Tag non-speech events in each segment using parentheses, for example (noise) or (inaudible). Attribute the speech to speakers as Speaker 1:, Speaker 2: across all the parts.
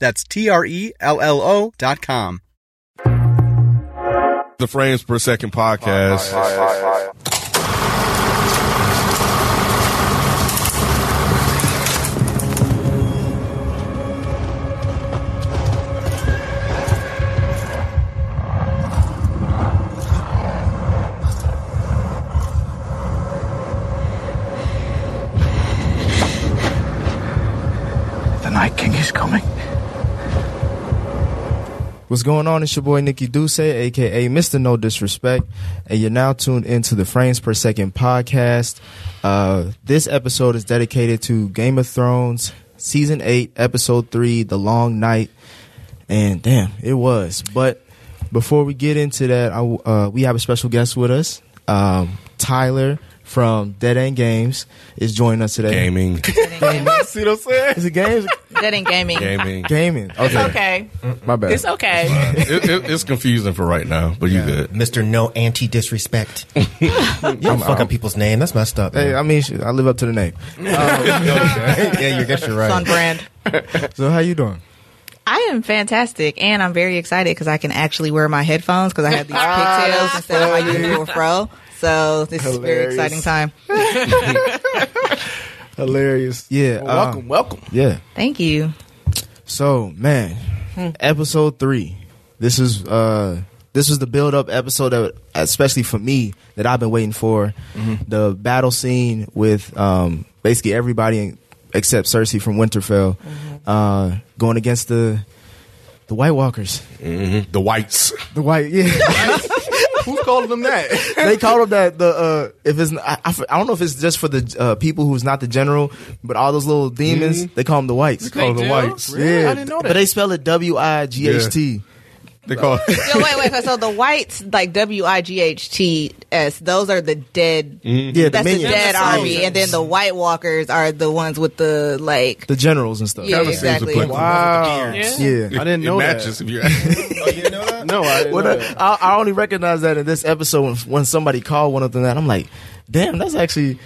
Speaker 1: That's T R E L L O.com.
Speaker 2: The Frames Per Second podcast.
Speaker 3: The Night King is coming.
Speaker 4: What's going on? It's your boy Nikki Duce, aka Mr. No Disrespect, and you're now tuned into the Frames Per Second podcast. Uh, this episode is dedicated to Game of Thrones, season eight, episode three, The Long Night, and damn, it was. But before we get into that, I w uh, we have a special guest with us, um, Tyler from Dead End Games is joining us today. (laughs)
Speaker 2: Gaming. See what I'm saying?
Speaker 4: Is it games?
Speaker 5: That ain't gaming.
Speaker 2: Gaming.
Speaker 4: Gaming. Okay,
Speaker 5: Okay.
Speaker 4: my bad.
Speaker 5: It's okay.
Speaker 2: It, it, it's confusing for right now, but you good.
Speaker 6: Mr. No Anti Disrespect. you don't fuck up people's name. That's messed up.
Speaker 4: Um, Hey,
Speaker 6: man.
Speaker 4: I mean, shit, I live up to the name. Um,
Speaker 6: (laughs) yeah, you guess you're
Speaker 5: It's on
Speaker 6: right.
Speaker 5: brand.
Speaker 4: So, how you doing?
Speaker 5: I am fantastic, and I'm very excited because I can actually wear my headphones because I have these pigtails instead of my usual fro. So this is a very
Speaker 7: Hilarious.
Speaker 5: exciting time.
Speaker 7: Hilarious.
Speaker 4: Yeah, um,
Speaker 7: Well, welcome, welcome.
Speaker 4: Yeah.
Speaker 5: Thank you.
Speaker 4: So man, episode three. This is uh this was the build up episode that especially for me that I've been waiting for.
Speaker 6: Mm-hmm.
Speaker 4: The battle scene with um basically everybody in- except Cersei from Winterfell uh going against the the White Walkers.
Speaker 2: The whites.
Speaker 4: The White
Speaker 7: (laughs)
Speaker 4: yeah.
Speaker 7: Who's calling them that?
Speaker 4: they call them that the uh if it's I, I f- I don't know if it's just for the uh, people who's not the general, but all those little demons,
Speaker 7: Mm-hmm.
Speaker 4: they call them the Whites.
Speaker 2: They call Oh, the whites.
Speaker 4: Yeah,
Speaker 7: I didn't know that.
Speaker 4: But they spell it W I G H T.
Speaker 2: They call
Speaker 5: So wait, wait. so- So the whites, like W I G H T S, those are the dead.
Speaker 4: Yeah, the
Speaker 5: That's the
Speaker 4: minions.
Speaker 5: dead army, and then the White Walkers are the ones with the like.
Speaker 4: the generals and stuff.
Speaker 5: Yeah,
Speaker 2: seems
Speaker 5: exactly.
Speaker 2: applicable.
Speaker 7: Wow.
Speaker 4: Yeah.
Speaker 7: I didn't
Speaker 2: it
Speaker 7: know that.
Speaker 2: matches if you (laughs) ask.
Speaker 7: No, I didn't
Speaker 4: When
Speaker 7: know
Speaker 4: I,
Speaker 7: that.
Speaker 4: I, I only recognize that in this episode when, when somebody called one of them that I'm like, damn, that's actually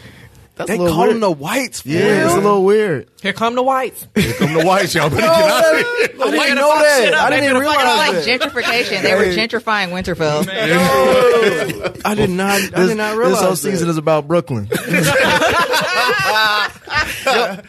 Speaker 4: that's
Speaker 7: They
Speaker 4: a little
Speaker 7: call
Speaker 4: weird.
Speaker 7: them the whites. For
Speaker 4: yeah, it's a
Speaker 7: real?
Speaker 4: little weird.
Speaker 8: Here come the whites.
Speaker 2: Here come the whites, y'all. Better get out of here.
Speaker 7: I didn't
Speaker 8: gonna
Speaker 7: know
Speaker 8: fuck shit
Speaker 7: that.
Speaker 8: up.
Speaker 7: I
Speaker 8: They
Speaker 7: didn't
Speaker 8: gonna fuck
Speaker 5: It's
Speaker 7: realize
Speaker 5: like
Speaker 7: that.
Speaker 5: gentrification. They were gentrifying Winterfell.
Speaker 7: I did not. I
Speaker 4: This-
Speaker 7: did not realize
Speaker 4: this whole
Speaker 7: that.
Speaker 4: season is about
Speaker 6: (laughs)
Speaker 4: Brooklyn.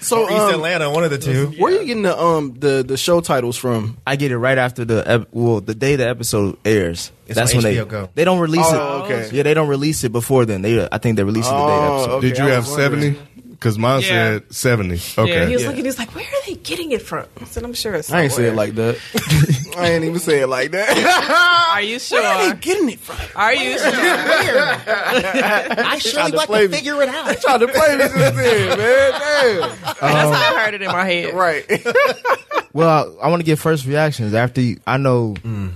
Speaker 7: So,
Speaker 6: East
Speaker 7: um,
Speaker 6: Atlanta, one of the two.
Speaker 7: where are you getting the um the the show titles from?
Speaker 4: I get it right after the ep- well, the day the episode airs.
Speaker 6: It's
Speaker 4: that's
Speaker 6: on
Speaker 4: when they
Speaker 6: HBO Go.
Speaker 4: they don't release it.
Speaker 7: Oh, okay.
Speaker 4: Yeah, they don't release it before then. They I think they release it the day the
Speaker 7: Oh,
Speaker 4: episode.
Speaker 7: okay.
Speaker 2: Did you
Speaker 7: I
Speaker 2: have
Speaker 7: was wondering.
Speaker 2: 70? Because mine
Speaker 8: Yeah.
Speaker 2: said 70.
Speaker 8: Yeah,
Speaker 2: Okay.
Speaker 8: he was looking. He was like, "Where are they getting it from?" I said, "I'm sure it's."
Speaker 7: I ain't say it
Speaker 8: somewhere."
Speaker 7: like that. I ain't even say it like that.
Speaker 8: "Are you
Speaker 7: I
Speaker 8: sure?
Speaker 7: ain't getting it from.
Speaker 8: Are you sure?"
Speaker 6: I surely
Speaker 7: to
Speaker 6: want
Speaker 7: play
Speaker 6: to
Speaker 7: me.
Speaker 6: figure it out.
Speaker 7: Trying to play this in, man.
Speaker 8: That's
Speaker 7: Um,
Speaker 8: how I heard it in my head.
Speaker 7: Damn. Right.
Speaker 4: Well, I, want to get first reactions after you, I know.
Speaker 6: Mm.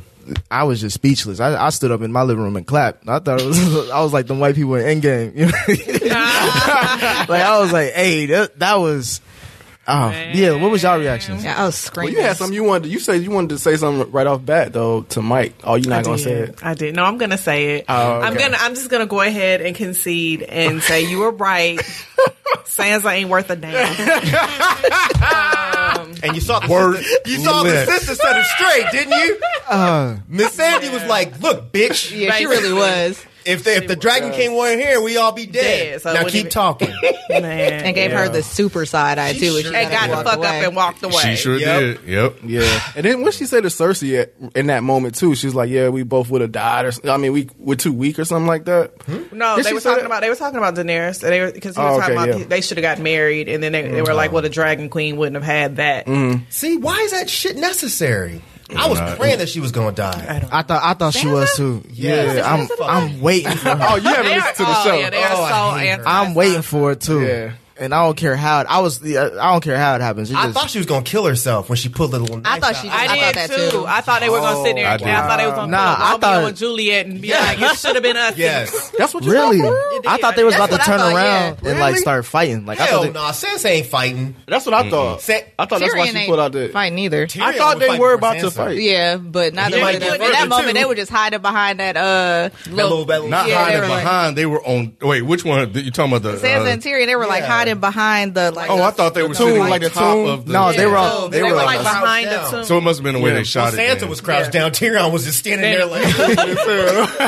Speaker 4: I was just speechless. I, I stood up in my living room and clapped. I thought it was, (laughs) I was like them white people in Endgame. You know? (laughs) like I was like, hey, that, that was. Oh, yeah. What was y'all reactions?
Speaker 5: Yeah, I was
Speaker 7: Well,
Speaker 5: screaming.
Speaker 7: you had something you wanted. You said you wanted to say something right off bat though to Mike. Oh, you're not
Speaker 8: I
Speaker 7: gonna
Speaker 8: did.
Speaker 7: say it.
Speaker 8: I did. No, I'm gonna say it.
Speaker 7: Oh,
Speaker 8: I'm
Speaker 7: okay.
Speaker 8: gonna. I'm just gonna go ahead and
Speaker 7: (laughs)
Speaker 8: concede and say you were right. Sansa ain't worth a damn.
Speaker 6: And you saw the
Speaker 2: Word
Speaker 6: sister- you saw the
Speaker 2: lit.
Speaker 6: sister set her straight, didn't you?
Speaker 4: Uh,
Speaker 6: Miss Sandy was like, "Look, bitch,
Speaker 5: yeah, she really was,
Speaker 6: if the, if the dragon came over here, we all be dead.
Speaker 8: Dead, so it
Speaker 6: now
Speaker 8: wouldn't
Speaker 6: keep
Speaker 8: even-
Speaker 6: talking."
Speaker 8: Man,
Speaker 5: and gave her the super side eye too. when she
Speaker 8: and got the
Speaker 5: walked
Speaker 8: fuck
Speaker 5: away.
Speaker 8: up and walked away.
Speaker 2: She sure
Speaker 6: Yep.
Speaker 2: did. Yep.
Speaker 7: Yeah. And then what she said to Cersei at, in that moment too, she's like, "Yeah, we both would have died, or s- I mean, we we're too weak or something like that."
Speaker 8: No,
Speaker 7: Did
Speaker 8: they
Speaker 7: she
Speaker 8: were
Speaker 7: say
Speaker 8: talking
Speaker 7: that?
Speaker 8: about they were talking about Daenerys, and they were because he
Speaker 7: Oh,
Speaker 8: was
Speaker 7: okay,
Speaker 8: talking about
Speaker 7: yeah. Mm-hmm.
Speaker 8: they should have got married, and then they, they were like, "Well, the Dragon Queen wouldn't have had that."
Speaker 6: See, why is that shit necessary? I was praying that she was gonna die.
Speaker 4: I thought I thought she was too. Yeah,
Speaker 6: Yeah.
Speaker 4: I'm I'm waiting for her.
Speaker 8: (laughs)
Speaker 7: Oh, you haven't listened to the
Speaker 8: oh,
Speaker 7: show.
Speaker 8: yeah, they are
Speaker 6: Oh, I
Speaker 8: so
Speaker 6: hate her.
Speaker 8: anti.
Speaker 4: I'm waiting for it too.
Speaker 7: Yeah.
Speaker 4: and I don't care how it. I was. I don't care how it happens. It
Speaker 6: I
Speaker 4: just-
Speaker 6: thought she was gonna kill herself when she pulled the little.
Speaker 5: I
Speaker 6: knife
Speaker 5: thought
Speaker 6: out.
Speaker 5: she just-
Speaker 6: I,
Speaker 8: I,
Speaker 5: I thought
Speaker 8: did
Speaker 5: that
Speaker 8: too.
Speaker 5: too.
Speaker 8: I thought they were gonna sit there.
Speaker 2: I
Speaker 8: and
Speaker 2: did.
Speaker 8: I, thought they were gonna
Speaker 4: Nah,
Speaker 8: pull
Speaker 4: I
Speaker 8: Romeo
Speaker 4: thought-
Speaker 8: and Juliet and be like, "You should have been us."
Speaker 6: yes.
Speaker 7: That's what you
Speaker 4: really,
Speaker 7: thought, bro?
Speaker 4: I thought they was about to
Speaker 5: That's what
Speaker 4: turn
Speaker 5: I thought, yeah.
Speaker 4: around and like
Speaker 7: Really?
Speaker 4: start fighting. Like I
Speaker 6: Hell
Speaker 4: thought.
Speaker 6: no,
Speaker 4: they-
Speaker 6: Sansa ain't fighting.
Speaker 7: That's what I thought.
Speaker 6: Sa-
Speaker 7: I thought that's why
Speaker 5: Tyrion
Speaker 7: she put out
Speaker 5: ain't
Speaker 7: that.
Speaker 5: fighting either.
Speaker 7: I
Speaker 6: Tyrion
Speaker 7: thought
Speaker 6: was
Speaker 7: they
Speaker 6: fighting
Speaker 7: were
Speaker 6: for
Speaker 7: about to
Speaker 6: Sansa.
Speaker 7: fight.
Speaker 5: Yeah, but not
Speaker 6: He
Speaker 5: that
Speaker 6: might
Speaker 5: in that
Speaker 6: get murdered,
Speaker 5: moment
Speaker 6: too.
Speaker 5: they were just hiding behind that uh
Speaker 6: That little, that little-
Speaker 2: Not
Speaker 5: Yeah, they
Speaker 2: hiding
Speaker 5: were like-
Speaker 2: behind. they were on. Wait, which one? You talking about the?
Speaker 5: Sansa
Speaker 2: Uh,
Speaker 5: and Tyrion, they were like
Speaker 6: yeah.
Speaker 5: hiding behind the like.
Speaker 2: oh, I thought they were
Speaker 7: tomb,
Speaker 2: sitting
Speaker 7: like
Speaker 2: on
Speaker 7: the
Speaker 2: top
Speaker 7: tomb?
Speaker 2: of the.
Speaker 4: No, they were all-
Speaker 5: they,
Speaker 4: they
Speaker 5: were,
Speaker 4: were on
Speaker 5: like
Speaker 6: the house
Speaker 5: behind the
Speaker 6: down.
Speaker 5: tomb.
Speaker 2: So it must have been the way
Speaker 7: Yeah.
Speaker 2: they
Speaker 6: Well,
Speaker 2: shot it.
Speaker 6: Sansa
Speaker 2: then.
Speaker 6: was crouched down. Tyrion was just standing there like,
Speaker 4: (laughs) For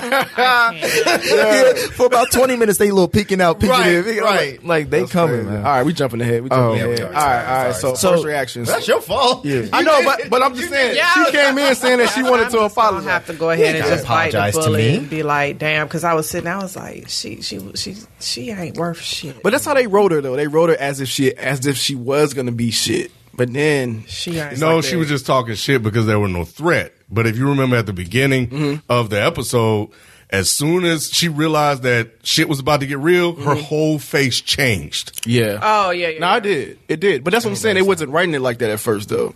Speaker 4: about twenty minutes, they little peeking out, peeking
Speaker 6: Right,
Speaker 4: in, peeking out.
Speaker 6: right.
Speaker 4: Like, like, they coming,
Speaker 7: All
Speaker 4: man.
Speaker 7: right, we jumping ahead. We jumping
Speaker 4: Oh,
Speaker 7: ahead.
Speaker 6: yeah, we
Speaker 7: all
Speaker 6: are.
Speaker 7: right, all right.
Speaker 6: Sorry,
Speaker 7: So,
Speaker 4: sorry.
Speaker 7: first reactions.
Speaker 6: "That's your fault."
Speaker 7: Yeah.
Speaker 6: You
Speaker 7: I know,
Speaker 6: did
Speaker 7: but
Speaker 6: it.
Speaker 7: but I'm just
Speaker 6: You
Speaker 7: saying
Speaker 6: did it.
Speaker 7: she came in saying that she (laughs) wanted to
Speaker 8: I'm gonna
Speaker 7: apologize.
Speaker 8: have to go ahead and
Speaker 6: gotta
Speaker 8: just bite the
Speaker 6: apologize to
Speaker 8: bullet
Speaker 6: me.
Speaker 8: and be like, "Damn," because I was sitting. I was like, "She, she, she, she ain't worth shit."
Speaker 7: But that's how they wrote her though. They wrote her as if she as if she was gonna be shit. But then
Speaker 8: she ain't.
Speaker 2: No,
Speaker 7: like
Speaker 2: she
Speaker 7: that.
Speaker 2: was just talking shit because there were no threat. But if you remember at the beginning
Speaker 6: Mm-hmm.
Speaker 2: of the episode, as soon as she realized that shit was about to get real, her
Speaker 6: Mm-hmm.
Speaker 2: whole face changed.
Speaker 7: Yeah.
Speaker 8: Oh yeah, yeah.
Speaker 7: no, I did. It did. But that's what I'm saying. They wasn't writing it like that at first though.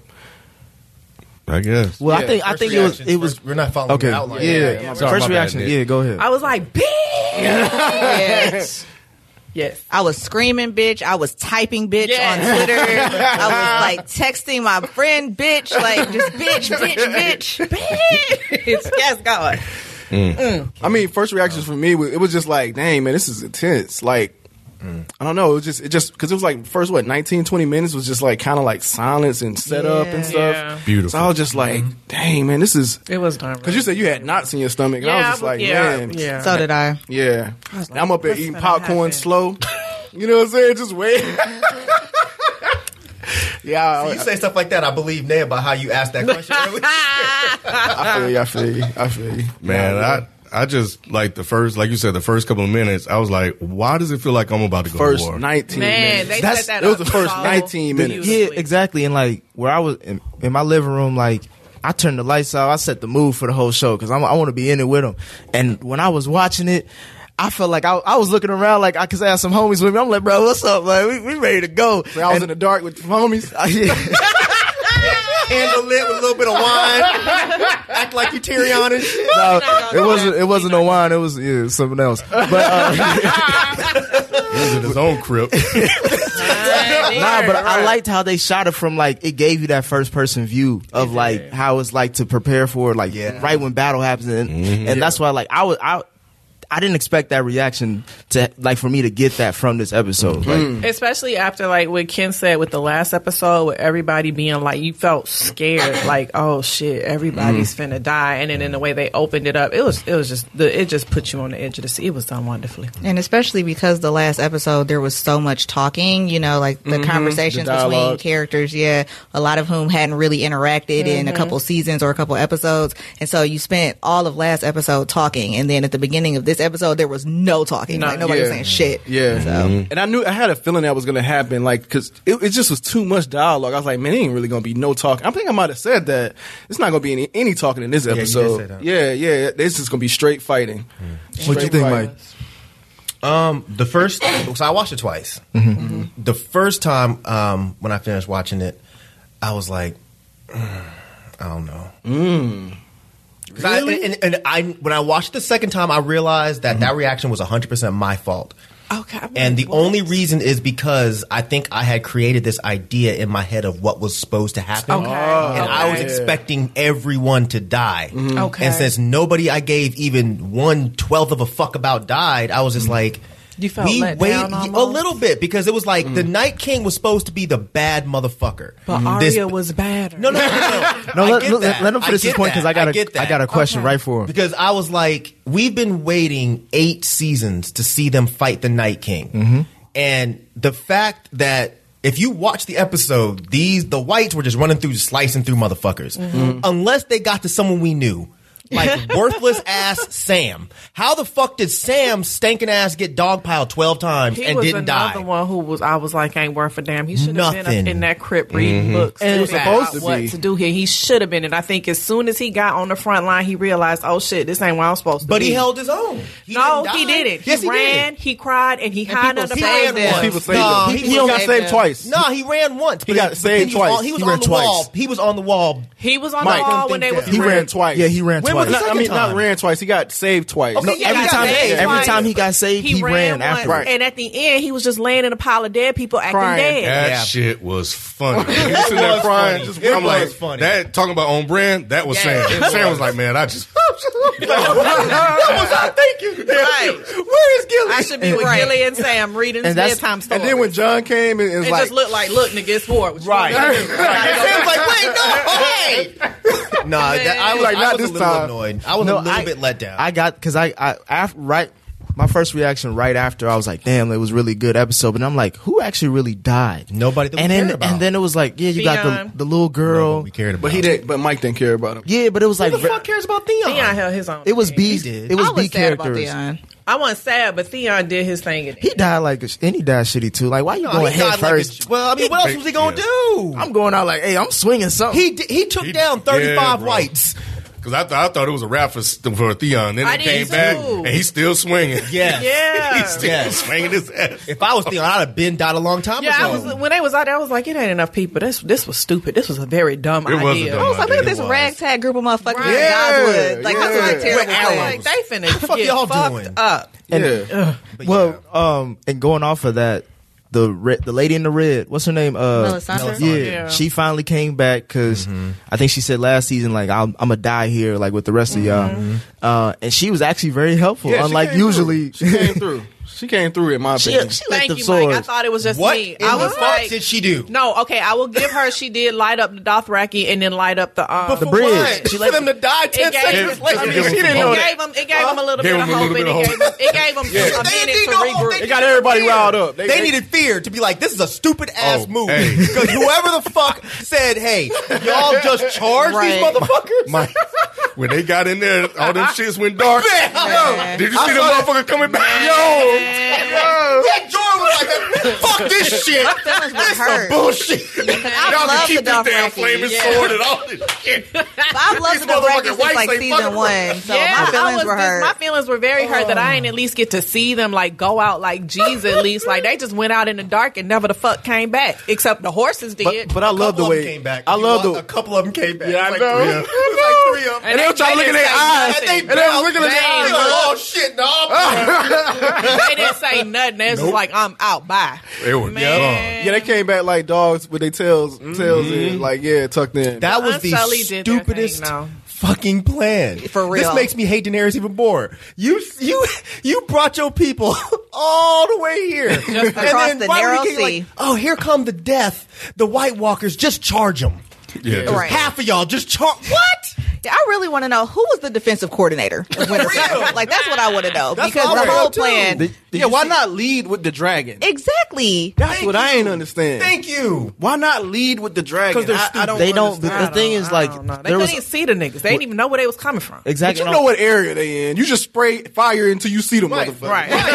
Speaker 2: I guess.
Speaker 4: Well, I
Speaker 7: Yeah.
Speaker 4: think I
Speaker 6: First
Speaker 4: think it was
Speaker 6: reactions,
Speaker 4: it was
Speaker 6: first- we're not following
Speaker 4: okay.
Speaker 6: the outline.
Speaker 4: Yeah,
Speaker 6: Yeah, yeah,
Speaker 2: my
Speaker 4: first
Speaker 2: bad,
Speaker 4: reaction.
Speaker 2: Nick.
Speaker 4: Yeah, go ahead.
Speaker 8: I was like, "Bitch."
Speaker 5: Yes.
Speaker 8: yes.
Speaker 5: I was screaming, bitch. I was typing, bitch,
Speaker 8: Yes.
Speaker 5: on Twitter. I was like texting my friend, bitch, like just bitch, bitch, bitch, bitch. (laughs)
Speaker 8: Yes, God.
Speaker 7: I mean, first reactions for me, wa- it was just like, dang, man, this is intense. Like, I don't know. It was just, it just, because it was like, first, what, 19, 20 minutes was just like kind of like silence and setup and stuff.
Speaker 8: (laughs) Yeah.
Speaker 2: Beautiful.
Speaker 7: So I was just like, dang, man, this is,
Speaker 8: It was done.
Speaker 7: because you said you had knots in your stomach. And I was just like,
Speaker 8: yeah,
Speaker 7: man.
Speaker 8: yeah.
Speaker 5: So did I.
Speaker 7: Yeah. And I'm up there
Speaker 8: what's
Speaker 7: eating
Speaker 8: gonna
Speaker 7: popcorn
Speaker 8: happen?
Speaker 7: slow. (laughs) You know what I'm saying? Just waiting. (laughs) yeah. I-
Speaker 6: You say stuff like that, I believe Nay about how you asked
Speaker 5: (laughs)
Speaker 6: that question. earlier.
Speaker 7: I feel you. I feel you. I feel you.
Speaker 2: Man, I I just like the first, like you said, the first couple of minutes, I was like, why does it feel like I'm about to go
Speaker 7: First
Speaker 2: to war?
Speaker 7: 19
Speaker 8: Man,
Speaker 7: minutes.
Speaker 8: they
Speaker 7: That's-
Speaker 8: set that
Speaker 7: It was
Speaker 8: up
Speaker 7: the first
Speaker 8: so
Speaker 7: 19 minutes.
Speaker 8: beautifully.
Speaker 4: yeah, exactly. And like where I was in, in my living room, like I turned the lights out. I set the mood for the whole show because I want to be in it with them. And when I was watching it. I felt like I, I was looking around like I could have some homies with me. I'm like, bro, what's up? Like, we, we ready to go.
Speaker 7: I was in the dark
Speaker 4: (laughs)
Speaker 7: with homies.
Speaker 6: Handle it with a little bit of wine. Act like you Tyrion and shit.
Speaker 4: No, it wasn't. It wasn't no wine. It was yeah, something else. But uh,
Speaker 2: He was in his own
Speaker 4: (laughs)
Speaker 2: crib.
Speaker 4: nah, but I liked how they shot it from like it gave you that first person view of like how it's like to prepare for like
Speaker 6: Yeah. Mm-hmm.
Speaker 4: right when battle happens, and, and that's why like I was I. I didn't expect that reaction to like for me to get that from this
Speaker 6: Mm-hmm.
Speaker 4: episode. Like,
Speaker 8: Especially after like what Ken said with the last episode, with everybody being like, you felt
Speaker 6: (clears throat)
Speaker 8: scared, like, oh shit, everybody's
Speaker 6: Mm.
Speaker 8: finna die, and then in the way they opened it up, it was it was just the it just put you on the edge of the seat. It was done wonderfully.
Speaker 5: And especially because the last episode there was so much talking, you know, like the conversations
Speaker 7: the
Speaker 5: between
Speaker 7: dialogue.
Speaker 5: characters, yeah, a lot of whom hadn't really interacted in a couple seasons or a couple episodes. And so you spent all of last episode talking and then at the beginning of this episode there was no talking. like nobody was
Speaker 7: yeah.
Speaker 5: saying shit.
Speaker 7: Yeah. Mm-hmm. And I knew I had a feeling that was going to happen, like, because it, it just was too much dialogue. I was like, man, it ain't really going to be no talking. I think I might have said that. It's not going to be any, any talking in this
Speaker 6: you did say
Speaker 7: episode.
Speaker 6: that.
Speaker 7: Yeah, yeah. It's just going to be straight fighting.
Speaker 4: what you think, Mike?
Speaker 6: Um, the first, so I watched it twice. Mm-hmm. The first time um, when I finished watching it, I was like, "Mm, I don't know.
Speaker 8: Mm.
Speaker 6: 'Cause I- and, and I, when I watched it the second time, I realized that
Speaker 8: Mm-hmm.
Speaker 6: that reaction was 100% my fault.
Speaker 8: Okay. I'm
Speaker 6: And the
Speaker 8: like,
Speaker 6: only reason is because I think I had created this idea in my head of what was supposed to happen.
Speaker 8: Okay. Oh,
Speaker 6: and I was
Speaker 8: okay. Mm-hmm.
Speaker 6: expecting everyone to die.
Speaker 8: Okay.
Speaker 6: And since nobody I gave even one twelfth of a fuck about died, I was just like,
Speaker 8: Mm. You felt let down
Speaker 6: a
Speaker 8: almost?
Speaker 6: little bit because it was like the Night King was supposed to be the bad motherfucker. Mm.
Speaker 8: but
Speaker 6: This-
Speaker 8: Arya was bad.
Speaker 6: no, no, no, no.
Speaker 4: (laughs) No,
Speaker 6: I
Speaker 4: let,
Speaker 6: get
Speaker 4: let,
Speaker 6: that.
Speaker 4: let him finish
Speaker 6: I
Speaker 4: this
Speaker 6: get
Speaker 4: point because
Speaker 6: that.
Speaker 4: I got
Speaker 6: get
Speaker 4: a I,
Speaker 6: that.
Speaker 4: got a question right for him.
Speaker 6: Because I was like, we've been waiting eight seasons to see them fight the Night King, and the fact that if you watch the episode,
Speaker 8: Mm-hmm.
Speaker 6: these the whites were just running through, slicing through motherfuckers, unless they got to someone we knew. Like worthless ass Sam. How the fuck did Sam stinking ass get dogpiled twelve times
Speaker 8: He
Speaker 6: and
Speaker 8: was
Speaker 6: didn't die?
Speaker 8: another one who was. I was like, ain't worth a damn. He should have been up
Speaker 6: Nothing.
Speaker 8: in that crib reading books.
Speaker 6: And it was
Speaker 8: figuring
Speaker 6: supposed
Speaker 8: out
Speaker 6: to
Speaker 8: what
Speaker 7: be.
Speaker 8: to do here. He should have been. And I think as soon as he got on the front line, he realized, oh shit, this ain't where I'm supposed to
Speaker 6: But
Speaker 8: be.
Speaker 6: he held his own. He
Speaker 8: no,
Speaker 6: didn't
Speaker 8: he
Speaker 6: die.
Speaker 8: didn't.
Speaker 6: Yes,
Speaker 8: he,
Speaker 6: he
Speaker 8: ran.
Speaker 6: did.
Speaker 8: He cried, and he
Speaker 6: People
Speaker 8: hid under the
Speaker 6: saved
Speaker 8: bed.
Speaker 6: him.
Speaker 7: People saved
Speaker 6: No,
Speaker 7: him.
Speaker 6: he
Speaker 7: He, he only got
Speaker 6: saved
Speaker 7: saved
Speaker 6: him.
Speaker 7: twice.
Speaker 6: No, he ran once. But
Speaker 7: got
Speaker 6: but
Speaker 7: saved
Speaker 6: he was
Speaker 7: twice.
Speaker 6: on- He was
Speaker 7: He ran
Speaker 6: on the
Speaker 7: twice.
Speaker 6: wall. He was on the wall.
Speaker 8: He was on
Speaker 7: Mike,
Speaker 8: the wall when they was.
Speaker 6: He
Speaker 7: He ran twice.
Speaker 4: Yeah, he ran
Speaker 6: When
Speaker 4: twice.
Speaker 6: was the
Speaker 7: No, I
Speaker 6: second
Speaker 7: mean, not
Speaker 6: time?
Speaker 7: ran twice. He got saved twice.
Speaker 6: Okay, yeah,
Speaker 4: every
Speaker 6: he got
Speaker 4: time,
Speaker 6: saved
Speaker 4: every
Speaker 6: twice.
Speaker 4: time he got saved, he, ran,
Speaker 8: once,
Speaker 4: after.
Speaker 7: Right.
Speaker 8: And at the end, he was just laying in a pile of dead people acting
Speaker 7: Crying.
Speaker 8: dead.
Speaker 2: That
Speaker 6: Yeah.
Speaker 2: shit was
Speaker 6: (laughs)
Speaker 2: funny. He was sitting there
Speaker 6: was
Speaker 2: crying.
Speaker 6: funny.
Speaker 2: Just,
Speaker 6: It
Speaker 2: I'm
Speaker 6: was
Speaker 2: like,
Speaker 6: funny.
Speaker 2: that talking about on brand. That was
Speaker 8: Yeah,
Speaker 2: Sam.
Speaker 8: it
Speaker 2: Sam was
Speaker 8: was.
Speaker 2: like, man, I just. (laughs)
Speaker 6: (laughs)
Speaker 2: that was I thinking.
Speaker 8: Right.
Speaker 2: Where is Gilly?
Speaker 8: I should
Speaker 6: (laughs)
Speaker 8: be with
Speaker 5: Right.
Speaker 8: Gilly and Sam reading
Speaker 4: And that's-
Speaker 8: bedtime stories.
Speaker 7: And then when John came, it, it was
Speaker 8: it
Speaker 7: like,
Speaker 8: just looked like, look, nigga, it's war. What you
Speaker 6: Right.
Speaker 8: gonna do?
Speaker 6: (laughs) Sam's like, wait, no, hey. Nah, that, I was
Speaker 7: Like,
Speaker 6: I
Speaker 7: not
Speaker 6: was
Speaker 7: this
Speaker 6: a little
Speaker 7: time.
Speaker 6: annoyed. I was a little
Speaker 4: I-
Speaker 6: bit let down.
Speaker 4: I got because I, I af, right my first reaction right after I was like, damn, it was really good episode. But I'm like, who actually really died?
Speaker 6: Nobody that we
Speaker 4: and then
Speaker 6: cared about.
Speaker 4: and then it was like, yeah, you got
Speaker 8: Theon.
Speaker 4: the the little girl.
Speaker 6: we cared about.
Speaker 7: but he didn't. But Mike didn't care about him.
Speaker 4: yeah, but it was like
Speaker 6: Who the fuck cares about
Speaker 8: (laughs)
Speaker 6: Theon?
Speaker 8: Theon held his own.
Speaker 4: it was
Speaker 8: thing.
Speaker 4: B.
Speaker 6: did.
Speaker 4: It was,
Speaker 5: I was
Speaker 4: B
Speaker 5: sad about
Speaker 4: characters.
Speaker 5: Dion.
Speaker 8: I wasn't sad, but Theon did his thing. in it.
Speaker 4: He died like a sh- and he died shitty too. Like why you
Speaker 6: No,
Speaker 4: going
Speaker 6: he
Speaker 4: head
Speaker 6: died like a-
Speaker 4: first?
Speaker 6: well, I mean, what else was he gonna
Speaker 2: Yeah.
Speaker 6: do?
Speaker 4: I'm going out like, hey, I'm swinging something.
Speaker 6: he di- he took down thirty five whites.
Speaker 2: Because I, thought I thought it was a wrap for, for Theon. Then
Speaker 8: I
Speaker 2: it came
Speaker 8: did
Speaker 2: back,
Speaker 8: too.
Speaker 2: and he's still swinging.
Speaker 8: Yeah.
Speaker 2: (laughs) he's still
Speaker 6: Yes.
Speaker 2: swinging his ass.
Speaker 6: If I was Theon, I'd have been died a long time
Speaker 8: Yeah, I
Speaker 6: ago.
Speaker 8: was when they was out there. I was like, it ain't enough people. This this was stupid. This was a very dumb
Speaker 2: It was a
Speaker 8: idea.
Speaker 2: dumb
Speaker 8: I was
Speaker 2: idea.
Speaker 5: So
Speaker 8: like,
Speaker 5: look at
Speaker 2: It
Speaker 5: this
Speaker 2: was.
Speaker 5: ragtag group of motherfuckers
Speaker 8: Right.
Speaker 5: in Godwood. Like,
Speaker 7: Yeah,
Speaker 5: that's what
Speaker 7: yeah.
Speaker 5: a terrible
Speaker 6: We're
Speaker 5: place.
Speaker 8: like, they finna
Speaker 6: fuck
Speaker 8: get
Speaker 6: y'all
Speaker 8: fucked
Speaker 6: doing?
Speaker 8: up.
Speaker 7: yeah.
Speaker 4: uh,
Speaker 6: But
Speaker 4: well, um, and going off of that, the re- the lady in the red, what's her name? Uh,
Speaker 5: Melisandre?
Speaker 4: Yeah,
Speaker 8: Yeah.
Speaker 4: she finally came back because I think she said last season like I'm, I'm gonna die here like with the rest of y'all, uh, and she was actually very helpful.
Speaker 7: Yeah, she
Speaker 4: unlike
Speaker 7: came through.
Speaker 4: usually,
Speaker 7: she came through. She came through in
Speaker 4: (laughs)
Speaker 7: my
Speaker 4: she,
Speaker 7: opinion.
Speaker 4: she let
Speaker 8: Thank
Speaker 4: the
Speaker 8: you, Mike. I
Speaker 4: swords.
Speaker 8: thought it was just
Speaker 6: what
Speaker 8: me.
Speaker 6: in
Speaker 8: I
Speaker 6: the
Speaker 8: was
Speaker 6: fuck
Speaker 8: like,
Speaker 6: did she do?
Speaker 8: no, okay. I will give her. She did light up the Dothraki and then light up the um,
Speaker 6: But
Speaker 4: the
Speaker 6: for
Speaker 4: bridge.
Speaker 6: what?
Speaker 4: She
Speaker 6: for them to die ten
Speaker 8: It gave,
Speaker 6: seconds
Speaker 8: it,
Speaker 6: later.
Speaker 8: I mean,
Speaker 2: Give him
Speaker 8: it,
Speaker 2: some
Speaker 8: gave
Speaker 2: hope.
Speaker 8: him, it gave him a little
Speaker 2: Gave
Speaker 8: bit of
Speaker 2: him a
Speaker 8: hope,
Speaker 2: little
Speaker 8: and it
Speaker 2: bit
Speaker 8: gave
Speaker 2: of
Speaker 8: him, it gave (laughs) him a
Speaker 6: They
Speaker 8: minute
Speaker 6: need
Speaker 8: to
Speaker 6: no hope.
Speaker 8: regroup.
Speaker 7: They got everybody riled up.
Speaker 6: They, needed fear to be like, this is a stupid ass
Speaker 2: Oh,
Speaker 6: move. (laughs)
Speaker 2: hey.
Speaker 6: Because whoever the fuck said, hey, y'all just charge these
Speaker 5: Right.
Speaker 6: motherfuckers?
Speaker 2: When they got in there, all them shits went dark.
Speaker 6: (laughs) Man.
Speaker 2: Did you see the motherfucker coming back? Yo,
Speaker 6: That Jordan was
Speaker 8: (laughs)
Speaker 6: like, fuck this shit.
Speaker 5: feelings were hurt.
Speaker 2: bullshit. Y'all can
Speaker 5: love
Speaker 2: keep
Speaker 5: the
Speaker 2: this damn
Speaker 5: Dothraki,
Speaker 2: flaming
Speaker 5: yeah.
Speaker 2: sword and all this shit.
Speaker 8: (laughs)
Speaker 5: I've loved
Speaker 2: These
Speaker 5: the Dothraki
Speaker 2: motherfucking whites
Speaker 5: since like
Speaker 2: ain't
Speaker 5: season
Speaker 2: fucking
Speaker 5: one, so
Speaker 8: yeah,
Speaker 5: my
Speaker 8: I was
Speaker 5: feelings were
Speaker 8: just,
Speaker 5: hurt.
Speaker 8: my feelings were very hurt that I didn't at least get to see them like go out like G's at least. Like they just went out in the dark and never the fuck came back. Except the horses did.
Speaker 4: But, but I love the
Speaker 6: Couple of them
Speaker 4: way
Speaker 6: came back.
Speaker 4: I
Speaker 6: You
Speaker 4: love
Speaker 6: know,
Speaker 4: the
Speaker 6: A couple of them came back.
Speaker 7: Yeah, I
Speaker 6: It was
Speaker 7: know.
Speaker 6: Like three of them. It was like three of them.
Speaker 8: And
Speaker 7: they were trying to look in
Speaker 8: didn't
Speaker 7: their
Speaker 8: say
Speaker 7: eyes.
Speaker 8: nothing.
Speaker 6: And they
Speaker 7: And they was looking at
Speaker 8: Dang,
Speaker 7: their
Speaker 6: They
Speaker 7: eyes.
Speaker 6: were like, oh shit, no.
Speaker 8: they didn't say nothing. They was just like, I'm out. Bye.
Speaker 2: They were
Speaker 8: Man.
Speaker 7: Yeah, they came back like dogs with their tails tails
Speaker 4: Mm-hmm.
Speaker 7: in, like yeah, tucked in.
Speaker 6: That was the
Speaker 8: Unsullied did their
Speaker 6: stupidest
Speaker 8: thing, though.
Speaker 6: fucking plan.
Speaker 5: For
Speaker 6: this
Speaker 5: real.
Speaker 6: makes me hate Daenerys even more. You you you brought your people (laughs) all the way here, just
Speaker 5: across the narrow sea.
Speaker 6: oh, here come the death. The White Walkers just charge them.
Speaker 2: Yeah, just-
Speaker 5: Right.
Speaker 6: Half of y'all just charge. What?
Speaker 5: Yeah, I really want to know who was the defensive coordinator of Winterfell. like that's what I want to know
Speaker 6: That's
Speaker 5: because
Speaker 6: what I
Speaker 5: the
Speaker 6: wanna
Speaker 5: whole
Speaker 6: know, too.
Speaker 5: plan.
Speaker 4: Did- did
Speaker 7: yeah,
Speaker 4: you
Speaker 7: why
Speaker 4: see-
Speaker 7: not lead with the dragon?
Speaker 5: Exactly.
Speaker 7: That's what I ain't understand.
Speaker 6: Thank you.
Speaker 7: why not lead with the dragon?
Speaker 6: 'Cause they're
Speaker 7: I, I
Speaker 6: stupid.
Speaker 7: don't.
Speaker 4: they don't.
Speaker 7: understand.
Speaker 4: The, the thing is like
Speaker 8: I don't know. They
Speaker 4: there
Speaker 8: couldn't
Speaker 4: was
Speaker 8: even see the niggas. They didn't even know where they was coming from.
Speaker 7: But
Speaker 4: exactly.
Speaker 7: you
Speaker 4: and
Speaker 7: know what area they in. You just spray fire until you see them motherfuckers.
Speaker 8: (laughs)
Speaker 7: (laughs)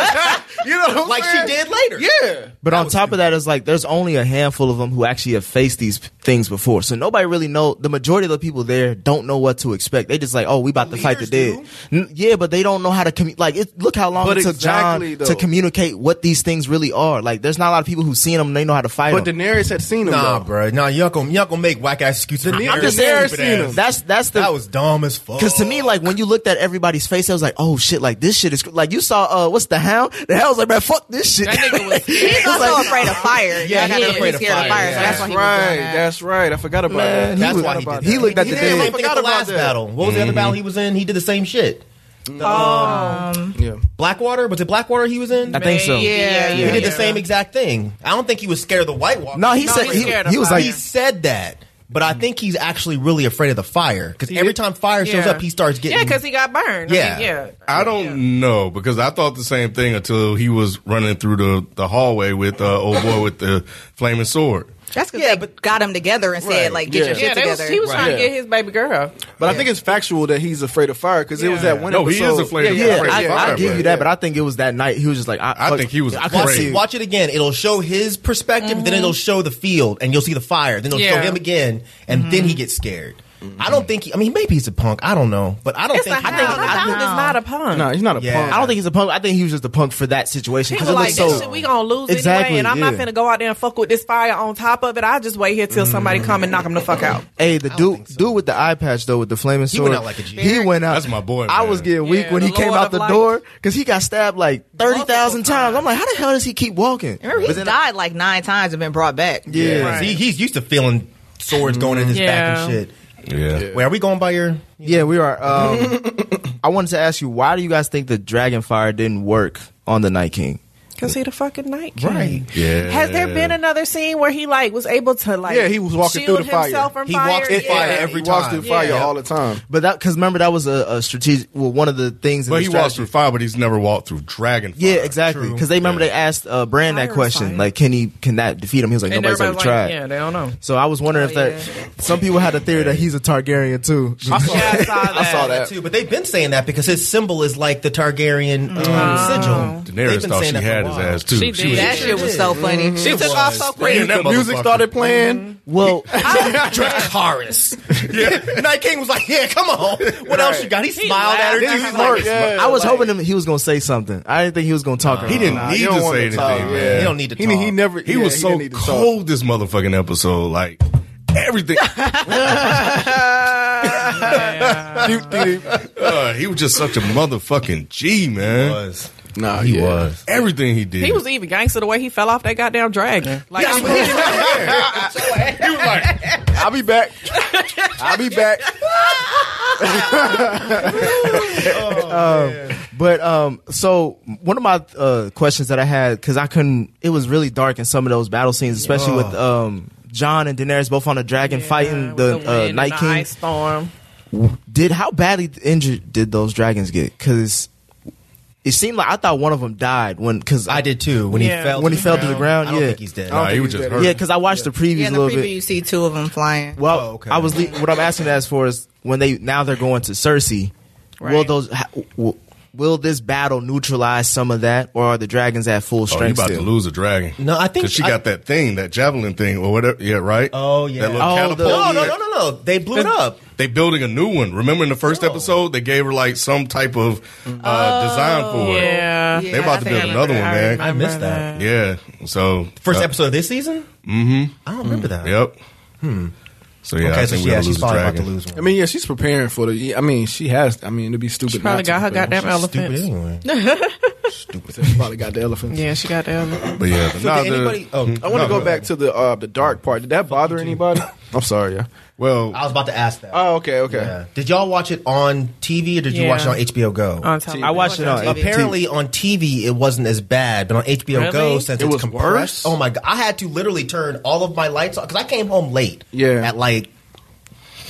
Speaker 7: you know what I'm
Speaker 6: Like she
Speaker 7: saying?
Speaker 6: did later.
Speaker 7: Yeah.
Speaker 4: But on top of that, it's like there's only a handful of them who actually have faced these p- things before. So nobody really know. The majority of the people there don't know what to expect. They just like, oh, we about to fight the dead.
Speaker 6: leaders
Speaker 4: N- yeah, but they don't know how to commu Like, it, look how long
Speaker 7: But
Speaker 4: it took
Speaker 7: exactly,
Speaker 4: John
Speaker 7: though.
Speaker 4: to communicate what these things really are. Like, there's not a lot of people who've seen them. And they know how to fight
Speaker 7: But
Speaker 4: them.
Speaker 7: Daenerys had seen them.
Speaker 6: Nah,
Speaker 7: though.
Speaker 6: bro. Nah, y'all gonna y'all gonna make whack ass excuses.
Speaker 7: I'm just
Speaker 6: Daenerys
Speaker 7: saying,
Speaker 6: stupid ass.
Speaker 7: seen 'em.
Speaker 4: that's that's the
Speaker 6: That was dumb as fuck.
Speaker 4: (laughs) Cause to me, like when you looked at everybody's face, I was like, "Oh shit!" Like this shit is cr-. like you saw. Uh, what's the hound? The hound was like, "Man, fuck this shit."
Speaker 8: That
Speaker 4: (laughs)
Speaker 8: nigga was
Speaker 5: He's
Speaker 4: It's
Speaker 5: also
Speaker 4: like-
Speaker 5: afraid of fire.
Speaker 6: Yeah,
Speaker 5: I
Speaker 6: he
Speaker 5: got
Speaker 6: is afraid
Speaker 5: really
Speaker 6: of
Speaker 5: scared of
Speaker 6: fire,
Speaker 5: fire, so
Speaker 6: yeah.
Speaker 5: that's why
Speaker 7: That's
Speaker 5: he was
Speaker 7: right.
Speaker 5: doing that.
Speaker 7: That's right. I forgot about
Speaker 4: Man,
Speaker 7: that.
Speaker 6: That's
Speaker 4: was-
Speaker 6: why he did.
Speaker 7: about
Speaker 6: that.
Speaker 4: he looked at
Speaker 6: he
Speaker 4: the
Speaker 6: did the
Speaker 4: dead.
Speaker 6: same thing at
Speaker 7: Forgot
Speaker 6: the
Speaker 7: about
Speaker 6: last
Speaker 7: that.
Speaker 6: battle. What was the other battle he was in? He did the same shit. um,
Speaker 8: Um,
Speaker 7: Yeah.
Speaker 6: Blackwater was it Blackwater he was in?
Speaker 4: I think so.
Speaker 8: Yeah,
Speaker 6: He
Speaker 8: yeah.
Speaker 6: did the same exact thing. I don't think he was scared of the White Walker.
Speaker 4: No, he
Speaker 8: No,
Speaker 4: said
Speaker 8: he's
Speaker 4: he,
Speaker 8: scared
Speaker 4: he
Speaker 8: of
Speaker 4: was
Speaker 8: fire.
Speaker 4: like,
Speaker 6: he said that, but I think he's actually really afraid of the fire because every time fire shows
Speaker 8: Yeah.
Speaker 6: up, he starts getting.
Speaker 8: Yeah, because he got burned. I
Speaker 6: Yeah.
Speaker 8: mean, yeah.
Speaker 2: I don't know because I thought the same thing until he was running through the, the hallway with uh, old boy with the flaming sword.
Speaker 5: That's because
Speaker 6: Yeah,
Speaker 5: they
Speaker 6: but-
Speaker 5: got them together and said
Speaker 6: Right.
Speaker 5: like, get your
Speaker 8: Yeah,
Speaker 5: shit
Speaker 8: they was,
Speaker 5: together.
Speaker 8: he was trying to
Speaker 7: Right.
Speaker 8: get his baby girl.
Speaker 7: But I think it's factual that he's afraid of fire because it was
Speaker 8: Yeah.
Speaker 7: that one
Speaker 2: No, he
Speaker 7: episode.
Speaker 2: is afraid of-
Speaker 7: yeah,
Speaker 2: afraid of
Speaker 7: yeah,
Speaker 2: fire,
Speaker 7: yeah.
Speaker 4: I give you that, but I think it was that night. He was just like, I,
Speaker 2: I think he was
Speaker 4: I
Speaker 6: Watch,
Speaker 4: couldn't see.
Speaker 6: it, watch it again. It'll show his perspective, then it'll show the field, and you'll see the fire. Then it'll show
Speaker 8: Mm-hmm. Yeah. Mm-hmm.
Speaker 6: him again, and then he gets scared. I don't think. He, I mean, maybe he's a punk. I don't know, but I don't
Speaker 8: It's a
Speaker 6: think.
Speaker 8: hound.
Speaker 6: I think.
Speaker 8: The hound is not a pun.
Speaker 7: No, he's not a
Speaker 6: Yeah.
Speaker 7: punk.
Speaker 4: I don't think he's a punk. I think he was just a punk for that situation
Speaker 8: He
Speaker 4: because it
Speaker 8: was like,
Speaker 4: was
Speaker 8: so,
Speaker 4: so.
Speaker 8: shit, we gonna lose
Speaker 4: Exactly,
Speaker 8: anyway, and I'm
Speaker 4: yeah.
Speaker 8: not finna go out there and fuck with this fire on top of it. I just wait here till somebody come and knock him the fuck out.
Speaker 4: Hey, the dude, dude with the eye patch though, with the flaming
Speaker 6: He
Speaker 4: sword,
Speaker 6: went out like a G.
Speaker 4: He went out.
Speaker 2: That's my boy,
Speaker 4: I
Speaker 2: man.
Speaker 4: was getting weak
Speaker 8: Yeah,
Speaker 4: when
Speaker 8: the
Speaker 4: he came
Speaker 8: Lord
Speaker 4: out
Speaker 8: of
Speaker 4: the
Speaker 8: Light.
Speaker 4: door because he got stabbed like thirty thousand times. I'm like, how the hell does he keep walking?
Speaker 5: Remember, he's
Speaker 4: But then I-
Speaker 5: died like nine times and been brought back.
Speaker 4: Yeah.
Speaker 6: Yeah, See, he's used to feeling swords going in his back and
Speaker 8: Yeah.
Speaker 6: shit.
Speaker 2: Yeah.
Speaker 6: Wait, are we going by your?
Speaker 4: Yeah, we are.
Speaker 8: (laughs)
Speaker 4: Um, I wanted to ask you, why do you guys think the dragon fire didn't work on the Night King?
Speaker 8: Cause he the fucking night king.
Speaker 6: Right.
Speaker 2: Yeah.
Speaker 8: Has there been another scene where he like was able to like?
Speaker 7: Yeah, he was walking through
Speaker 8: shield
Speaker 7: the fire.
Speaker 8: himself From
Speaker 6: He
Speaker 8: fire?
Speaker 6: walked through
Speaker 8: yeah.
Speaker 6: fire every
Speaker 7: he walks
Speaker 6: time.
Speaker 7: through fire
Speaker 8: Yeah.
Speaker 7: all the time.
Speaker 4: But that because remember that was a, a strategic. Well, one of the things. in
Speaker 2: But
Speaker 4: the
Speaker 2: he walks
Speaker 4: strategy-
Speaker 2: through fire, but he's never walked through dragon fire.
Speaker 4: Yeah, exactly. Because they remember they asked uh, Brand that
Speaker 8: Fire,
Speaker 4: question,
Speaker 8: fire.
Speaker 4: like, can he can that defeat him? He was like,
Speaker 8: And
Speaker 4: nobody's ever
Speaker 8: everybody's
Speaker 4: tried.
Speaker 8: like, yeah, they don't know.
Speaker 4: So I was wondering if
Speaker 8: Oh,
Speaker 4: that some people had a theory that he's a Targaryen too.
Speaker 8: (laughs) Yeah, I saw that.
Speaker 7: I saw that.
Speaker 6: too, but they've been saying that because his symbol is like the Targaryen um, sigil. They've
Speaker 2: Daenerys
Speaker 6: been
Speaker 2: thought
Speaker 6: saying
Speaker 2: she
Speaker 6: that
Speaker 2: had
Speaker 6: for a
Speaker 2: his
Speaker 6: while.
Speaker 2: ass too.
Speaker 8: She did.
Speaker 2: was
Speaker 5: That
Speaker 8: It
Speaker 5: shit was so
Speaker 6: (laughs)
Speaker 5: funny. She took off so quick.
Speaker 2: That
Speaker 7: Music
Speaker 2: motherfucker.
Speaker 7: started playing.
Speaker 4: (laughs)
Speaker 2: (laughs)
Speaker 4: well,
Speaker 6: Dracarys. Yeah. (laughs) Night King was like, yeah, come on. What else you got? He smiled at her.
Speaker 8: laughed.
Speaker 6: too.
Speaker 8: He
Speaker 6: He's
Speaker 7: Mark,
Speaker 6: like,
Speaker 7: yeah,
Speaker 4: I was
Speaker 7: like-
Speaker 4: hoping him, he was going to say something. I didn't think he was going to talk. about
Speaker 2: He
Speaker 4: it.
Speaker 2: didn't
Speaker 7: Nah,
Speaker 2: need
Speaker 7: you
Speaker 2: to
Speaker 7: don't want
Speaker 2: say
Speaker 7: to
Speaker 2: anything,
Speaker 7: talk, yeah.
Speaker 2: man.
Speaker 6: You don't need to
Speaker 7: He,
Speaker 6: talk.
Speaker 7: he never.
Speaker 2: He
Speaker 7: yeah,
Speaker 2: was so
Speaker 7: didn't need to talk.
Speaker 2: cold this motherfucking episode. Like everything,
Speaker 8: Uh,
Speaker 7: Do- do- do.
Speaker 2: uh, he was just such a motherfucking G man.
Speaker 6: was.
Speaker 7: Nah,
Speaker 6: He
Speaker 7: yeah.
Speaker 6: was.
Speaker 2: Everything he did,
Speaker 8: He was even gangster the way he fell off that goddamn dragon. Like he was
Speaker 2: He was like,
Speaker 7: I'll be
Speaker 8: (laughs)
Speaker 7: back. I'll be back.
Speaker 4: But um, so one of my uh, questions that I had because I couldn't. It was really dark in some of those battle scenes, especially with um. John and Daenerys both on a dragon fighting
Speaker 8: with
Speaker 4: the,
Speaker 8: wind
Speaker 4: uh,
Speaker 8: and
Speaker 4: Night
Speaker 8: the
Speaker 4: King.
Speaker 8: ice storm.
Speaker 4: did how badly injured did those dragons get? Because it seemed like I thought one of them died when because
Speaker 6: I did too. When
Speaker 8: Yeah.
Speaker 6: he fell,
Speaker 4: When
Speaker 6: to
Speaker 4: he fell to the ground,
Speaker 6: I don't
Speaker 4: yeah. Oh,
Speaker 6: think he's dead.
Speaker 2: nah, he was
Speaker 7: think
Speaker 2: just
Speaker 7: he
Speaker 2: hurt.
Speaker 4: yeah because I watched the previews
Speaker 5: Yeah,
Speaker 4: a
Speaker 5: in the
Speaker 4: little
Speaker 5: preview,
Speaker 4: bit.
Speaker 5: you see two of them flying.
Speaker 4: Well,
Speaker 6: Oh, okay.
Speaker 4: I was le- what I'm asking as for is when they now they're going to Cersei. Will
Speaker 8: Right.
Speaker 4: those ha- will, will this battle neutralize some of that, or are the dragons at full
Speaker 2: Oh, you
Speaker 4: strength
Speaker 2: about
Speaker 4: still?
Speaker 2: to lose a dragon?
Speaker 6: No, I think-
Speaker 2: 'Cause she
Speaker 6: I-
Speaker 2: got that thing, that javelin thing or whatever. Yeah, right.
Speaker 6: Oh, yeah.
Speaker 2: That little
Speaker 4: Oh,
Speaker 2: catapult.
Speaker 4: the-
Speaker 6: No, no, no, no, no. They blew it up.
Speaker 2: They building a new one. Remember in the first
Speaker 6: No.
Speaker 2: episode, they gave her like some type of uh,
Speaker 6: Oh,
Speaker 2: design for it.
Speaker 5: Yeah,
Speaker 8: Yeah.
Speaker 2: They about to
Speaker 5: I think
Speaker 2: build another one,
Speaker 8: I
Speaker 2: man.
Speaker 6: I missed that.
Speaker 2: Yeah. So
Speaker 6: First
Speaker 2: uh,
Speaker 6: episode of this season. Mm-hmm. I don't remember that.
Speaker 2: Yep. Hmm. So yeah,
Speaker 6: Okay,
Speaker 2: I
Speaker 6: so
Speaker 2: think
Speaker 6: she-
Speaker 2: we're
Speaker 6: yeah,
Speaker 2: gonna
Speaker 6: she's
Speaker 2: lose a
Speaker 6: probably
Speaker 2: dragon.
Speaker 6: about to lose one.
Speaker 7: I mean, yeah, she's preparing for the. yeah, I mean, she has. I mean, it'd be stupid.
Speaker 8: She probably
Speaker 7: not
Speaker 8: got
Speaker 7: to,
Speaker 8: her
Speaker 7: but
Speaker 8: goddamn
Speaker 6: Stupid
Speaker 8: elephant.
Speaker 6: anyway.
Speaker 7: She probably got the elephant.
Speaker 8: Yeah, she got the elephant.
Speaker 2: But
Speaker 6: (laughs)
Speaker 2: yeah, but nah,
Speaker 6: did
Speaker 2: the-
Speaker 6: anybody- oh,
Speaker 2: Mm,
Speaker 7: I want
Speaker 2: no,
Speaker 7: to go
Speaker 2: no.
Speaker 7: back to the uh, the dark part. Did that bother anybody? I'm sorry. Yeah.
Speaker 2: Well,
Speaker 6: I was about to ask that.
Speaker 7: Oh, okay, okay.
Speaker 6: Yeah. Did y'all watch it on TV or did you
Speaker 8: Yeah.
Speaker 6: watch it on HBO Go?
Speaker 8: On top of
Speaker 4: I watched it on
Speaker 5: TV.
Speaker 6: Apparently on TV it wasn't as bad, but on HBO Go
Speaker 8: Really?
Speaker 6: since
Speaker 7: It
Speaker 6: it's
Speaker 7: was
Speaker 6: compressed,
Speaker 7: worse?
Speaker 6: oh my god, I had to literally turn all of my lights off because I came home late.
Speaker 7: Yeah.
Speaker 6: at like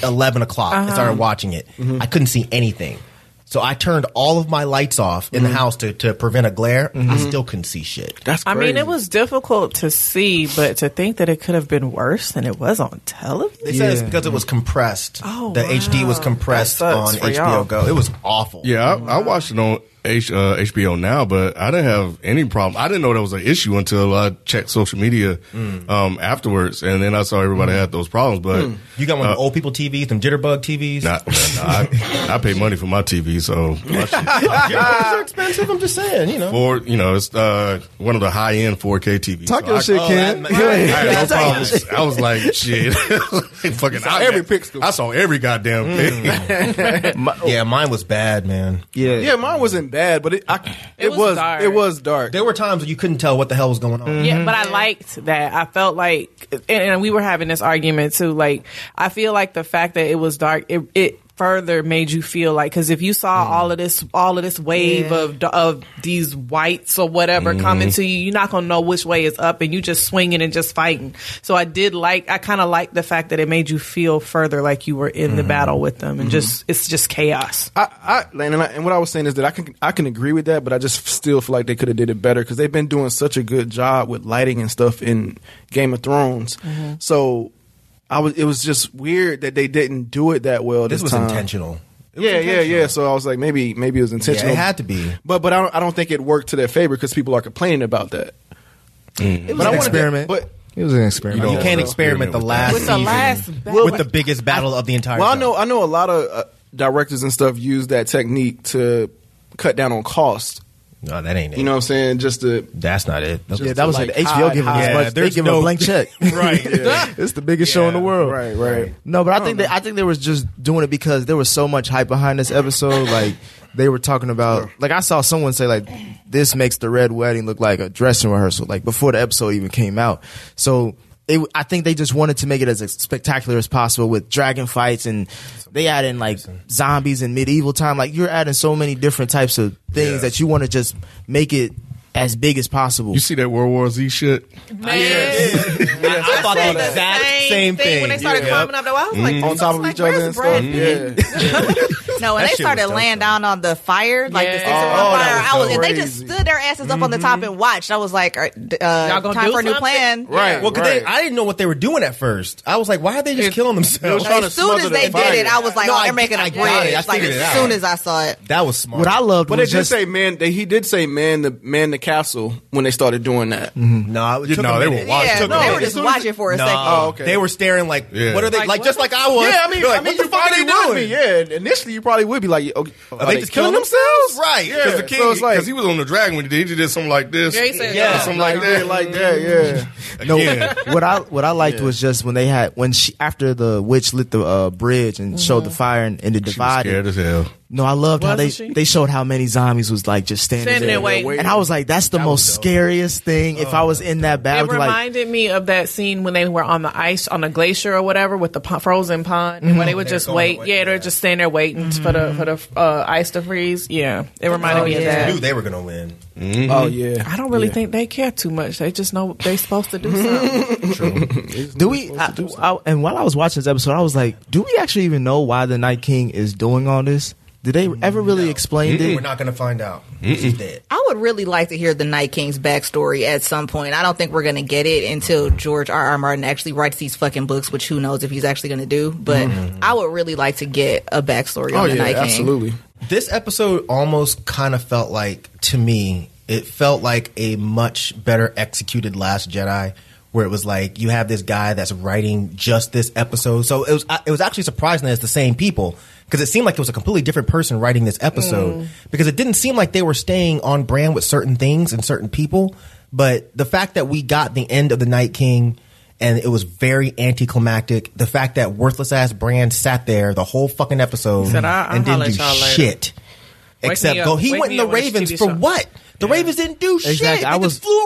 Speaker 6: eleven o'clock, I started watching it. I couldn't see anything, so I turned all of my lights off in the house to, to prevent a glare. I still couldn't see shit.
Speaker 7: That's
Speaker 8: I
Speaker 7: crazy.
Speaker 8: mean, it was difficult to see, but to think that it could have been worse than it was on television.
Speaker 6: They said it's
Speaker 4: Yeah.
Speaker 6: because it was compressed.
Speaker 8: Oh,
Speaker 6: the HD was
Speaker 8: wow.
Speaker 6: compressed
Speaker 8: That
Speaker 6: on
Speaker 8: sucks for
Speaker 6: HBO
Speaker 8: y'all.
Speaker 6: Go. It was awful.
Speaker 2: yeah, I, I watched it on H, uh, HBO now, but I didn't have any problem. I didn't know that was an issue until I checked social media
Speaker 6: Hmm.
Speaker 2: um, afterwards, and then I saw everybody had those problems. But
Speaker 6: You got one of the old people TVs, them jitterbug TVs.
Speaker 2: Nah, nah, I, I pay money for my TV, so (laughs) my shit-
Speaker 6: Jitterbugs are expensive. I'm just saying, you know.
Speaker 2: four, you know, it's uh, one of the high end 4K TVs.
Speaker 4: Talk
Speaker 2: so
Speaker 4: your
Speaker 2: I- Oh,
Speaker 4: shit, Ken.
Speaker 6: that- Go ahead.
Speaker 2: I had no problems. I was like, shit, (laughs) fucking I
Speaker 7: every
Speaker 2: got-
Speaker 7: pixel.
Speaker 2: I saw every goddamn thing.
Speaker 6: Yeah, mine was bad, man.
Speaker 4: yeah,
Speaker 7: Yeah, mine wasn't bad, but it I, it,
Speaker 8: was
Speaker 7: was
Speaker 8: dark.
Speaker 7: it was dark.
Speaker 6: There were times when you couldn't tell what the hell was going on.
Speaker 8: Yeah, but I liked that. I felt like, and, and we were having this argument too. Like, I feel like the fact that it was dark, it, it further made you feel like because if you saw all of this all of this wave
Speaker 5: Yeah.
Speaker 8: of of these whites or whatever coming to you you're not gonna know which way is up and you just swinging and just fighting so i did like i kind of like the fact that it made you feel further like you were in the battle with them and just it's just chaos
Speaker 7: I, I and, I, and what I was saying is that I can I can agree with that, but I just still feel like they could have did it better because they've been doing such a good job with lighting and stuff in Game of Thrones. So I was it was just weird that they didn't do it that well. This,
Speaker 6: This was
Speaker 7: time.
Speaker 6: intentional. It was
Speaker 7: Yeah, yeah,
Speaker 6: intentional.
Speaker 7: yeah. So I was like, maybe maybe it was intentional.
Speaker 6: Yeah, it had to be.
Speaker 7: But but I don't I don't think it worked to their favor because people are complaining about that.
Speaker 6: It was
Speaker 7: But I
Speaker 6: an
Speaker 7: wanted to-
Speaker 4: experiment.
Speaker 7: but-
Speaker 4: It was an experiment.
Speaker 6: You
Speaker 2: don't
Speaker 6: can't
Speaker 2: know.
Speaker 6: experiment the
Speaker 2: With
Speaker 6: last
Speaker 8: With the
Speaker 6: season
Speaker 8: last battle.
Speaker 6: with the biggest battle of the entire.
Speaker 7: Well, I
Speaker 6: show.
Speaker 7: know I know a lot of uh, directors and stuff use that technique to cut down on cost.
Speaker 6: No, that ain't it.
Speaker 7: You know what I'm saying? Just to
Speaker 6: that's not it. That's
Speaker 4: yeah, that was
Speaker 7: like
Speaker 4: like, the HBO
Speaker 7: hide,
Speaker 4: giving
Speaker 7: hide.
Speaker 4: us much. They
Speaker 6: there's
Speaker 4: give
Speaker 6: no-
Speaker 4: a blank
Speaker 7: (laughs)
Speaker 4: check. (laughs)
Speaker 6: right.
Speaker 4: it's the biggest show in the
Speaker 6: Yeah.
Speaker 4: world.
Speaker 7: right, right.
Speaker 4: No, but I, think they, I think they was just doing it because there was so much hype behind this (laughs) episode. Like they were talking about, like I saw someone say like this makes the red wedding look like a dressing rehearsal, like before the episode even came out. So it, I think they just wanted to make it as spectacular as possible with dragon fights and they add in like zombies and medieval time. Like you're adding so many different types of things
Speaker 2: Yeah.
Speaker 4: that you want to just make it as big as possible.
Speaker 2: You see that World War Z shit?
Speaker 8: (laughs)
Speaker 6: I thought the exact same, thing.
Speaker 8: when they started climbing up the wall I was like
Speaker 7: Mm-hmm. On top of
Speaker 8: like,
Speaker 7: each other and
Speaker 8: where's
Speaker 7: stuff.
Speaker 8: Brad
Speaker 7: Yeah.
Speaker 5: No, when they
Speaker 6: That shit was
Speaker 5: started
Speaker 6: dope,
Speaker 5: laying
Speaker 6: though.
Speaker 5: down on the fire, like the
Speaker 8: Yeah.
Speaker 5: sticks were
Speaker 8: Oh,
Speaker 5: on
Speaker 7: that
Speaker 5: fire,
Speaker 7: was
Speaker 5: I was, and they
Speaker 7: dope.
Speaker 5: just stood their asses up on the top and watched. I was like, are- d- uh,
Speaker 8: gonna
Speaker 5: time
Speaker 8: do
Speaker 5: for a new
Speaker 8: something?
Speaker 5: plan.
Speaker 7: Right.
Speaker 6: Well, 'cause
Speaker 7: right.
Speaker 6: they, I didn't know what they were doing at first. I was like, why are they just killing themselves?
Speaker 7: They was trying to
Speaker 5: As soon as
Speaker 7: smother
Speaker 5: they
Speaker 7: the
Speaker 5: did it,
Speaker 7: fire.
Speaker 5: I was like,
Speaker 6: No,
Speaker 5: oh,
Speaker 6: I-
Speaker 5: they're making
Speaker 6: I
Speaker 5: a
Speaker 6: got it. I
Speaker 5: bridge. Like,
Speaker 6: figured it
Speaker 5: as
Speaker 6: out.
Speaker 5: soon as I saw it.
Speaker 6: that was smart.
Speaker 4: what I loved
Speaker 7: But they
Speaker 4: was
Speaker 7: did
Speaker 4: just
Speaker 7: say man. They, he did say man the man the castle when they started doing that.
Speaker 6: no, it
Speaker 2: You
Speaker 6: took
Speaker 2: know,
Speaker 6: a
Speaker 2: they
Speaker 6: minute.
Speaker 2: were watching.
Speaker 5: Yeah,
Speaker 2: Took a
Speaker 5: they
Speaker 2: minute.
Speaker 5: were
Speaker 2: As
Speaker 5: just
Speaker 2: soon
Speaker 5: watching for a
Speaker 6: No,
Speaker 5: second. Oh,
Speaker 7: okay.
Speaker 6: they were staring like,
Speaker 2: Yeah.
Speaker 6: what are they like?
Speaker 8: Like, what
Speaker 6: just
Speaker 8: the-
Speaker 6: like I was.
Speaker 7: Yeah, I mean,
Speaker 6: They're like,
Speaker 7: I mean,
Speaker 6: what
Speaker 7: you
Speaker 6: the fuck are
Speaker 7: probably
Speaker 6: they
Speaker 7: would
Speaker 6: doing?
Speaker 7: be. Yeah, initially you probably would be like, okay,
Speaker 6: Are they just killing themselves? Right.
Speaker 2: Because the
Speaker 7: Yeah,
Speaker 2: king,
Speaker 7: so
Speaker 2: because
Speaker 7: it's like-
Speaker 2: he was on the dragon when he did, he did something like this.
Speaker 8: Yeah, he said,
Speaker 2: Or
Speaker 6: Yeah.
Speaker 2: something
Speaker 7: Like
Speaker 2: like
Speaker 7: that,
Speaker 2: that.
Speaker 7: like that,
Speaker 2: (laughs)
Speaker 7: yeah.
Speaker 4: No,
Speaker 2: Again.
Speaker 4: what I what I liked was just when they had when she after the witch lit the uh, bridge and showed the fire and, and the
Speaker 2: She was
Speaker 4: divide.
Speaker 2: scared as hell.
Speaker 4: No, I loved how they
Speaker 8: Mm-hmm. Wasn't she?
Speaker 4: they showed how many zombies was like just standing,
Speaker 8: Standing
Speaker 4: there
Speaker 8: there waiting.
Speaker 4: and I was like, that's the most scariest thing. If I was in that battle,
Speaker 8: It
Speaker 4: like
Speaker 8: reminded me of that scene when they were on the ice on a glacier or whatever with the po- frozen pond, and where they would
Speaker 6: They're
Speaker 8: just
Speaker 6: going
Speaker 8: wait.
Speaker 6: away,
Speaker 8: Yeah, they're
Speaker 6: yeah.
Speaker 8: just standing there waiting for the for
Speaker 6: Mm-hmm.
Speaker 8: the uh, ice to freeze. Yeah, it reminded me
Speaker 5: yeah.
Speaker 6: I
Speaker 8: of
Speaker 6: knew
Speaker 8: that.
Speaker 6: they were gonna win.
Speaker 7: Oh yeah.
Speaker 8: I don't really think they care too much. They just know they're supposed to do
Speaker 6: (laughs)
Speaker 8: something.
Speaker 4: do we? I, I- and while I was watching this episode, I was like, do we actually even know why the Night King is doing all this? Did they ever really explain it?
Speaker 6: We're not gonna find out. She's dead.
Speaker 5: I would really like to hear the Night King's backstory at some point. I don't think we're going to get it until George R. R. Martin actually writes these fucking books, which who knows if he's actually going to do. But I would really like to get a backstory
Speaker 7: Mm-hmm. Oh
Speaker 5: on the
Speaker 7: yeah,
Speaker 5: Night King.
Speaker 7: absolutely.
Speaker 6: This episode almost kind of felt like to me, it felt like a much better executed Last Jedi, where it was like you have this guy that's writing just this episode. So it was I- it was actually surprising that it's the same people because it seemed like it was a completely different person writing this
Speaker 8: Mm.
Speaker 6: episode because it didn't seem like they were staying on brand with certain things and certain people. But the fact that we got the end of the Night King and it was very anticlimactic. The fact that worthless ass Brand sat there the whole fucking episode
Speaker 8: said, "I- I'll
Speaker 6: and didn't
Speaker 8: holler at
Speaker 6: do
Speaker 8: y'all later."
Speaker 6: shit.
Speaker 8: Wake
Speaker 6: Except
Speaker 8: me
Speaker 6: go,
Speaker 8: up-
Speaker 6: he
Speaker 8: wake
Speaker 6: went in
Speaker 8: me
Speaker 6: the
Speaker 8: up when it's
Speaker 6: Ravens
Speaker 8: TV
Speaker 6: for
Speaker 8: show.
Speaker 6: what? The Ravens didn't do shit.
Speaker 4: Exactly, I
Speaker 6: They
Speaker 4: was-
Speaker 6: just flew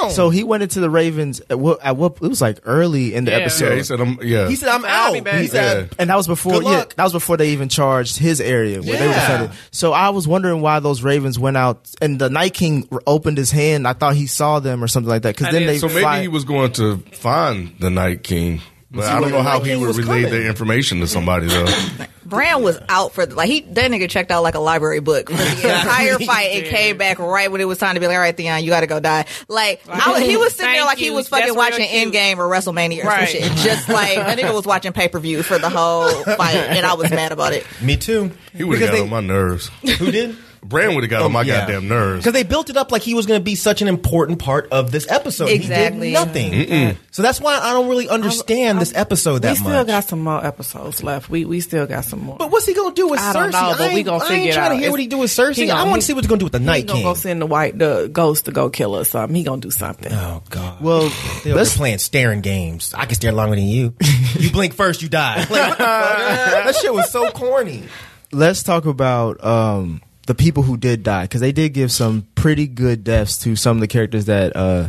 Speaker 6: around.
Speaker 4: So he went into the Ravens at what, at what it was like early in the
Speaker 8: Yeah.
Speaker 4: episode.
Speaker 2: Yeah, he said, I'm, yeah.
Speaker 6: he said, "I'm
Speaker 8: I'll
Speaker 6: out."
Speaker 8: be back.
Speaker 6: He said,
Speaker 2: Yeah.
Speaker 4: And that was before,
Speaker 6: Good
Speaker 4: yeah,
Speaker 6: luck.
Speaker 4: that was before they even charged his area where they were
Speaker 6: Yeah.
Speaker 4: defended. So I was wondering why those Ravens went out, and the Night King r- opened his hand. I thought he saw them or something like that. Because
Speaker 8: I
Speaker 4: then
Speaker 8: did.
Speaker 4: they
Speaker 2: so maybe
Speaker 4: fly-
Speaker 2: he was going to find the Night King. But I don't know how he would relay the information to somebody though.
Speaker 5: Bran was out for like he that nigga checked out like a library book for (laughs) the entire fight and came back right when it was time to be like, all right, Theon, you got to go die. Like I was- he was sitting there
Speaker 8: Thank
Speaker 5: like he
Speaker 8: you.
Speaker 5: was fucking
Speaker 8: That's
Speaker 5: watching
Speaker 8: real cute.
Speaker 5: Endgame or WrestleMania or
Speaker 8: Right.
Speaker 5: some shit. Just like that nigga was watching pay per view for the whole fight, and I was mad about it.
Speaker 6: "Me too."
Speaker 2: He would have
Speaker 6: Because
Speaker 2: got
Speaker 6: they-
Speaker 2: on my nerves.
Speaker 6: Who did?
Speaker 2: Brand would have got (laughs) on my
Speaker 6: Yeah.
Speaker 2: goddamn nerves.
Speaker 6: Because they built it up like he was going to be such an important part of this episode.
Speaker 5: Exactly.
Speaker 6: He did nothing. So that's why I don't really understand this episode
Speaker 8: we
Speaker 6: that
Speaker 8: still
Speaker 6: much.
Speaker 8: got some more episodes left. We we still got some more.
Speaker 6: but what's he going to do with
Speaker 8: I
Speaker 6: Cersei?
Speaker 8: don't know, but
Speaker 6: I ain't,
Speaker 8: we gonna
Speaker 6: I
Speaker 8: figure
Speaker 6: ain't
Speaker 8: it
Speaker 6: trying
Speaker 8: out.
Speaker 6: to hear what
Speaker 8: It's-
Speaker 6: he do with Cersei.
Speaker 8: he
Speaker 6: I
Speaker 8: gonna-
Speaker 6: want to see what he's going to do with the
Speaker 8: he
Speaker 6: Night
Speaker 8: gonna
Speaker 6: King.
Speaker 8: go send the white the ghost to go kill us. Something he gonna do something.
Speaker 6: Oh God!
Speaker 7: (laughs)
Speaker 4: Well,
Speaker 6: They're
Speaker 4: let's-
Speaker 6: playing staring games. I can stare longer than you. you blink first, you die. Like, what the
Speaker 8: (laughs)
Speaker 6: fuck? that shit was so corny.
Speaker 4: let's talk about um, the people who did die because they did give some pretty good deaths to some of the characters that uh,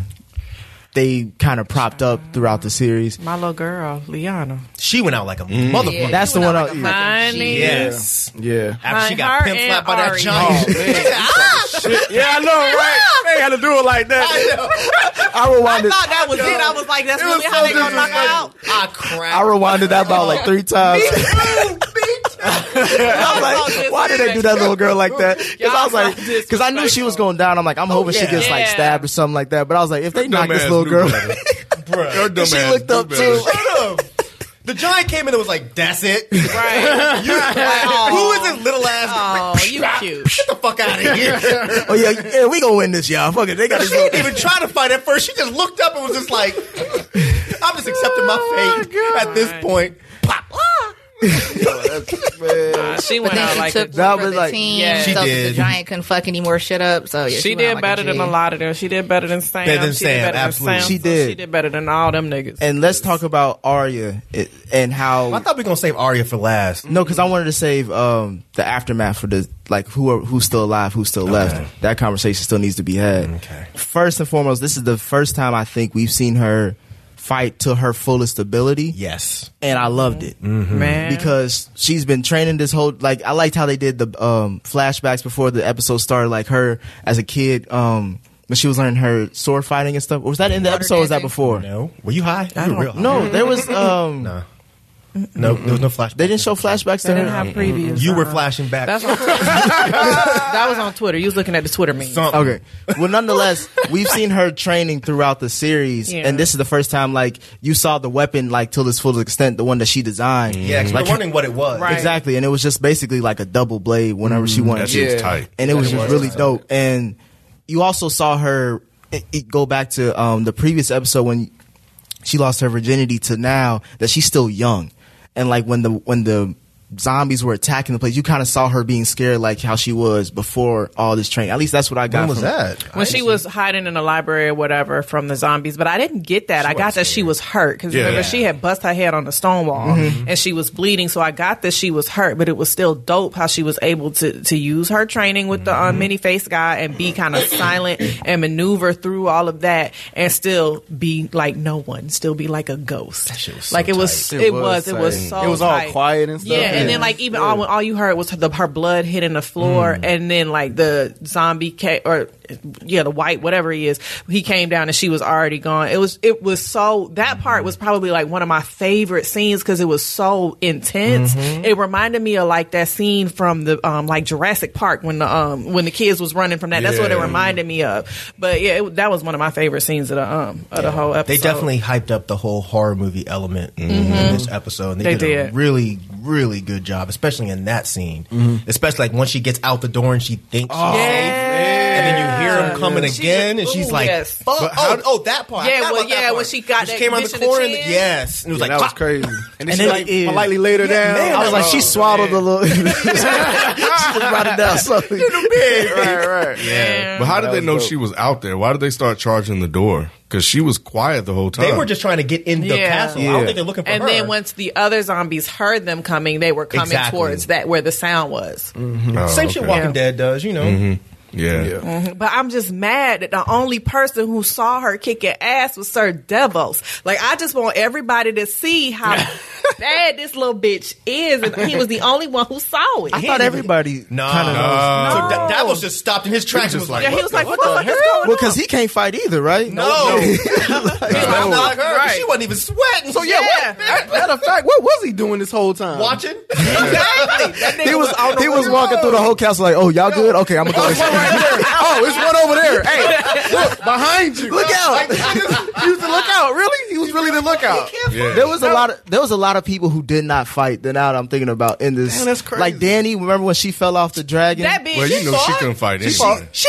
Speaker 4: they kind of propped up throughout the series.
Speaker 8: My little girl, Liana.
Speaker 6: She went out like a
Speaker 4: Mm.
Speaker 6: motherfucker.
Speaker 5: Yeah,
Speaker 4: That's
Speaker 5: you
Speaker 4: the
Speaker 5: went
Speaker 4: one
Speaker 5: out
Speaker 4: I-
Speaker 5: like a fucking
Speaker 8: Honey.
Speaker 5: G.
Speaker 6: Yes.
Speaker 7: Yeah.
Speaker 6: After she
Speaker 8: Her
Speaker 6: got pimp
Speaker 8: and
Speaker 6: slapped by that
Speaker 8: Ari.
Speaker 6: giant.
Speaker 5: Ah,
Speaker 7: Yeah, I know,
Speaker 6: (laughs)
Speaker 7: right? They had to do it like
Speaker 4: (laughs)
Speaker 7: that. I
Speaker 5: I
Speaker 7: rewinded.
Speaker 5: thought that was it. I was like, that's really how they gonna knock her out.
Speaker 8: Ah,
Speaker 6: I cried.
Speaker 4: I rewinded that about like three times. (laughs) I was
Speaker 8: I thought
Speaker 4: like,
Speaker 8: this
Speaker 4: why did they do that little girl like that? Because I was like,
Speaker 8: disrespectful.
Speaker 4: because I knew she was going down. I'm like, I'm hoping she
Speaker 6: yeah.
Speaker 4: gets like
Speaker 8: Yeah.
Speaker 4: stabbed or something like that. But I was like, if they knock this
Speaker 2: Dumbass
Speaker 4: little
Speaker 2: knew
Speaker 4: girl,
Speaker 2: better.
Speaker 4: Oh,
Speaker 6: (laughs) Bruh.
Speaker 2: Her dumb
Speaker 4: (laughs) she
Speaker 2: ass
Speaker 4: looked
Speaker 2: knew
Speaker 4: up
Speaker 2: better.
Speaker 4: too.
Speaker 6: Shut up. The giant came in and was like, "That's it." You're like, (laughs)
Speaker 8: Right. (laughs)
Speaker 6: Who is this little ass?
Speaker 8: Oh, you cute.
Speaker 6: Get the fuck out
Speaker 4: (laughs)
Speaker 6: of here!
Speaker 4: oh yeah, yeah, we gonna win this, y'all. Fuck it, they got
Speaker 6: (laughs)
Speaker 4: this
Speaker 6: She
Speaker 4: little.
Speaker 6: didn't even try to fight at first. She just looked up and was just like, "I'm just accepting
Speaker 8: Oh
Speaker 6: my fate at this point." Pop. Ah.
Speaker 8: Nah, she
Speaker 5: But
Speaker 8: went
Speaker 5: then
Speaker 8: out
Speaker 5: she
Speaker 8: like
Speaker 5: took
Speaker 8: a
Speaker 4: That
Speaker 5: one for
Speaker 4: was
Speaker 5: the
Speaker 4: like-
Speaker 5: team,
Speaker 8: Yeah. She
Speaker 5: so
Speaker 6: did.
Speaker 5: the giant couldn't fuck any more shit up. So yeah,
Speaker 8: She,
Speaker 5: went out
Speaker 8: did
Speaker 5: like
Speaker 8: better than
Speaker 5: G.
Speaker 8: a lot of them. She did better than Sam.
Speaker 6: Better than
Speaker 8: she
Speaker 6: Sam,
Speaker 8: Did better
Speaker 6: absolutely.
Speaker 8: Than Sam,
Speaker 4: She
Speaker 8: so
Speaker 4: did.
Speaker 8: She did better than all them niggas.
Speaker 4: And let's talk about Arya it- and how.
Speaker 6: I thought we were gonna save Arya for last.
Speaker 4: No, because I wanted to save um, the aftermath for the like who are, who's still alive, who's still left. That conversation still needs to be had.
Speaker 6: Okay.
Speaker 4: First and foremost, this is the first time I think we've seen her fight to her fullest ability,
Speaker 6: Yes.
Speaker 4: and I loved it
Speaker 6: Mm-hmm.
Speaker 8: Man.
Speaker 4: because she's been training this whole. Like I liked how they did the um, flashbacks before the episode started, like her as a kid. Um, when she was learning her sword fighting and stuff. Was that in the
Speaker 5: Water
Speaker 4: episode? or Was that
Speaker 5: dancing.
Speaker 4: before?
Speaker 6: No. Were you high? You were real high.
Speaker 4: No, there was.
Speaker 6: (laughs)
Speaker 4: Um,
Speaker 6: Nah. No. There was no flashback.
Speaker 4: They didn't show flashbacks to
Speaker 8: they didn't
Speaker 4: her.
Speaker 8: have previous.
Speaker 6: You were (laughs)
Speaker 8: uh-uh.
Speaker 6: flashing back.
Speaker 8: That's on Twitter. that was on Twitter. You was looking at the Twitter meme.
Speaker 6: Something.
Speaker 4: Okay. Well, nonetheless, we've seen her training throughout the series,
Speaker 8: Yeah.
Speaker 4: and this is the first time like you saw the weapon like till its full extent, the one that she designed.
Speaker 6: Yeah, 'cause
Speaker 4: like
Speaker 6: we're wondering what it was.
Speaker 8: Right.
Speaker 4: exactly, and it was just basically like a double blade whenever she
Speaker 2: Mm, That
Speaker 4: wanted, to.
Speaker 2: shit's
Speaker 7: Yeah.
Speaker 2: tight.
Speaker 4: and it was just really dope. And you also saw her it, it go back to um, the previous episode when she lost her virginity to now that she's still young, and like when the when the zombies were attacking the place, you kind of saw her being scared like how she was before all this training. At least that's what I got.
Speaker 6: When was
Speaker 4: from-
Speaker 6: that?
Speaker 8: when she was hiding in the library or whatever from the zombies. But I didn't get that. I got that she was hurt because
Speaker 2: Yeah.
Speaker 8: remember she had bust her head on the stone wall and she was bleeding. So I got that she was hurt, but it was still dope how she was able to to use her training with the uh, mini face guy and be kind of silent and maneuver through all of that and still be like no one, still be like a ghost. like it was,
Speaker 7: tight.
Speaker 8: it
Speaker 7: It
Speaker 8: was,
Speaker 7: was
Speaker 8: it was
Speaker 7: tight.
Speaker 8: so
Speaker 7: It was all
Speaker 8: tight.
Speaker 7: quiet and stuff.
Speaker 8: Yeah, and
Speaker 7: Yeah.
Speaker 8: then like even all when all you heard was the, her blood hitting the floor,
Speaker 6: Mm.
Speaker 8: and then like the zombie ca- or yeah, the white whatever he is, he came down and she was already gone. It was it was so that part was probably like one of my favorite scenes because it was so intense.
Speaker 6: Mm-hmm.
Speaker 8: It reminded me of like that scene from the um like Jurassic Park when the um when the kids was running from that. That's what it
Speaker 2: Yeah.
Speaker 8: reminded me of. But yeah, it, that was one of my favorite scenes of the um of the whole episode.
Speaker 6: They definitely hyped up the whole horror movie element in this episode. And they,
Speaker 8: They
Speaker 6: did, a
Speaker 8: did.
Speaker 6: really, really good job, especially in that scene. Especially like once she gets out the door and she thinks,
Speaker 7: Oh,
Speaker 6: she's
Speaker 8: Yeah.
Speaker 6: safe, and then you hear him coming
Speaker 8: She's
Speaker 6: again,
Speaker 8: like,
Speaker 6: and she's
Speaker 8: ooh,
Speaker 6: like,
Speaker 8: yes.
Speaker 6: "Fuck! Oh, oh, that part. I
Speaker 8: Yeah,
Speaker 6: forgot
Speaker 8: well,
Speaker 6: about that
Speaker 8: yeah, when
Speaker 6: part.
Speaker 8: she got that
Speaker 6: came around
Speaker 8: bitch
Speaker 6: the
Speaker 8: in the
Speaker 6: corner, and
Speaker 8: chin.
Speaker 6: yes, and it was
Speaker 7: that
Speaker 6: like,
Speaker 7: was
Speaker 6: "Pop."
Speaker 7: crazy. And then
Speaker 4: And
Speaker 7: she
Speaker 4: then
Speaker 7: like
Speaker 4: it-
Speaker 7: politely laid her down.
Speaker 4: I was like, she swallowed a little. she just brought it down slowly.
Speaker 7: right, right.
Speaker 2: But how did they
Speaker 7: was
Speaker 2: know
Speaker 7: dope.
Speaker 2: she was out there? Why did they start charging the door? Because she was quiet the whole time.
Speaker 6: They were just trying to get in the
Speaker 8: Yeah.
Speaker 6: castle. I don't
Speaker 4: Yeah.
Speaker 6: think they're looking for
Speaker 8: and
Speaker 6: her.
Speaker 8: then once the other zombies heard them coming, they were coming
Speaker 6: Exactly.
Speaker 8: towards that where the sound was.
Speaker 2: Oh,
Speaker 6: same shit
Speaker 2: okay.
Speaker 6: Walking
Speaker 8: Yeah.
Speaker 6: Dead does, you know.
Speaker 2: Yeah.
Speaker 8: But I'm just mad that the only person who saw her kicking ass was Sir Devos. Like I just want everybody to see how bad this little bitch is, and he was the only one who saw it.
Speaker 4: I thought everybody
Speaker 6: Nah.
Speaker 4: kind of knows.
Speaker 2: Uh,
Speaker 6: So that, that was just stopped in his tracks. and
Speaker 2: Just
Speaker 6: was like,
Speaker 8: yeah, he was like, "What the fuck is
Speaker 4: Well,
Speaker 8: going on?"
Speaker 4: because he can't fight either, right?
Speaker 6: (laughs) no, I'm not like her. 'cause
Speaker 8: Right.
Speaker 6: She wasn't even sweating. So
Speaker 8: yeah,
Speaker 7: Matter of fact, what was he doing this whole time?
Speaker 8: (laughs)
Speaker 6: watching.
Speaker 8: exactly. That nigga
Speaker 4: He was
Speaker 8: on the
Speaker 4: he was
Speaker 8: window.
Speaker 4: walking through the whole castle like, oh y'all good? Okay, I'm gonna go. this way." (laughs)
Speaker 7: oh, it's one over there. Hey, look behind you.
Speaker 4: Look out!
Speaker 7: He was the lookout. Really? He was really the lookout.
Speaker 2: Yeah.
Speaker 4: There was a lot of there was a lot of people who did not fight. That now that I'm thinking about in this,
Speaker 7: Damn, that's crazy.
Speaker 4: like Danny. Remember when she fell off the dragon?
Speaker 8: That bitch.
Speaker 2: well, you know she couldn't fight anything.
Speaker 4: she fought. She,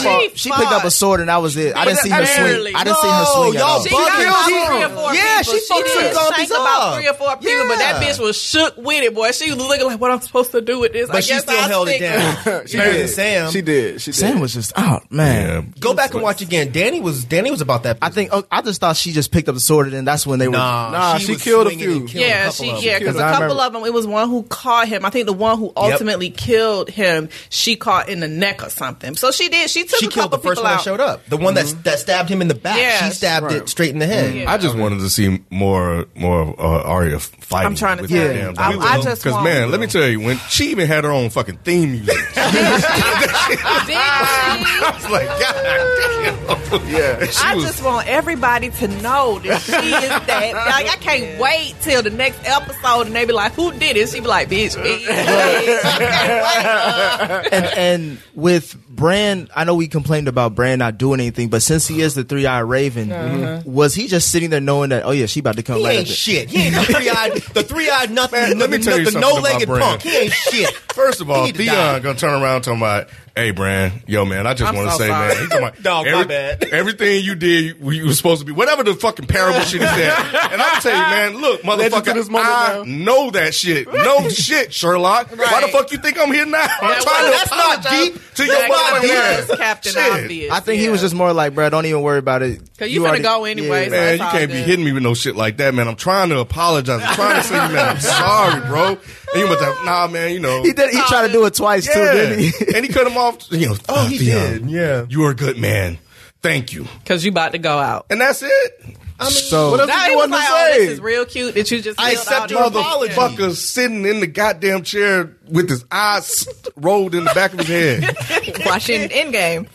Speaker 8: fought.
Speaker 4: she picked up a sword and that was it. I didn't see her
Speaker 8: Barely.
Speaker 4: swing. I didn't see her
Speaker 6: No,
Speaker 4: swing. at
Speaker 6: y'all
Speaker 4: all.
Speaker 8: She
Speaker 6: bugging.
Speaker 8: knocked about
Speaker 6: Killed him.
Speaker 8: three or four
Speaker 6: Yeah,
Speaker 8: people.
Speaker 6: she fucked
Speaker 8: did
Speaker 6: some
Speaker 8: shank
Speaker 6: zombies up.
Speaker 8: about three or four people, but that
Speaker 6: Yeah.
Speaker 8: bitch was shook with it, boy. She was looking like, "What I'm supposed to do with this?" I
Speaker 6: But she
Speaker 8: guess
Speaker 6: still
Speaker 8: I'll
Speaker 6: held it
Speaker 8: stick with (laughs)
Speaker 6: down. She better than Sam.
Speaker 7: She did. She did.
Speaker 4: Sam was just out,
Speaker 2: Yeah.
Speaker 4: man.
Speaker 6: Go back and watch again. Danny was Danny was about that.
Speaker 4: I think oh, I just thought she just picked up the sword and then that's when they were.
Speaker 6: Nah,
Speaker 7: Nah, she
Speaker 6: was
Speaker 7: killed a
Speaker 6: swinging and
Speaker 7: few.
Speaker 6: killing a
Speaker 8: yeah,
Speaker 6: couple
Speaker 8: she
Speaker 6: of them.
Speaker 8: yeah, because a
Speaker 4: 'Cause I
Speaker 8: couple
Speaker 4: remember-
Speaker 8: of them. It was one who caught him. I think the one who ultimately killed him, she caught in the neck or something. So she did. She she took
Speaker 6: she
Speaker 8: a
Speaker 6: killed the
Speaker 8: couple
Speaker 6: first
Speaker 8: people
Speaker 6: one that
Speaker 8: out.
Speaker 6: showed up. The one that that stabbed him in the back.
Speaker 8: Yes. Mm-hmm.
Speaker 6: She stabbed it straight in the head.
Speaker 8: Yeah.
Speaker 2: I just wanted to see more, more of uh, Arya fighting.
Speaker 8: I'm trying to
Speaker 2: with
Speaker 8: tell
Speaker 2: that
Speaker 8: you.
Speaker 2: damn
Speaker 8: I-
Speaker 2: dog.
Speaker 8: I just want-
Speaker 2: man, let me tell you, when she even had her own fucking theme music,
Speaker 8: (laughs)
Speaker 6: (laughs)
Speaker 8: Bitch,
Speaker 2: I was like, God damn, yeah. She
Speaker 8: I
Speaker 2: was,
Speaker 8: just want everybody to know that she is
Speaker 6: (laughs)
Speaker 8: that. Like I can't wait till the next episode and they be like, "Who did it?" She be like, "Bitch, me."
Speaker 4: and and with Bran, I know we complained about Bran not doing anything, but since he is the three eyed Raven,
Speaker 7: Uh-huh.
Speaker 4: Mm-hmm. was he just sitting there knowing that oh yeah, she about to come
Speaker 6: He
Speaker 4: right up
Speaker 6: ain't
Speaker 4: there?
Speaker 6: shit. He ain't the three eyed, the three eyed nothing.
Speaker 2: Man, let me
Speaker 6: the-
Speaker 2: tell you
Speaker 6: the
Speaker 2: something
Speaker 6: no legged
Speaker 2: about
Speaker 6: punk.
Speaker 2: Bran.
Speaker 6: He ain't shit.
Speaker 2: First of all,
Speaker 6: He need to die.
Speaker 2: Dion gonna turn around talking about, "Hey, Bran, yo, man, I just
Speaker 8: I'm
Speaker 2: want to
Speaker 8: so
Speaker 2: say,
Speaker 8: sorry.
Speaker 2: man, he talking
Speaker 8: (laughs)
Speaker 2: about,
Speaker 6: Dog, my bad.
Speaker 2: (laughs) everything you did, you, you was supposed to be whatever the fucking parable shit he
Speaker 8: (laughs)
Speaker 2: said." And I'm tell you, man, look,
Speaker 7: Legend to
Speaker 2: motherfucker,
Speaker 7: this moment
Speaker 2: I
Speaker 7: now.
Speaker 2: know that shit. No shit, Sherlock. Why the
Speaker 8: Right.
Speaker 2: fuck you think I'm here now? I'm
Speaker 8: Yeah,
Speaker 2: trying
Speaker 8: well,
Speaker 2: to
Speaker 8: that's not
Speaker 2: apologize
Speaker 8: deep.
Speaker 2: to your
Speaker 8: Like,
Speaker 2: mother,
Speaker 8: it
Speaker 2: man.
Speaker 8: was Captain
Speaker 2: Shit.
Speaker 8: Obvious.
Speaker 4: I think he was
Speaker 8: yeah.
Speaker 4: just more like, bro, don't even worry about it.
Speaker 8: 'Cause you finna go anyway,
Speaker 2: Man,
Speaker 8: so- That's
Speaker 2: you
Speaker 8: all
Speaker 2: can't be
Speaker 8: good.
Speaker 2: hitting me with no shit like that, man. I'm trying to apologize. I'm trying to say, man,
Speaker 8: (laughs)
Speaker 2: I'm sorry, bro. And you about to, nah, man, you know.
Speaker 4: He did. He tried to do it twice too, didn't he?
Speaker 2: and he cut him off. You know, oh,
Speaker 6: he did, yeah.
Speaker 2: You are a good man. Thank you.
Speaker 8: Because you about to go out.
Speaker 2: And that's it.
Speaker 4: so
Speaker 7: what else
Speaker 8: Now
Speaker 7: did
Speaker 8: he
Speaker 7: you
Speaker 8: was
Speaker 7: want to
Speaker 8: like, oh,
Speaker 7: say?
Speaker 8: this is real cute that you just
Speaker 2: I
Speaker 8: filled
Speaker 2: accept
Speaker 8: out your apology.
Speaker 2: motherfucker sitting in the goddamn chair with his eyes rolled in the back of his head.
Speaker 5: watching Endgame.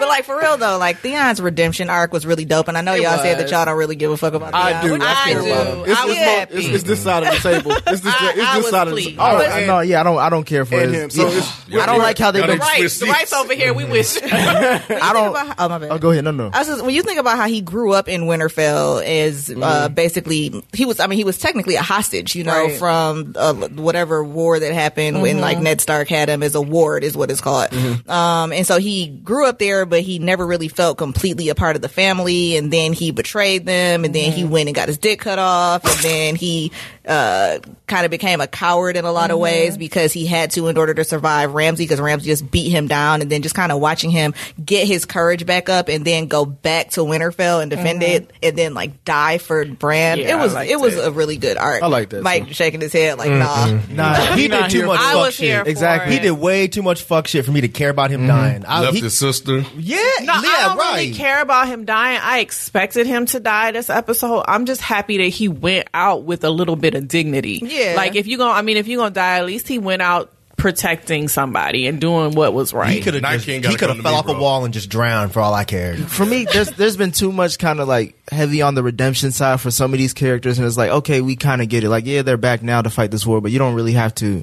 Speaker 5: but like for real though, like Theon's redemption arc was really dope, and I know y'all said that
Speaker 8: was.
Speaker 5: y'all don't really give a fuck about.
Speaker 7: I do.
Speaker 5: Theon.
Speaker 8: I
Speaker 7: care
Speaker 8: do.
Speaker 7: about him. It's,
Speaker 8: I was
Speaker 7: it's, mo-
Speaker 8: happy.
Speaker 7: it's- it's this side of the table. It's this.
Speaker 8: (laughs) I-
Speaker 7: it's
Speaker 8: I
Speaker 7: this
Speaker 8: was
Speaker 7: side of the
Speaker 8: pleased.
Speaker 7: table. Oh,
Speaker 4: I know. Yeah, I don't. I don't care for
Speaker 7: and
Speaker 4: his-
Speaker 7: him. So
Speaker 4: yeah.
Speaker 7: it's,
Speaker 4: I don't like how they.
Speaker 2: Y'all
Speaker 4: Make,
Speaker 2: didn't
Speaker 8: Right,
Speaker 2: twist
Speaker 8: the
Speaker 2: these.
Speaker 8: rights over here. We
Speaker 4: Mm-hmm.
Speaker 8: wish. (laughs)
Speaker 4: I don't.
Speaker 5: Oh my bad.
Speaker 4: Oh, go ahead. No, no.
Speaker 5: I was just, when you think about how he grew up in Winterfell, is uh, basically he was. I mean, he was technically a hostage, you know,
Speaker 8: Right.
Speaker 5: from uh, whatever war that happened when like Ned Stark had him as a ward, is what it's called. Um, and so he grew up there, but he never really felt completely a part of the family. And then he betrayed them, and then he
Speaker 8: Mm-hmm.
Speaker 5: went and got his dick cut off, and then he uh, kind of became a coward in a lot
Speaker 8: Mm-hmm.
Speaker 5: of ways because he had to in order to survive Ramsey because Ramsey just beat him down and then just kind of watching him get his courage back up and then go back to Winterfell and defend it and then like die for Bran.
Speaker 8: Mm-hmm. Yeah,
Speaker 5: it was
Speaker 8: I liked
Speaker 5: it was
Speaker 8: it.
Speaker 5: a really good arc.
Speaker 7: I like that, Mm-hmm.
Speaker 5: Mike shaking his head like nah.
Speaker 4: Nah.
Speaker 6: He did too much
Speaker 8: I
Speaker 6: fuck
Speaker 8: was here.
Speaker 6: shit.
Speaker 8: For
Speaker 4: Exactly.
Speaker 6: He
Speaker 8: it.
Speaker 6: did way too much fuck shit for me to care about
Speaker 4: Mm-hmm.
Speaker 6: him dying. I,
Speaker 2: Left
Speaker 6: he-
Speaker 2: his sister.
Speaker 6: yeah,
Speaker 8: No,
Speaker 6: yeah,
Speaker 8: I don't
Speaker 6: right.
Speaker 8: really care about him dying. I expected him to die this episode. I'm just happy that he went out with a little bit of dignity.
Speaker 5: Yeah.
Speaker 8: Like if you gonna, I mean, if you gonna die, at least he went out protecting somebody and doing what was right.
Speaker 6: He could
Speaker 2: Night
Speaker 6: have
Speaker 2: King
Speaker 6: he
Speaker 2: gotta
Speaker 6: could
Speaker 2: come
Speaker 6: have
Speaker 2: to
Speaker 6: fell
Speaker 2: me,
Speaker 6: off
Speaker 2: bro.
Speaker 6: a wall and just drowned for all I cared.
Speaker 4: For me, there's there's been too much kind of like heavy on the redemption side for some of these characters, and it's like okay, we kind of get it. Like yeah, they're back now to fight this war, but you don't really have to.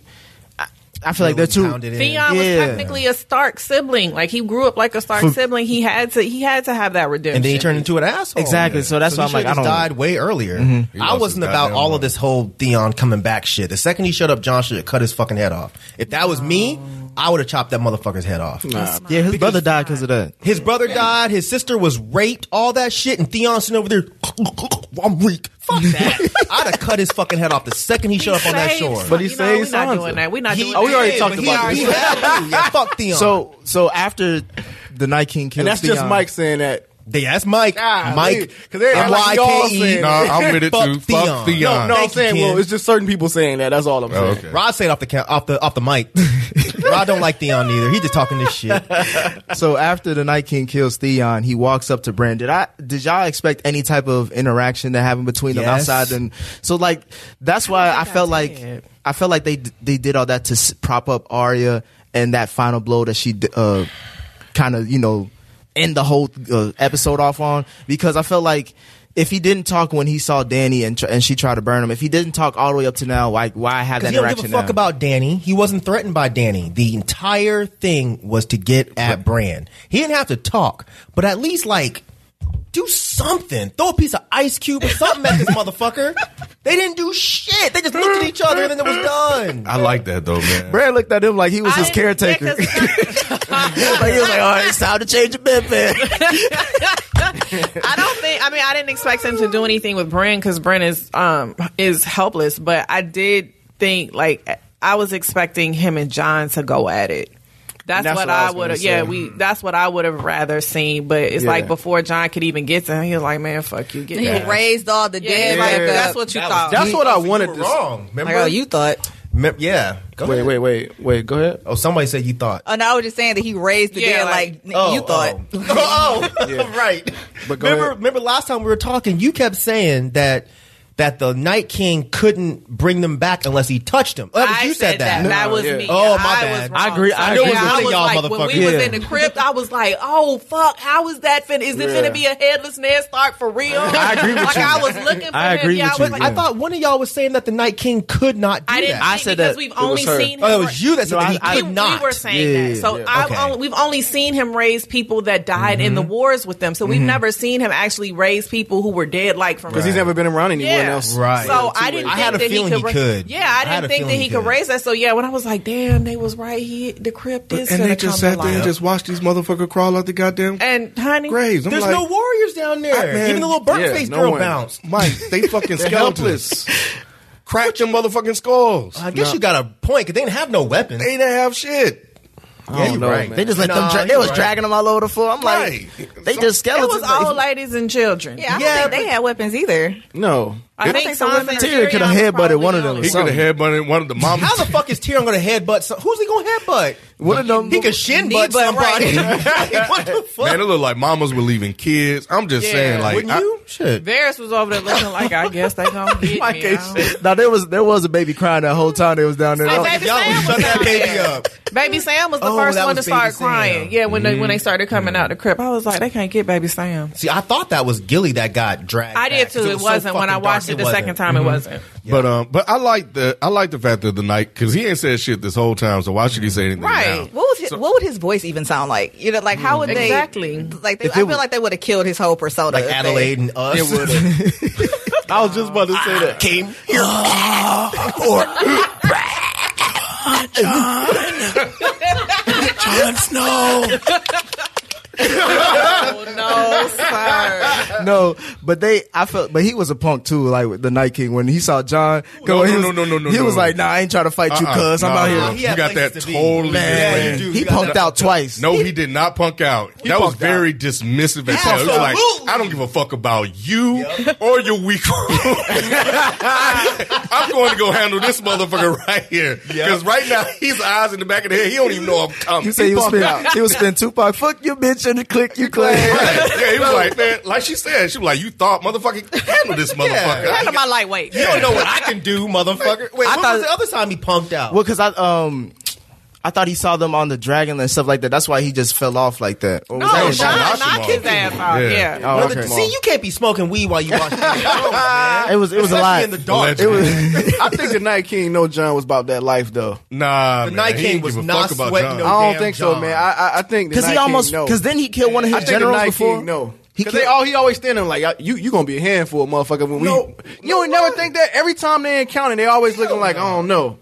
Speaker 4: I, I feel like they're too.
Speaker 6: Pounded in.
Speaker 8: Theon was
Speaker 4: Yeah.
Speaker 8: technically a Stark sibling. Like he grew up like a Stark sibling. He had to. He had to have that redemption.
Speaker 6: and then he turned into an asshole.
Speaker 4: Exactly, so that's
Speaker 6: he
Speaker 4: why I'm like, I
Speaker 6: should've just
Speaker 4: don't- Mm-hmm.
Speaker 6: died way earlier. I
Speaker 2: lost
Speaker 6: wasn't
Speaker 2: his
Speaker 6: about
Speaker 2: goddamn
Speaker 6: all
Speaker 2: mind.
Speaker 6: of this whole Theon coming back shit. The second he showed up, John should have cut his fucking head off. If that was me, I would have chopped that motherfucker's head off.
Speaker 4: Yeah, his brother died because of that.
Speaker 6: His brother died. His sister was raped. All that shit, and Theon sitting over there. (laughs) I'm weak. Fuck that.
Speaker 8: (laughs)
Speaker 6: I'd have cut his fucking head off the second he showed up on that
Speaker 8: saved-
Speaker 6: shore.
Speaker 7: But he
Speaker 8: you know,
Speaker 7: saved
Speaker 8: We're not
Speaker 7: Sansa.
Speaker 8: doing that. We're not
Speaker 6: He
Speaker 8: doing
Speaker 7: Oh, we
Speaker 8: that.
Speaker 7: already
Speaker 6: did,
Speaker 7: talked
Speaker 6: but
Speaker 7: about
Speaker 6: he,
Speaker 7: this.
Speaker 6: He had
Speaker 7: (laughs)
Speaker 6: to. Yeah, fuck Theon.
Speaker 4: So so after the Night King killed,
Speaker 7: and that's just
Speaker 4: Theon-
Speaker 7: Mike saying that.
Speaker 6: they asked Mike. Mike.
Speaker 7: because they act like y'all saying
Speaker 6: M-Y-K-E.
Speaker 2: Nah,
Speaker 7: that.
Speaker 2: I'm with it
Speaker 6: E. (laughs) Fuck
Speaker 2: too. Fuck
Speaker 7: No,
Speaker 6: Theon.
Speaker 2: Theon.
Speaker 7: no, I'm
Speaker 6: Thank you,
Speaker 7: saying,
Speaker 6: Ken.
Speaker 7: well, it's just certain people saying that. That's all I'm saying.
Speaker 2: Oh, okay.
Speaker 6: Rod said off the ca- off the off
Speaker 7: (laughs)
Speaker 6: the mic. Rod don't like Theon either. He just talking this (laughs) shit.
Speaker 4: So after the Night King kills Theon, he walks up to Bran. Did I did y'all expect any type of interaction to happen between them
Speaker 6: Yes.
Speaker 4: outside? And so like that's why I,
Speaker 8: think I
Speaker 4: felt like
Speaker 8: did.
Speaker 4: I felt like they they did all that to s- prop up Arya and that final blow that she d- uh, kind of you know end the whole uh, episode off on because I felt like. If he didn't talk when he saw Danny and tr- and she tried to burn him, if he didn't talk all the way up to now, like why have that
Speaker 6: Because he don't give
Speaker 4: interaction
Speaker 6: a fuck
Speaker 4: now?
Speaker 6: about Danny. He wasn't threatened by Danny. The entire thing was to get at Bran. He didn't have to talk, but at least like do something. Throw a piece of ice cube or something at this motherfucker. They didn't do shit. They just looked at each other and then it was done.
Speaker 2: I like that though, man.
Speaker 4: Bran looked at him like he was
Speaker 8: I
Speaker 4: his
Speaker 8: didn't expect
Speaker 4: caretaker.
Speaker 8: us to-
Speaker 4: like he (laughs) was like, "All right, it's time to change your bed, man."
Speaker 6: (laughs)
Speaker 8: I don't think. I mean, I didn't expect him to do anything with Bren because Bren is um is helpless. But I did think like I was expecting him and John to go at it. That's,
Speaker 7: That's
Speaker 8: what,
Speaker 7: what I
Speaker 8: I
Speaker 7: was
Speaker 8: would
Speaker 7: gonna
Speaker 8: have. Yeah,
Speaker 7: say.
Speaker 8: we. That's what I would have rather seen. But it's
Speaker 7: Yeah.
Speaker 8: like before John could even get to him, he was like, "Man, fuck you, get
Speaker 5: He
Speaker 8: that."
Speaker 5: raised all the
Speaker 8: Yeah,
Speaker 5: dead.
Speaker 8: like uh,
Speaker 5: Like,
Speaker 8: that's
Speaker 5: that's
Speaker 8: what you
Speaker 6: That was
Speaker 8: thought.
Speaker 7: That's what I
Speaker 6: You
Speaker 7: wanted
Speaker 6: were
Speaker 7: to
Speaker 6: wrong. Remember?
Speaker 5: like oh you thought.
Speaker 6: Me- yeah. Go
Speaker 7: Wait,
Speaker 6: ahead.
Speaker 7: wait, wait, wait. Go ahead.
Speaker 6: Oh, somebody said you thought.
Speaker 5: Oh no, I was just saying that he raised the
Speaker 8: Yeah,
Speaker 5: dead like,
Speaker 8: like-
Speaker 6: Oh,
Speaker 5: you thought.
Speaker 6: Oh, (laughs) oh. right.
Speaker 7: But go
Speaker 6: remember,
Speaker 7: ahead.
Speaker 6: remember last time we were talking, you kept saying that that the Night King couldn't bring them back unless he touched them. That was-
Speaker 8: I
Speaker 6: you said, that.
Speaker 8: That was
Speaker 7: yeah.
Speaker 8: me.
Speaker 6: Oh, my
Speaker 8: I
Speaker 6: bad.
Speaker 8: Was wrong.
Speaker 6: I
Speaker 4: agree- I
Speaker 8: Sorry.
Speaker 4: knew it was
Speaker 8: Yeah,
Speaker 6: one of
Speaker 8: was
Speaker 6: y'all
Speaker 8: like, When we
Speaker 6: motherfuckers.
Speaker 8: was in the crypt, I was like, "Oh fuck, how is that fin? Is it
Speaker 7: Yeah.
Speaker 8: finna be a headless Ned Stark for real?"
Speaker 4: (laughs) I agree with
Speaker 8: like,
Speaker 4: you.
Speaker 8: I was looking for
Speaker 4: I
Speaker 8: him.
Speaker 4: agree
Speaker 8: yeah,
Speaker 4: with
Speaker 8: I was
Speaker 4: you,
Speaker 8: like,
Speaker 6: I thought one of y'all was saying that the Night King could not do
Speaker 8: I didn't.
Speaker 6: that.
Speaker 4: I
Speaker 8: think
Speaker 4: said
Speaker 8: because
Speaker 4: that.
Speaker 8: we've
Speaker 4: It
Speaker 8: only
Speaker 7: was her.
Speaker 8: seen. Him
Speaker 6: Oh, that was you that said
Speaker 4: No,
Speaker 6: that
Speaker 4: I-
Speaker 6: he
Speaker 4: I-
Speaker 8: we,
Speaker 6: could
Speaker 8: we
Speaker 6: not.
Speaker 8: were saying
Speaker 4: Yeah,
Speaker 8: that. So
Speaker 4: yeah,
Speaker 8: I've
Speaker 6: okay.
Speaker 8: only, we've only seen him raise people that died in the
Speaker 4: Mm-hmm.
Speaker 8: wars with them. So we've never seen him actually raise people who were dead, like from
Speaker 7: Because he's never been around anyone else.
Speaker 6: Right.
Speaker 8: So I didn't.
Speaker 6: I
Speaker 8: think
Speaker 6: had a
Speaker 8: that
Speaker 6: feeling
Speaker 8: he
Speaker 6: he
Speaker 8: could. ra-
Speaker 6: could.
Speaker 8: Yeah,
Speaker 6: I
Speaker 8: I
Speaker 6: had
Speaker 8: didn't
Speaker 6: a
Speaker 8: think that
Speaker 6: feeling
Speaker 8: he
Speaker 6: he
Speaker 8: could
Speaker 6: could.
Speaker 8: raise that. So yeah, when I was like, damn, they was right. He the crypt is
Speaker 2: and
Speaker 8: gonna
Speaker 2: they
Speaker 8: come
Speaker 2: just
Speaker 8: to
Speaker 2: sat there and
Speaker 8: life.
Speaker 2: just watched these motherfucker crawl out the goddamn
Speaker 8: And honey,
Speaker 2: graves. I'm
Speaker 6: There's
Speaker 2: like,
Speaker 6: no warriors down there.
Speaker 2: man,
Speaker 6: Even the little burnt
Speaker 7: yeah,
Speaker 6: face
Speaker 7: no
Speaker 6: girl
Speaker 7: one.
Speaker 6: bounced.
Speaker 2: Mike, they fucking skeletons. Crack your motherfucking skulls.
Speaker 6: I guess you got a point because they didn't have no weapons.
Speaker 2: They didn't have shit.
Speaker 6: yeah, you're
Speaker 7: know,
Speaker 6: right.
Speaker 7: man.
Speaker 4: They just let
Speaker 6: Nah,
Speaker 4: them. Dra- they
Speaker 6: you're
Speaker 4: was
Speaker 6: right.
Speaker 4: dragging them all over the floor. I'm like, they just
Speaker 8: it
Speaker 4: skeletons.
Speaker 8: was all ladies and children.
Speaker 5: Yeah, I don't
Speaker 6: Yeah,
Speaker 5: think they had weapons either.
Speaker 7: No.
Speaker 8: I think,
Speaker 5: think so.
Speaker 8: Sansa and
Speaker 4: Tyrion coulda
Speaker 8: was
Speaker 4: headbutted
Speaker 8: probably
Speaker 4: one of them.
Speaker 8: the
Speaker 2: He
Speaker 8: only-
Speaker 2: could have headbutted one of the mamas.
Speaker 6: How the fuck is Tyrion going to headbutt? Some- Who's he going to headbutt?
Speaker 4: What a number- (laughs)
Speaker 6: He could shin butt
Speaker 5: Knee butt, right.
Speaker 6: somebody. (laughs) Like, what the fuck?
Speaker 2: Man, it looked like mamas were leaving kids. I'm just
Speaker 8: Yeah.
Speaker 2: saying, like,
Speaker 6: Wouldn't
Speaker 2: I-
Speaker 6: you? Shit.
Speaker 8: Varys was over there looking like, I guess they gonna get me. I don't-
Speaker 4: now there was there was a baby crying that whole time they was down there.
Speaker 8: Hey,
Speaker 4: That was-
Speaker 8: baby,
Speaker 6: Y'all
Speaker 8: Sam was
Speaker 6: shut that
Speaker 8: down
Speaker 6: baby
Speaker 8: there.
Speaker 6: up.
Speaker 8: Baby Sam was the
Speaker 6: Oh,
Speaker 8: first
Speaker 6: that
Speaker 8: one to
Speaker 6: was Baby
Speaker 8: start
Speaker 6: Sam.
Speaker 8: crying. Yeah, when they when they started coming out the crypt, I was like, they can't get Baby Sam.
Speaker 6: See, I thought that was Gilly that got dragged.
Speaker 8: I did
Speaker 6: back, 'cause
Speaker 8: too. It,
Speaker 6: was so
Speaker 8: wasn't when I
Speaker 6: fucking dark,
Speaker 8: watched it the
Speaker 6: wasn't.
Speaker 8: second time. It wasn't.
Speaker 2: but um, but I like the I like the fact that the night because he ain't said shit this whole time. So why should he say anything?
Speaker 8: Right.
Speaker 2: now?
Speaker 5: What was his, what would his voice even sound like? You know, like how would they
Speaker 8: Exactly.
Speaker 5: Like they, I feel
Speaker 6: was-
Speaker 5: like they would have killed his whole persona.
Speaker 6: Like
Speaker 5: if they-
Speaker 6: Adelaide and us. It would have. (laughs)
Speaker 7: I was just about to say that.
Speaker 6: Came here.
Speaker 8: No, (laughs) sir.
Speaker 4: no, but they, I felt, but he was a punk too. Like with the Night King when he saw John,
Speaker 2: No,
Speaker 4: he
Speaker 2: no,
Speaker 4: was,
Speaker 2: no, no, no, no,
Speaker 4: He
Speaker 2: no,
Speaker 4: was
Speaker 2: no.
Speaker 4: like, nah, I ain't trying to fight you,
Speaker 2: Uh-uh.
Speaker 4: cuz I'm
Speaker 2: Nah,
Speaker 4: out
Speaker 2: nah.
Speaker 4: here.
Speaker 2: You
Speaker 6: He had
Speaker 2: got that
Speaker 6: places to be.
Speaker 2: totally.
Speaker 6: Man,
Speaker 2: different.
Speaker 6: you do.
Speaker 4: He
Speaker 6: You got
Speaker 4: punked
Speaker 6: that-
Speaker 4: out twice.
Speaker 2: No, he did not punk out. that was
Speaker 4: punked
Speaker 2: very dismissive. As hell. It was like,
Speaker 6: Absolutely.
Speaker 2: I don't give a fuck about you or your weak. (laughs) I'm going to go handle this motherfucker right here because right now he's eyes in the back of the head. He don't even know I'm coming.
Speaker 4: You say he was
Speaker 2: punked
Speaker 4: spin, he was spin Tupac. Fuck you, bitch, and the click you claim.
Speaker 2: Right. Yeah, he was like, man, like she said, she was like, you thought, motherfucker, handle
Speaker 6: (laughs)
Speaker 2: this motherfucker.
Speaker 8: Kind of my lightweight.
Speaker 6: You don't know what I can do, motherfucker. Wait,
Speaker 4: I
Speaker 6: when
Speaker 4: thought-
Speaker 6: was the other time he punked out?
Speaker 4: Well, because I um. I thought he saw them on the dragon and stuff like that. That's why he just fell off like that. Or was
Speaker 8: No,
Speaker 4: that
Speaker 2: Oh,
Speaker 8: no,
Speaker 4: his
Speaker 2: shit,
Speaker 8: knock,
Speaker 2: that's
Speaker 8: knock
Speaker 2: smart.
Speaker 8: his ass out.
Speaker 2: Yeah.
Speaker 8: Yeah.
Speaker 4: Oh,
Speaker 6: Another-
Speaker 4: okay.
Speaker 6: See, you can't be smoking weed while
Speaker 8: (laughs)
Speaker 6: you watch TV shows, man.
Speaker 4: It was- it was a
Speaker 6: Especially
Speaker 4: lot.
Speaker 6: in the dark.
Speaker 2: Allegedly.
Speaker 7: I think the Night King know John was about that life though.
Speaker 2: Nah,
Speaker 6: The
Speaker 2: man,
Speaker 6: Night
Speaker 2: he
Speaker 6: King
Speaker 2: didn't
Speaker 6: was
Speaker 2: give a
Speaker 6: not
Speaker 2: fuck about
Speaker 6: sweating
Speaker 2: John.
Speaker 6: no-
Speaker 7: I don't
Speaker 6: Damn
Speaker 7: think so,
Speaker 6: John.
Speaker 7: man. I I, I think
Speaker 4: Because
Speaker 7: because
Speaker 4: he almost
Speaker 7: because
Speaker 4: because then he killed one of his
Speaker 7: I think the
Speaker 4: generals
Speaker 7: Night
Speaker 4: before.
Speaker 7: King know.
Speaker 4: he
Speaker 7: Because they
Speaker 4: killed-
Speaker 7: all he always stand there like "Y'all- you you gonna be a handful of motherfucker when
Speaker 6: No.
Speaker 7: we you don't never think that every time they encounter they always looking like I don't know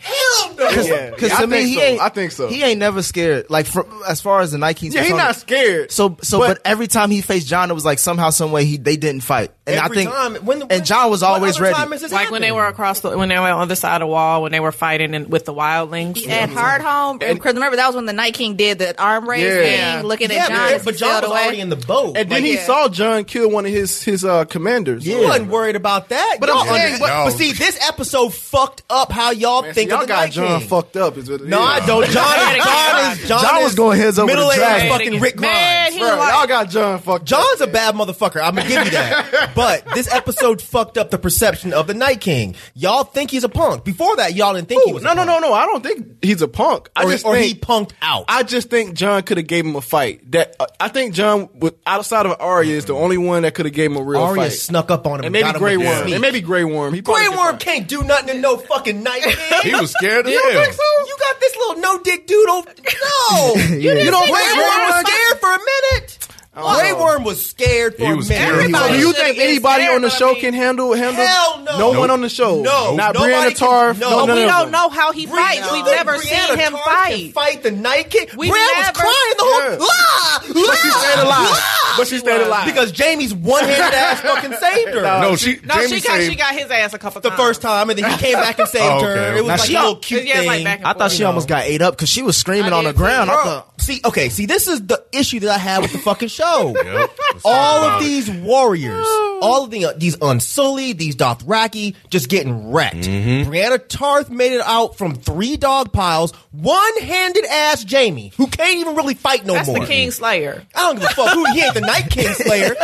Speaker 6: Hell no.
Speaker 7: because
Speaker 4: Because I, mean, he ain't.
Speaker 7: I think so
Speaker 4: He ain't never scared. Like from, as far as the Night King's
Speaker 7: yeah he
Speaker 4: concerned.
Speaker 7: not scared
Speaker 4: So so, but, every time he faced John, it was like somehow, some way he they didn't fight, and
Speaker 6: Every
Speaker 4: I think
Speaker 6: time, when the-
Speaker 4: and John was
Speaker 6: what
Speaker 4: always
Speaker 6: other
Speaker 4: ready.
Speaker 6: time has this
Speaker 8: Like when they
Speaker 6: happened?
Speaker 8: were across the when they were on the other side of the wall when they were fighting in, with the wildlings.
Speaker 5: He had hard home because remember that was when the Night King did the arm raise
Speaker 7: Yeah.
Speaker 5: thing, looking
Speaker 6: Yeah,
Speaker 5: at John.
Speaker 6: but, but John was already in the boat.
Speaker 7: and then
Speaker 6: Like,
Speaker 7: he
Speaker 5: yeah.
Speaker 7: saw John kill one of his his uh, commanders
Speaker 6: You wasn't worried about that.
Speaker 7: But
Speaker 6: Y'all
Speaker 7: I'm saying-
Speaker 6: under- but,
Speaker 2: No.
Speaker 6: but see, this episode fucked up how y'all
Speaker 7: Man, see,
Speaker 6: think
Speaker 7: y'all
Speaker 6: of the
Speaker 7: got
Speaker 6: Night
Speaker 7: John
Speaker 6: King.
Speaker 7: fucked up is what it
Speaker 6: No,
Speaker 7: is. (laughs)
Speaker 8: (laughs)
Speaker 6: I don't. John is John is John,
Speaker 4: John was
Speaker 6: is
Speaker 4: going heads over the
Speaker 6: middle-aged
Speaker 4: dragon.
Speaker 6: fucking Rick
Speaker 8: Man,
Speaker 6: Grimes.
Speaker 8: he
Speaker 7: Bruh,
Speaker 8: was like,
Speaker 7: y'all got John fucked up.
Speaker 6: John's a bad motherfucker. I'm gonna give
Speaker 7: (laughs)
Speaker 6: you that. but this episode fucked up the perception of the Night King. Y'all think he's a punk. Before that, y'all didn't think he
Speaker 7: Ooh,
Speaker 6: was.
Speaker 7: no
Speaker 6: a
Speaker 7: no
Speaker 6: punk.
Speaker 7: no no I don't think he's a punk I
Speaker 6: Or,
Speaker 7: just
Speaker 6: or
Speaker 7: think
Speaker 6: he punked out.
Speaker 7: I just think John could have gave him a fight. That uh, I think John, with, outside of Arya, is the only one that could have gave him a real
Speaker 6: Arya
Speaker 7: fight.
Speaker 6: snuck up on him.
Speaker 7: and maybe
Speaker 6: got him
Speaker 7: Grey
Speaker 6: with his
Speaker 7: Worm.
Speaker 6: feet.
Speaker 7: And maybe Grey Worm. He probably
Speaker 6: Grey
Speaker 7: could
Speaker 6: Worm
Speaker 7: fight.
Speaker 6: can't do nothing to no fucking Night King.
Speaker 2: He was scared as
Speaker 6: You don't
Speaker 2: hell.
Speaker 6: think so? You got this little no dick dude over. No, (laughs) you don't.
Speaker 5: think
Speaker 6: Grey
Speaker 5: Grey
Speaker 6: Worm was
Speaker 5: Worm-
Speaker 6: scared for a minute. Grey Worm was scared for
Speaker 2: He
Speaker 6: a
Speaker 2: was
Speaker 6: minute.
Speaker 2: scared.
Speaker 7: So do
Speaker 8: Everybody
Speaker 7: you
Speaker 8: should've
Speaker 7: think
Speaker 8: been
Speaker 7: anybody
Speaker 8: scared,
Speaker 7: on the
Speaker 8: but I
Speaker 7: show
Speaker 8: mean-
Speaker 7: can handle handle?
Speaker 6: Hell no.
Speaker 7: No
Speaker 6: Nope.
Speaker 7: one on the show.
Speaker 6: No.
Speaker 7: Not
Speaker 6: Nobody
Speaker 7: Brianna
Speaker 6: can-
Speaker 7: Tarf. No,
Speaker 6: no.
Speaker 7: no,
Speaker 6: But
Speaker 7: no,
Speaker 8: we
Speaker 7: no.
Speaker 8: don't know how he fights.
Speaker 6: Brianna-
Speaker 8: We've never
Speaker 6: Brianna
Speaker 8: seen him
Speaker 6: Tarth can
Speaker 8: fight.
Speaker 6: fight the Night King.
Speaker 8: We
Speaker 6: Brianna was
Speaker 8: never-
Speaker 6: crying the whole.
Speaker 7: Yeah.
Speaker 6: La,
Speaker 7: But she stayed alive. But she stayed alive.
Speaker 6: because Jamie's one handed ass fucking saved her.
Speaker 2: No, she.
Speaker 8: No,
Speaker 2: Jamie
Speaker 8: she got
Speaker 2: saved,
Speaker 8: she got his ass a couple
Speaker 6: the
Speaker 8: times.
Speaker 6: first time, and then he came back and saved
Speaker 2: Oh, okay.
Speaker 6: her. It was
Speaker 2: Now
Speaker 6: like
Speaker 4: she
Speaker 6: a
Speaker 4: al-
Speaker 6: little cute
Speaker 8: Yeah, it's like
Speaker 6: thing.
Speaker 8: back and
Speaker 4: I thought she
Speaker 8: forth.
Speaker 4: almost got ate up because she was screaming
Speaker 8: I
Speaker 4: on the
Speaker 8: did too.
Speaker 4: ground. I
Speaker 8: Bro.
Speaker 4: thought
Speaker 6: See, okay, see, this is the issue that I have with the
Speaker 7: (laughs)
Speaker 6: fucking show.
Speaker 2: Yep. Let's
Speaker 6: all
Speaker 2: talk
Speaker 6: of
Speaker 2: about it.
Speaker 6: these warriors, all of the, uh, these unsullied, these Dothraki, just getting wrecked.
Speaker 7: Mm-hmm.
Speaker 6: Brianna Tarth made it out from three dog piles, one handed ass Jamie, who can't even really fight no
Speaker 8: That's
Speaker 6: more.
Speaker 8: the King Slayer.
Speaker 6: I don't give a fuck who he ain't the Night
Speaker 7: (laughs)
Speaker 6: King Slayer.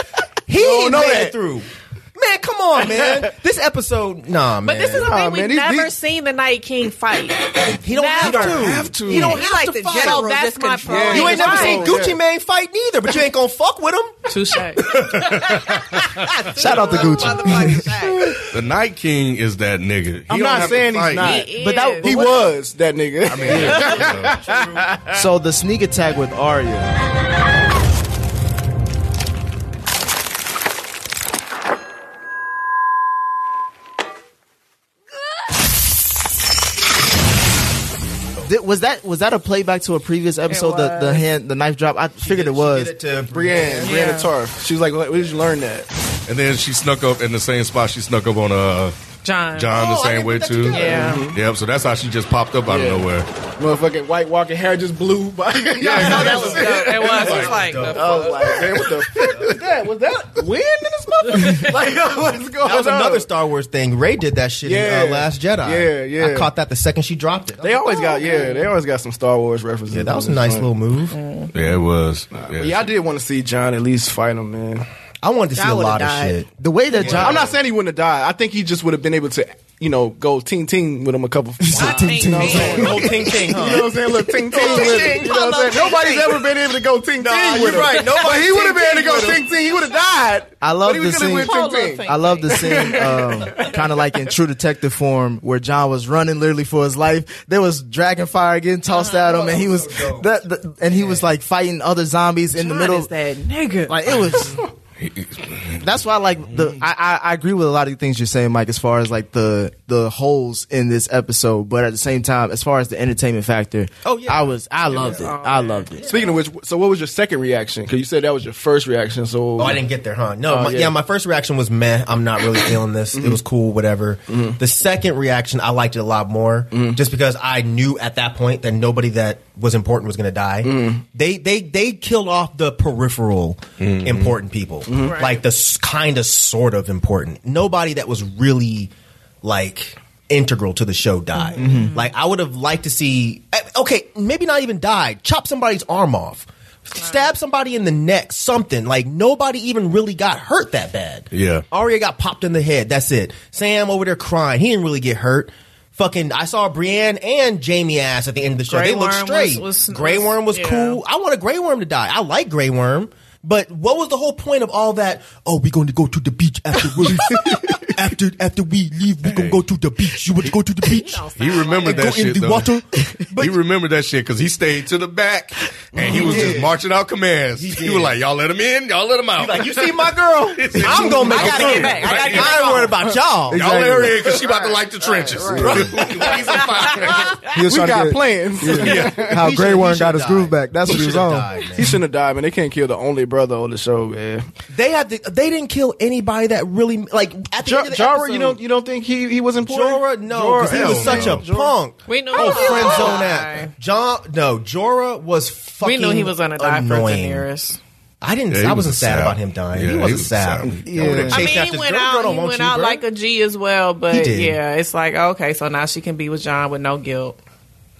Speaker 6: He ain't
Speaker 7: know
Speaker 6: made
Speaker 7: Oh, that.
Speaker 6: it through. Man, come
Speaker 7: (laughs)
Speaker 6: on, man. This episode, nah, man.
Speaker 8: But this is the
Speaker 7: Nah,
Speaker 8: thing
Speaker 7: man,
Speaker 8: we've
Speaker 7: these-
Speaker 8: never
Speaker 7: these-
Speaker 8: seen the Night King fight.
Speaker 6: he don't have,
Speaker 8: Never.
Speaker 6: to.
Speaker 7: Have to.
Speaker 6: He don't
Speaker 5: He
Speaker 6: have
Speaker 5: like
Speaker 6: to
Speaker 5: the
Speaker 6: fight.
Speaker 5: general
Speaker 8: So that's my
Speaker 5: discontrol.
Speaker 8: point.
Speaker 7: Yeah,
Speaker 6: You ain't never
Speaker 8: Right.
Speaker 6: seen Gucci Mane fight neither, but you ain't gonna fuck with him.
Speaker 8: (laughs) Touche.
Speaker 4: Shout out to Gucci.
Speaker 2: The Night King is that nigga. He
Speaker 7: I'm
Speaker 2: don't
Speaker 7: not
Speaker 2: have to
Speaker 7: saying he's
Speaker 2: fight.
Speaker 7: not.
Speaker 8: He
Speaker 4: But that-
Speaker 8: is.
Speaker 7: He was that nigga.
Speaker 2: I mean,
Speaker 6: (laughs)
Speaker 2: yeah, you know.
Speaker 4: so the sneak attack with Arya. Did- was that was that a playback to a previous episode? The the
Speaker 8: was.
Speaker 4: hand the knife drop. I figured it was.
Speaker 6: to
Speaker 7: Brienne,
Speaker 8: Yeah.
Speaker 7: Brianna Tarth. She was like, "Where did you learn that?"
Speaker 2: and then she snuck up in the same spot she snuck up on uh,
Speaker 8: John.
Speaker 2: John the
Speaker 6: Oh, I
Speaker 2: same
Speaker 6: didn't
Speaker 2: way
Speaker 6: put that
Speaker 2: too.
Speaker 6: together.
Speaker 8: Yeah.
Speaker 2: Yep. So that's how she just popped up out
Speaker 7: Yeah.
Speaker 2: of nowhere.
Speaker 7: Motherfucking White Walker hair just blew by. (laughs) yeah,
Speaker 2: yeah.
Speaker 8: That was dope. It was. It's like, the
Speaker 7: I was like, man, what the fuck was that? Was that wind in this motherfucker?
Speaker 6: (laughs)
Speaker 7: Like, what's going
Speaker 6: That was
Speaker 7: on?
Speaker 6: another Star Wars thing. Ray did that shit in
Speaker 7: Yeah.
Speaker 6: uh, Last Jedi.
Speaker 7: Yeah, yeah.
Speaker 6: I caught that the second she dropped it.
Speaker 7: They always got yeah. They always got some Star Wars references.
Speaker 6: Yeah, that was a nice little move.
Speaker 2: Yeah, it was. Yeah.
Speaker 7: But yeah, I did want to see John at least fight him, man.
Speaker 6: I wanted to see
Speaker 5: I
Speaker 6: a
Speaker 5: would've
Speaker 6: lot
Speaker 5: died.
Speaker 6: of shit.
Speaker 4: The way that John.
Speaker 7: I'm not saying he wouldn't have died. I think he just would have been able to, you know, go ting ting with him a
Speaker 6: (laughs)
Speaker 7: couple.
Speaker 8: I think that-
Speaker 6: Whole ting
Speaker 7: (laughs)
Speaker 6: ting,
Speaker 7: You know what I'm saying? Look, ting ting with him. You know what I'm saying? Nobody's ever been able to go ting ting with
Speaker 6: you're
Speaker 7: him.
Speaker 6: right.
Speaker 7: But
Speaker 6: Nobody
Speaker 7: he would have been able to
Speaker 6: ting-ting
Speaker 7: go
Speaker 6: with
Speaker 7: ting ting. He would have died.
Speaker 4: I love
Speaker 7: But he was
Speaker 4: the
Speaker 7: gonna
Speaker 4: scene.
Speaker 7: win
Speaker 5: Polo
Speaker 7: ting ting.
Speaker 5: thing.
Speaker 4: I love the scene, um, kind of like in True Detective form, where John was running literally for his life. There was dragon fire getting tossed at him, and he was that, the, and he was like fighting other zombies in the
Speaker 8: John
Speaker 4: middle.
Speaker 8: is that
Speaker 4: (laughs)
Speaker 8: nigga.
Speaker 4: Like it was. That's why, I like the, I, I I agree with a lot of the things you're saying, Mike. As far as like the the holes in this episode, but at the same time, as far as the entertainment factor,
Speaker 6: Oh, yeah.
Speaker 4: I was I loved it. I loved it.
Speaker 7: Speaking of which, so what was your second reaction? Because you said that was your first reaction. So
Speaker 6: Oh, I didn't get there, huh?
Speaker 7: Oh,
Speaker 6: No, my,
Speaker 7: yeah. Mm-hmm.
Speaker 6: yeah. my first reaction was meh. I'm not really feeling this. It was cool, whatever. The second reaction, I liked it a lot more,
Speaker 7: Mm-hmm.
Speaker 6: just because I knew at that point that nobody that was important was going to die.
Speaker 7: Mm-hmm.
Speaker 6: They they they killed off the peripheral
Speaker 7: Mm-hmm.
Speaker 6: important people, like the kind of sort of important. Nobody that was really like integral to the show died.
Speaker 7: Mm-hmm.
Speaker 6: Like I would have liked to see. eh, Okay, maybe not even died. Chop somebody's arm off. Stab somebody in the neck, something like nobody even really got hurt that bad.
Speaker 2: Yeah.
Speaker 6: Arya got popped in the head. That's it. Sam over there crying. He didn't really get hurt. Fucking, I saw Brienne and Jamie ass at the end of the show.
Speaker 8: Grey
Speaker 6: they looked
Speaker 8: Worm
Speaker 6: straight.
Speaker 8: was- was-
Speaker 6: Grey Worm was
Speaker 8: yeah.
Speaker 6: cool. I want a Grey Worm to die. I like Grey Worm. But what was the whole point of all that? Oh, we're going to go to the beach
Speaker 2: (laughs)
Speaker 6: afterwards. after after we leave, we're going to go to the beach. You want to go to the beach?
Speaker 2: He remembered
Speaker 6: Go
Speaker 2: that
Speaker 6: in
Speaker 2: shit
Speaker 6: the
Speaker 2: though.
Speaker 6: water.
Speaker 2: (laughs)
Speaker 6: But-
Speaker 2: he remembered that shit because he stayed to the back and he was just marching out commands. He, was like, "Y'all let him in, y'all let him out."
Speaker 6: Like, you (laughs) see
Speaker 2: (laughs)
Speaker 6: my girl? I'm going to make
Speaker 8: I gotta
Speaker 6: it
Speaker 8: get back. I gotta get
Speaker 6: I ain't worried about y'all.
Speaker 2: y'all let her in because she about to like the trenches. (laughs) He's a fire.
Speaker 4: He was
Speaker 7: we
Speaker 4: trying
Speaker 7: got
Speaker 4: to get
Speaker 7: plans.
Speaker 6: (laughs)
Speaker 4: how
Speaker 6: He
Speaker 4: Grey
Speaker 6: should- he
Speaker 4: Worm
Speaker 6: should
Speaker 4: got his
Speaker 6: die.
Speaker 4: groove back. That's what he was
Speaker 6: should've
Speaker 4: on.
Speaker 6: died, man.
Speaker 7: He shouldn't have died, man. They can't kill the only brother on the show, man.
Speaker 6: They had to, they didn't kill anybody that really like at the end
Speaker 7: J-
Speaker 6: of the
Speaker 7: Jara,
Speaker 6: episode-
Speaker 7: you don't you don't think he he was important?
Speaker 6: Jorah, no, 'cause he
Speaker 7: hell
Speaker 6: was such
Speaker 7: no.
Speaker 6: a punk.
Speaker 8: We knew
Speaker 6: oh,
Speaker 8: he was
Speaker 6: friend
Speaker 8: gonna
Speaker 6: zone
Speaker 8: die.
Speaker 6: act. John, no, Jorah was
Speaker 8: we
Speaker 6: fucking.
Speaker 8: knew he was going to die for
Speaker 6: annoying.
Speaker 8: Daenerys.
Speaker 6: I didn't.
Speaker 2: Yeah, he
Speaker 6: I
Speaker 2: was
Speaker 6: wasn't sad,
Speaker 2: sad.
Speaker 6: about him dying.
Speaker 2: Yeah,
Speaker 6: he
Speaker 2: he
Speaker 6: wasn't
Speaker 2: was
Speaker 6: sad.
Speaker 2: sad.
Speaker 6: Y'all
Speaker 4: Yeah.
Speaker 8: I
Speaker 6: would've
Speaker 8: mean,
Speaker 6: chased
Speaker 8: he
Speaker 6: after
Speaker 8: went
Speaker 6: girl, girl
Speaker 8: out,
Speaker 6: don't
Speaker 8: he
Speaker 6: want
Speaker 8: went
Speaker 6: you,
Speaker 8: out
Speaker 6: bruh.
Speaker 8: like a G as well,
Speaker 6: He
Speaker 8: but
Speaker 6: did.
Speaker 8: yeah, it's like, okay, so now she can be with John with no guilt.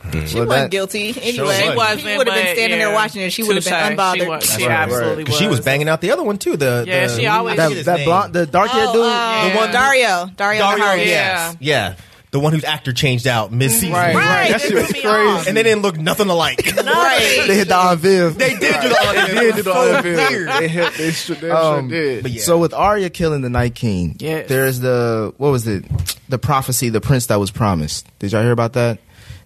Speaker 5: She
Speaker 4: Well,
Speaker 5: wasn't
Speaker 4: that-
Speaker 5: guilty anyway.
Speaker 6: wasn't.
Speaker 5: She would have been
Speaker 8: but,
Speaker 5: standing
Speaker 8: yeah.
Speaker 5: there watching it. She would have been
Speaker 8: Touche. She
Speaker 5: unbothered.
Speaker 8: was. She absolutely
Speaker 6: 'Cause she was banging out the other one too. The
Speaker 8: Yeah,
Speaker 6: the-
Speaker 8: she always-
Speaker 6: I forget
Speaker 4: That,
Speaker 6: his
Speaker 4: that
Speaker 6: name.
Speaker 4: blonde, the dark haired dude.
Speaker 5: Oh,
Speaker 8: The
Speaker 5: the
Speaker 8: one-
Speaker 5: one Dario, Dario,
Speaker 6: Dario.
Speaker 5: Naharis.
Speaker 6: Yes, yeah, the one whose actor changed out mid season,
Speaker 7: Mm-hmm. Right,
Speaker 8: Right,
Speaker 7: That
Speaker 8: it
Speaker 7: shit
Speaker 8: threw
Speaker 7: was
Speaker 8: me
Speaker 7: crazy.
Speaker 8: off.
Speaker 6: and they didn't look nothing alike.
Speaker 5: Right.
Speaker 4: They hit the on Viv.
Speaker 6: they did do the other.
Speaker 7: They did do the other
Speaker 6: weird.
Speaker 7: They hit. They sure, they
Speaker 4: Um,
Speaker 7: sure did.
Speaker 6: but yeah.
Speaker 4: So with Arya killing the Night King,
Speaker 8: Yes.
Speaker 4: there's the what was it? The prophecy, the prince that was promised. Did y'all hear about that?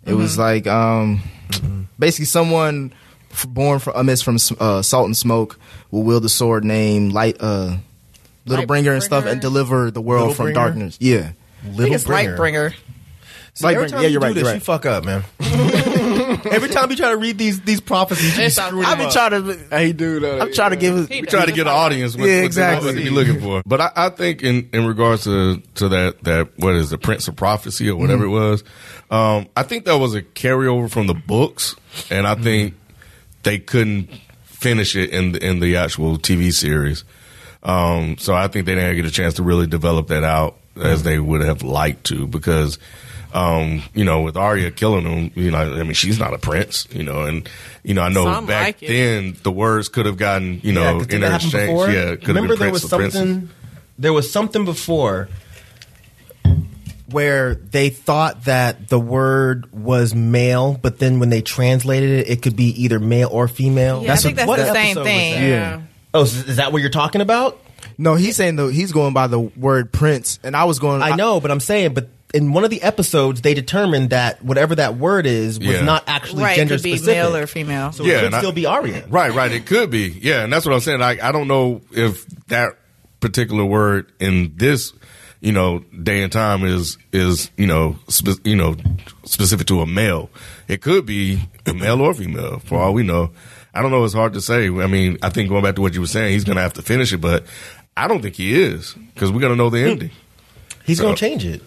Speaker 4: It
Speaker 7: Mm-hmm.
Speaker 4: was like um,
Speaker 6: Mm-hmm.
Speaker 4: basically someone f- born from amidst from uh, salt and smoke will wield the sword named Light, uh, Little Bringer and stuff, and deliver the world
Speaker 6: Littlebringer?
Speaker 4: from darkness. Yeah,
Speaker 5: I think
Speaker 6: Little
Speaker 5: it's Lightbringer.
Speaker 6: See,
Speaker 4: Lightbringer.
Speaker 6: every time
Speaker 4: Yeah,
Speaker 6: you
Speaker 4: you're
Speaker 6: do
Speaker 4: right,
Speaker 6: this,
Speaker 4: you're right.
Speaker 6: you fuck up, man. every time you try to read these these prophecies, you
Speaker 8: It's
Speaker 6: screw
Speaker 8: a-
Speaker 6: them
Speaker 4: I've been
Speaker 6: up.
Speaker 4: trying to.
Speaker 7: Hey, dude. uh,
Speaker 4: I'm trying to give.
Speaker 8: He
Speaker 4: it-
Speaker 2: We try to get an audience. What,
Speaker 4: Yeah,
Speaker 2: what they-
Speaker 4: exactly.
Speaker 2: What they be looking for. But I, I think in, in regards to to that that what is the Prince of Prophecy or whatever
Speaker 4: Mm-hmm. Mm-hmm.
Speaker 2: it was, um, I think that was a carryover from the books, and I think they couldn't finish it in the, in the actual TV series. Um, so I think they didn't get a chance to really develop that out
Speaker 4: Mm-hmm.
Speaker 2: as they would have liked to because, um, you know, with Arya killing him, you know, I mean, she's not a prince, you know, and, you know, I know
Speaker 8: Some
Speaker 2: back
Speaker 8: like it.
Speaker 2: then the words could have gotten, you know,
Speaker 6: Yeah, 'cause didn't that happen
Speaker 2: interchanged.
Speaker 6: before?
Speaker 2: Yeah, could have
Speaker 6: remember
Speaker 2: been
Speaker 6: there
Speaker 2: prince
Speaker 6: was
Speaker 2: or princess.
Speaker 6: something. There was something before where they thought that the word was male, but then when they translated it, it could be either male or female.
Speaker 8: Yeah, I think that's
Speaker 6: what
Speaker 5: the same
Speaker 6: episode was
Speaker 5: thing.
Speaker 6: that?
Speaker 8: Yeah.
Speaker 6: Oh, so is that what you're talking about?
Speaker 4: No, he's saying though he's going by the word prince, and I was going.
Speaker 6: I know, but I'm saying, but in one of the episodes, they determined that whatever that word is was
Speaker 2: Yeah.
Speaker 6: not actually
Speaker 5: right, it
Speaker 6: gender
Speaker 5: could be
Speaker 6: specific.
Speaker 5: male or female.
Speaker 6: so
Speaker 2: Yeah,
Speaker 6: it could
Speaker 2: and I-
Speaker 6: still be
Speaker 8: Mm-hmm.
Speaker 6: Arya.
Speaker 2: Right, right. It could be. Yeah, and that's what I'm saying. I, I don't know if that particular word in this, you know, day and time is is you know spe- you know specific to a male. It could be a male or female, for all we know. I don't know. It's hard to say. I mean, I think going back to what you were saying, he's going to have to finish it, but I don't think he is because we're going to know the ending.
Speaker 6: Hmm. He's
Speaker 2: So-
Speaker 6: going to change it.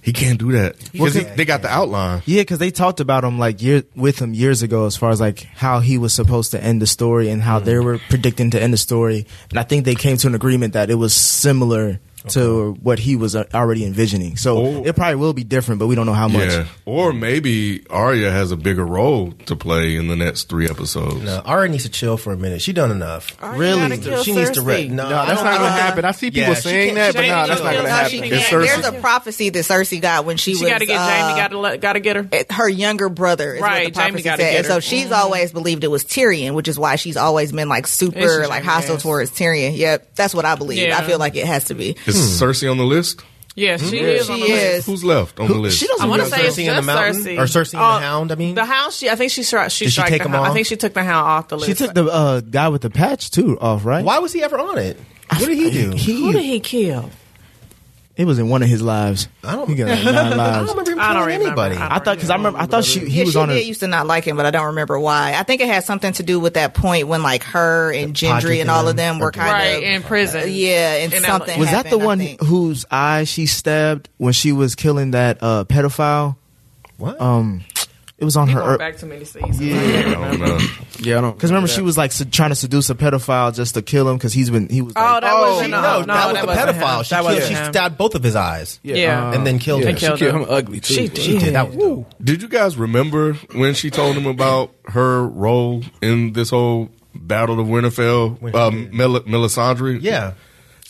Speaker 2: He can't do that because they got the outline.
Speaker 4: Yeah, because they talked about him like year with him years ago, as far as like how he was supposed to end the story and how
Speaker 2: Mm.
Speaker 4: they were predicting to end the story, and I think they came to an agreement that it was similar to what he was uh, already envisioning. So
Speaker 2: Oh.
Speaker 4: it probably will be different, but we don't know how much.
Speaker 2: Yeah, or maybe Arya has a bigger role to play in the next three episodes.
Speaker 6: No, Arya needs to chill for a minute. She done enough.
Speaker 8: Arya
Speaker 6: really,
Speaker 8: gotta kill
Speaker 6: she needs to
Speaker 8: Cersei.
Speaker 6: rest. No, I
Speaker 7: that's
Speaker 6: don't-
Speaker 7: not
Speaker 6: I
Speaker 7: gonna
Speaker 6: don't-
Speaker 7: happen. I see
Speaker 6: Yeah,
Speaker 7: people
Speaker 6: she
Speaker 7: saying that,
Speaker 6: can't-
Speaker 7: but
Speaker 6: she
Speaker 7: no,
Speaker 6: ain't
Speaker 7: that's not
Speaker 6: gonna
Speaker 7: gonna
Speaker 6: kill her.
Speaker 7: happen.
Speaker 8: She
Speaker 7: It's
Speaker 8: can't.
Speaker 7: Cersei.
Speaker 5: There's a prophecy that Cersei got when she,
Speaker 8: She
Speaker 5: was
Speaker 8: got to get Jamie.
Speaker 5: uh,
Speaker 8: Got to got to get her.
Speaker 5: it- her younger brother is
Speaker 8: Right,
Speaker 5: what the prophecy
Speaker 8: Jaime gotta
Speaker 5: said.
Speaker 8: get
Speaker 5: And so
Speaker 8: her.
Speaker 4: Mm-hmm.
Speaker 5: she's always believed it was Tyrion, which is why she's always been like
Speaker 8: It's
Speaker 5: super
Speaker 8: just
Speaker 5: like
Speaker 8: Jaime
Speaker 5: hostile
Speaker 8: ass.
Speaker 5: towards Tyrion. Yep, that's what I believe.
Speaker 8: Yeah.
Speaker 5: I feel like it has to be.
Speaker 2: Is Cersei on the list?
Speaker 8: Yeah, she is.
Speaker 5: She
Speaker 8: on the list.
Speaker 5: is.
Speaker 2: Who's left on the list?
Speaker 4: She doesn't.
Speaker 8: I want to
Speaker 4: know.
Speaker 8: say it's
Speaker 6: Cersei and the
Speaker 8: just
Speaker 6: Mountain?
Speaker 8: Cersei
Speaker 6: Or Cersei and the
Speaker 8: Oh,
Speaker 6: Hound, I mean?
Speaker 8: the Hound. She, I think she struck. She,
Speaker 6: Did she
Speaker 8: striked
Speaker 6: take
Speaker 8: the
Speaker 6: him
Speaker 8: Hound. I
Speaker 6: off?
Speaker 8: think she took the Hound off the list.
Speaker 4: She took the uh, guy with the patch too off, right?
Speaker 6: Why was he ever on it? What did he
Speaker 8: Who
Speaker 6: do?
Speaker 8: did
Speaker 4: He,
Speaker 8: he kill?
Speaker 4: it was in one of his lives.
Speaker 6: I don't-
Speaker 4: He got like nine
Speaker 6: I don't
Speaker 4: lives.
Speaker 6: remember him
Speaker 8: I don't
Speaker 6: killing
Speaker 8: remember.
Speaker 6: anybody.
Speaker 8: I
Speaker 4: I thought because I remember. I thought she he
Speaker 5: yeah,
Speaker 4: was
Speaker 5: she
Speaker 4: on
Speaker 5: did
Speaker 4: a
Speaker 5: used to not like him, but I don't remember why. I think it had something to do with that point when like her and Gendry
Speaker 6: Podrick
Speaker 5: and all of
Speaker 6: and-
Speaker 5: them were kind
Speaker 8: Right
Speaker 5: of
Speaker 8: in prison.
Speaker 5: yeah, and,
Speaker 8: And that-
Speaker 5: something
Speaker 4: was that the
Speaker 5: happened, I
Speaker 4: one
Speaker 5: think.
Speaker 4: whose eye she stabbed when she was killing that uh, pedophile?
Speaker 6: What?
Speaker 4: Um, it was on
Speaker 8: You
Speaker 4: her er
Speaker 8: going back too many seasons.
Speaker 2: I don't know.
Speaker 7: Yeah, I don't.
Speaker 4: because remember she was like sed- trying to seduce a pedophile just to kill him because he's been he was.
Speaker 8: Oh,
Speaker 4: Like,
Speaker 8: that
Speaker 7: Oh,
Speaker 8: wasn't.
Speaker 7: no,
Speaker 8: no,
Speaker 6: no, that was the
Speaker 8: wasn't him.
Speaker 6: pedophile. She,
Speaker 8: That
Speaker 6: killed,
Speaker 8: wasn't
Speaker 6: she
Speaker 8: him.
Speaker 6: stabbed both of his eyes
Speaker 8: Yeah.
Speaker 6: and then killed
Speaker 7: Yeah,
Speaker 6: him.
Speaker 7: she
Speaker 8: killed
Speaker 7: killed
Speaker 8: her.
Speaker 7: him ugly too.
Speaker 8: She did.
Speaker 6: That was-
Speaker 2: Did you guys remember when she told him about her role in this whole Battle of Winterfell? Um, Mel- Melisandre?
Speaker 6: yeah.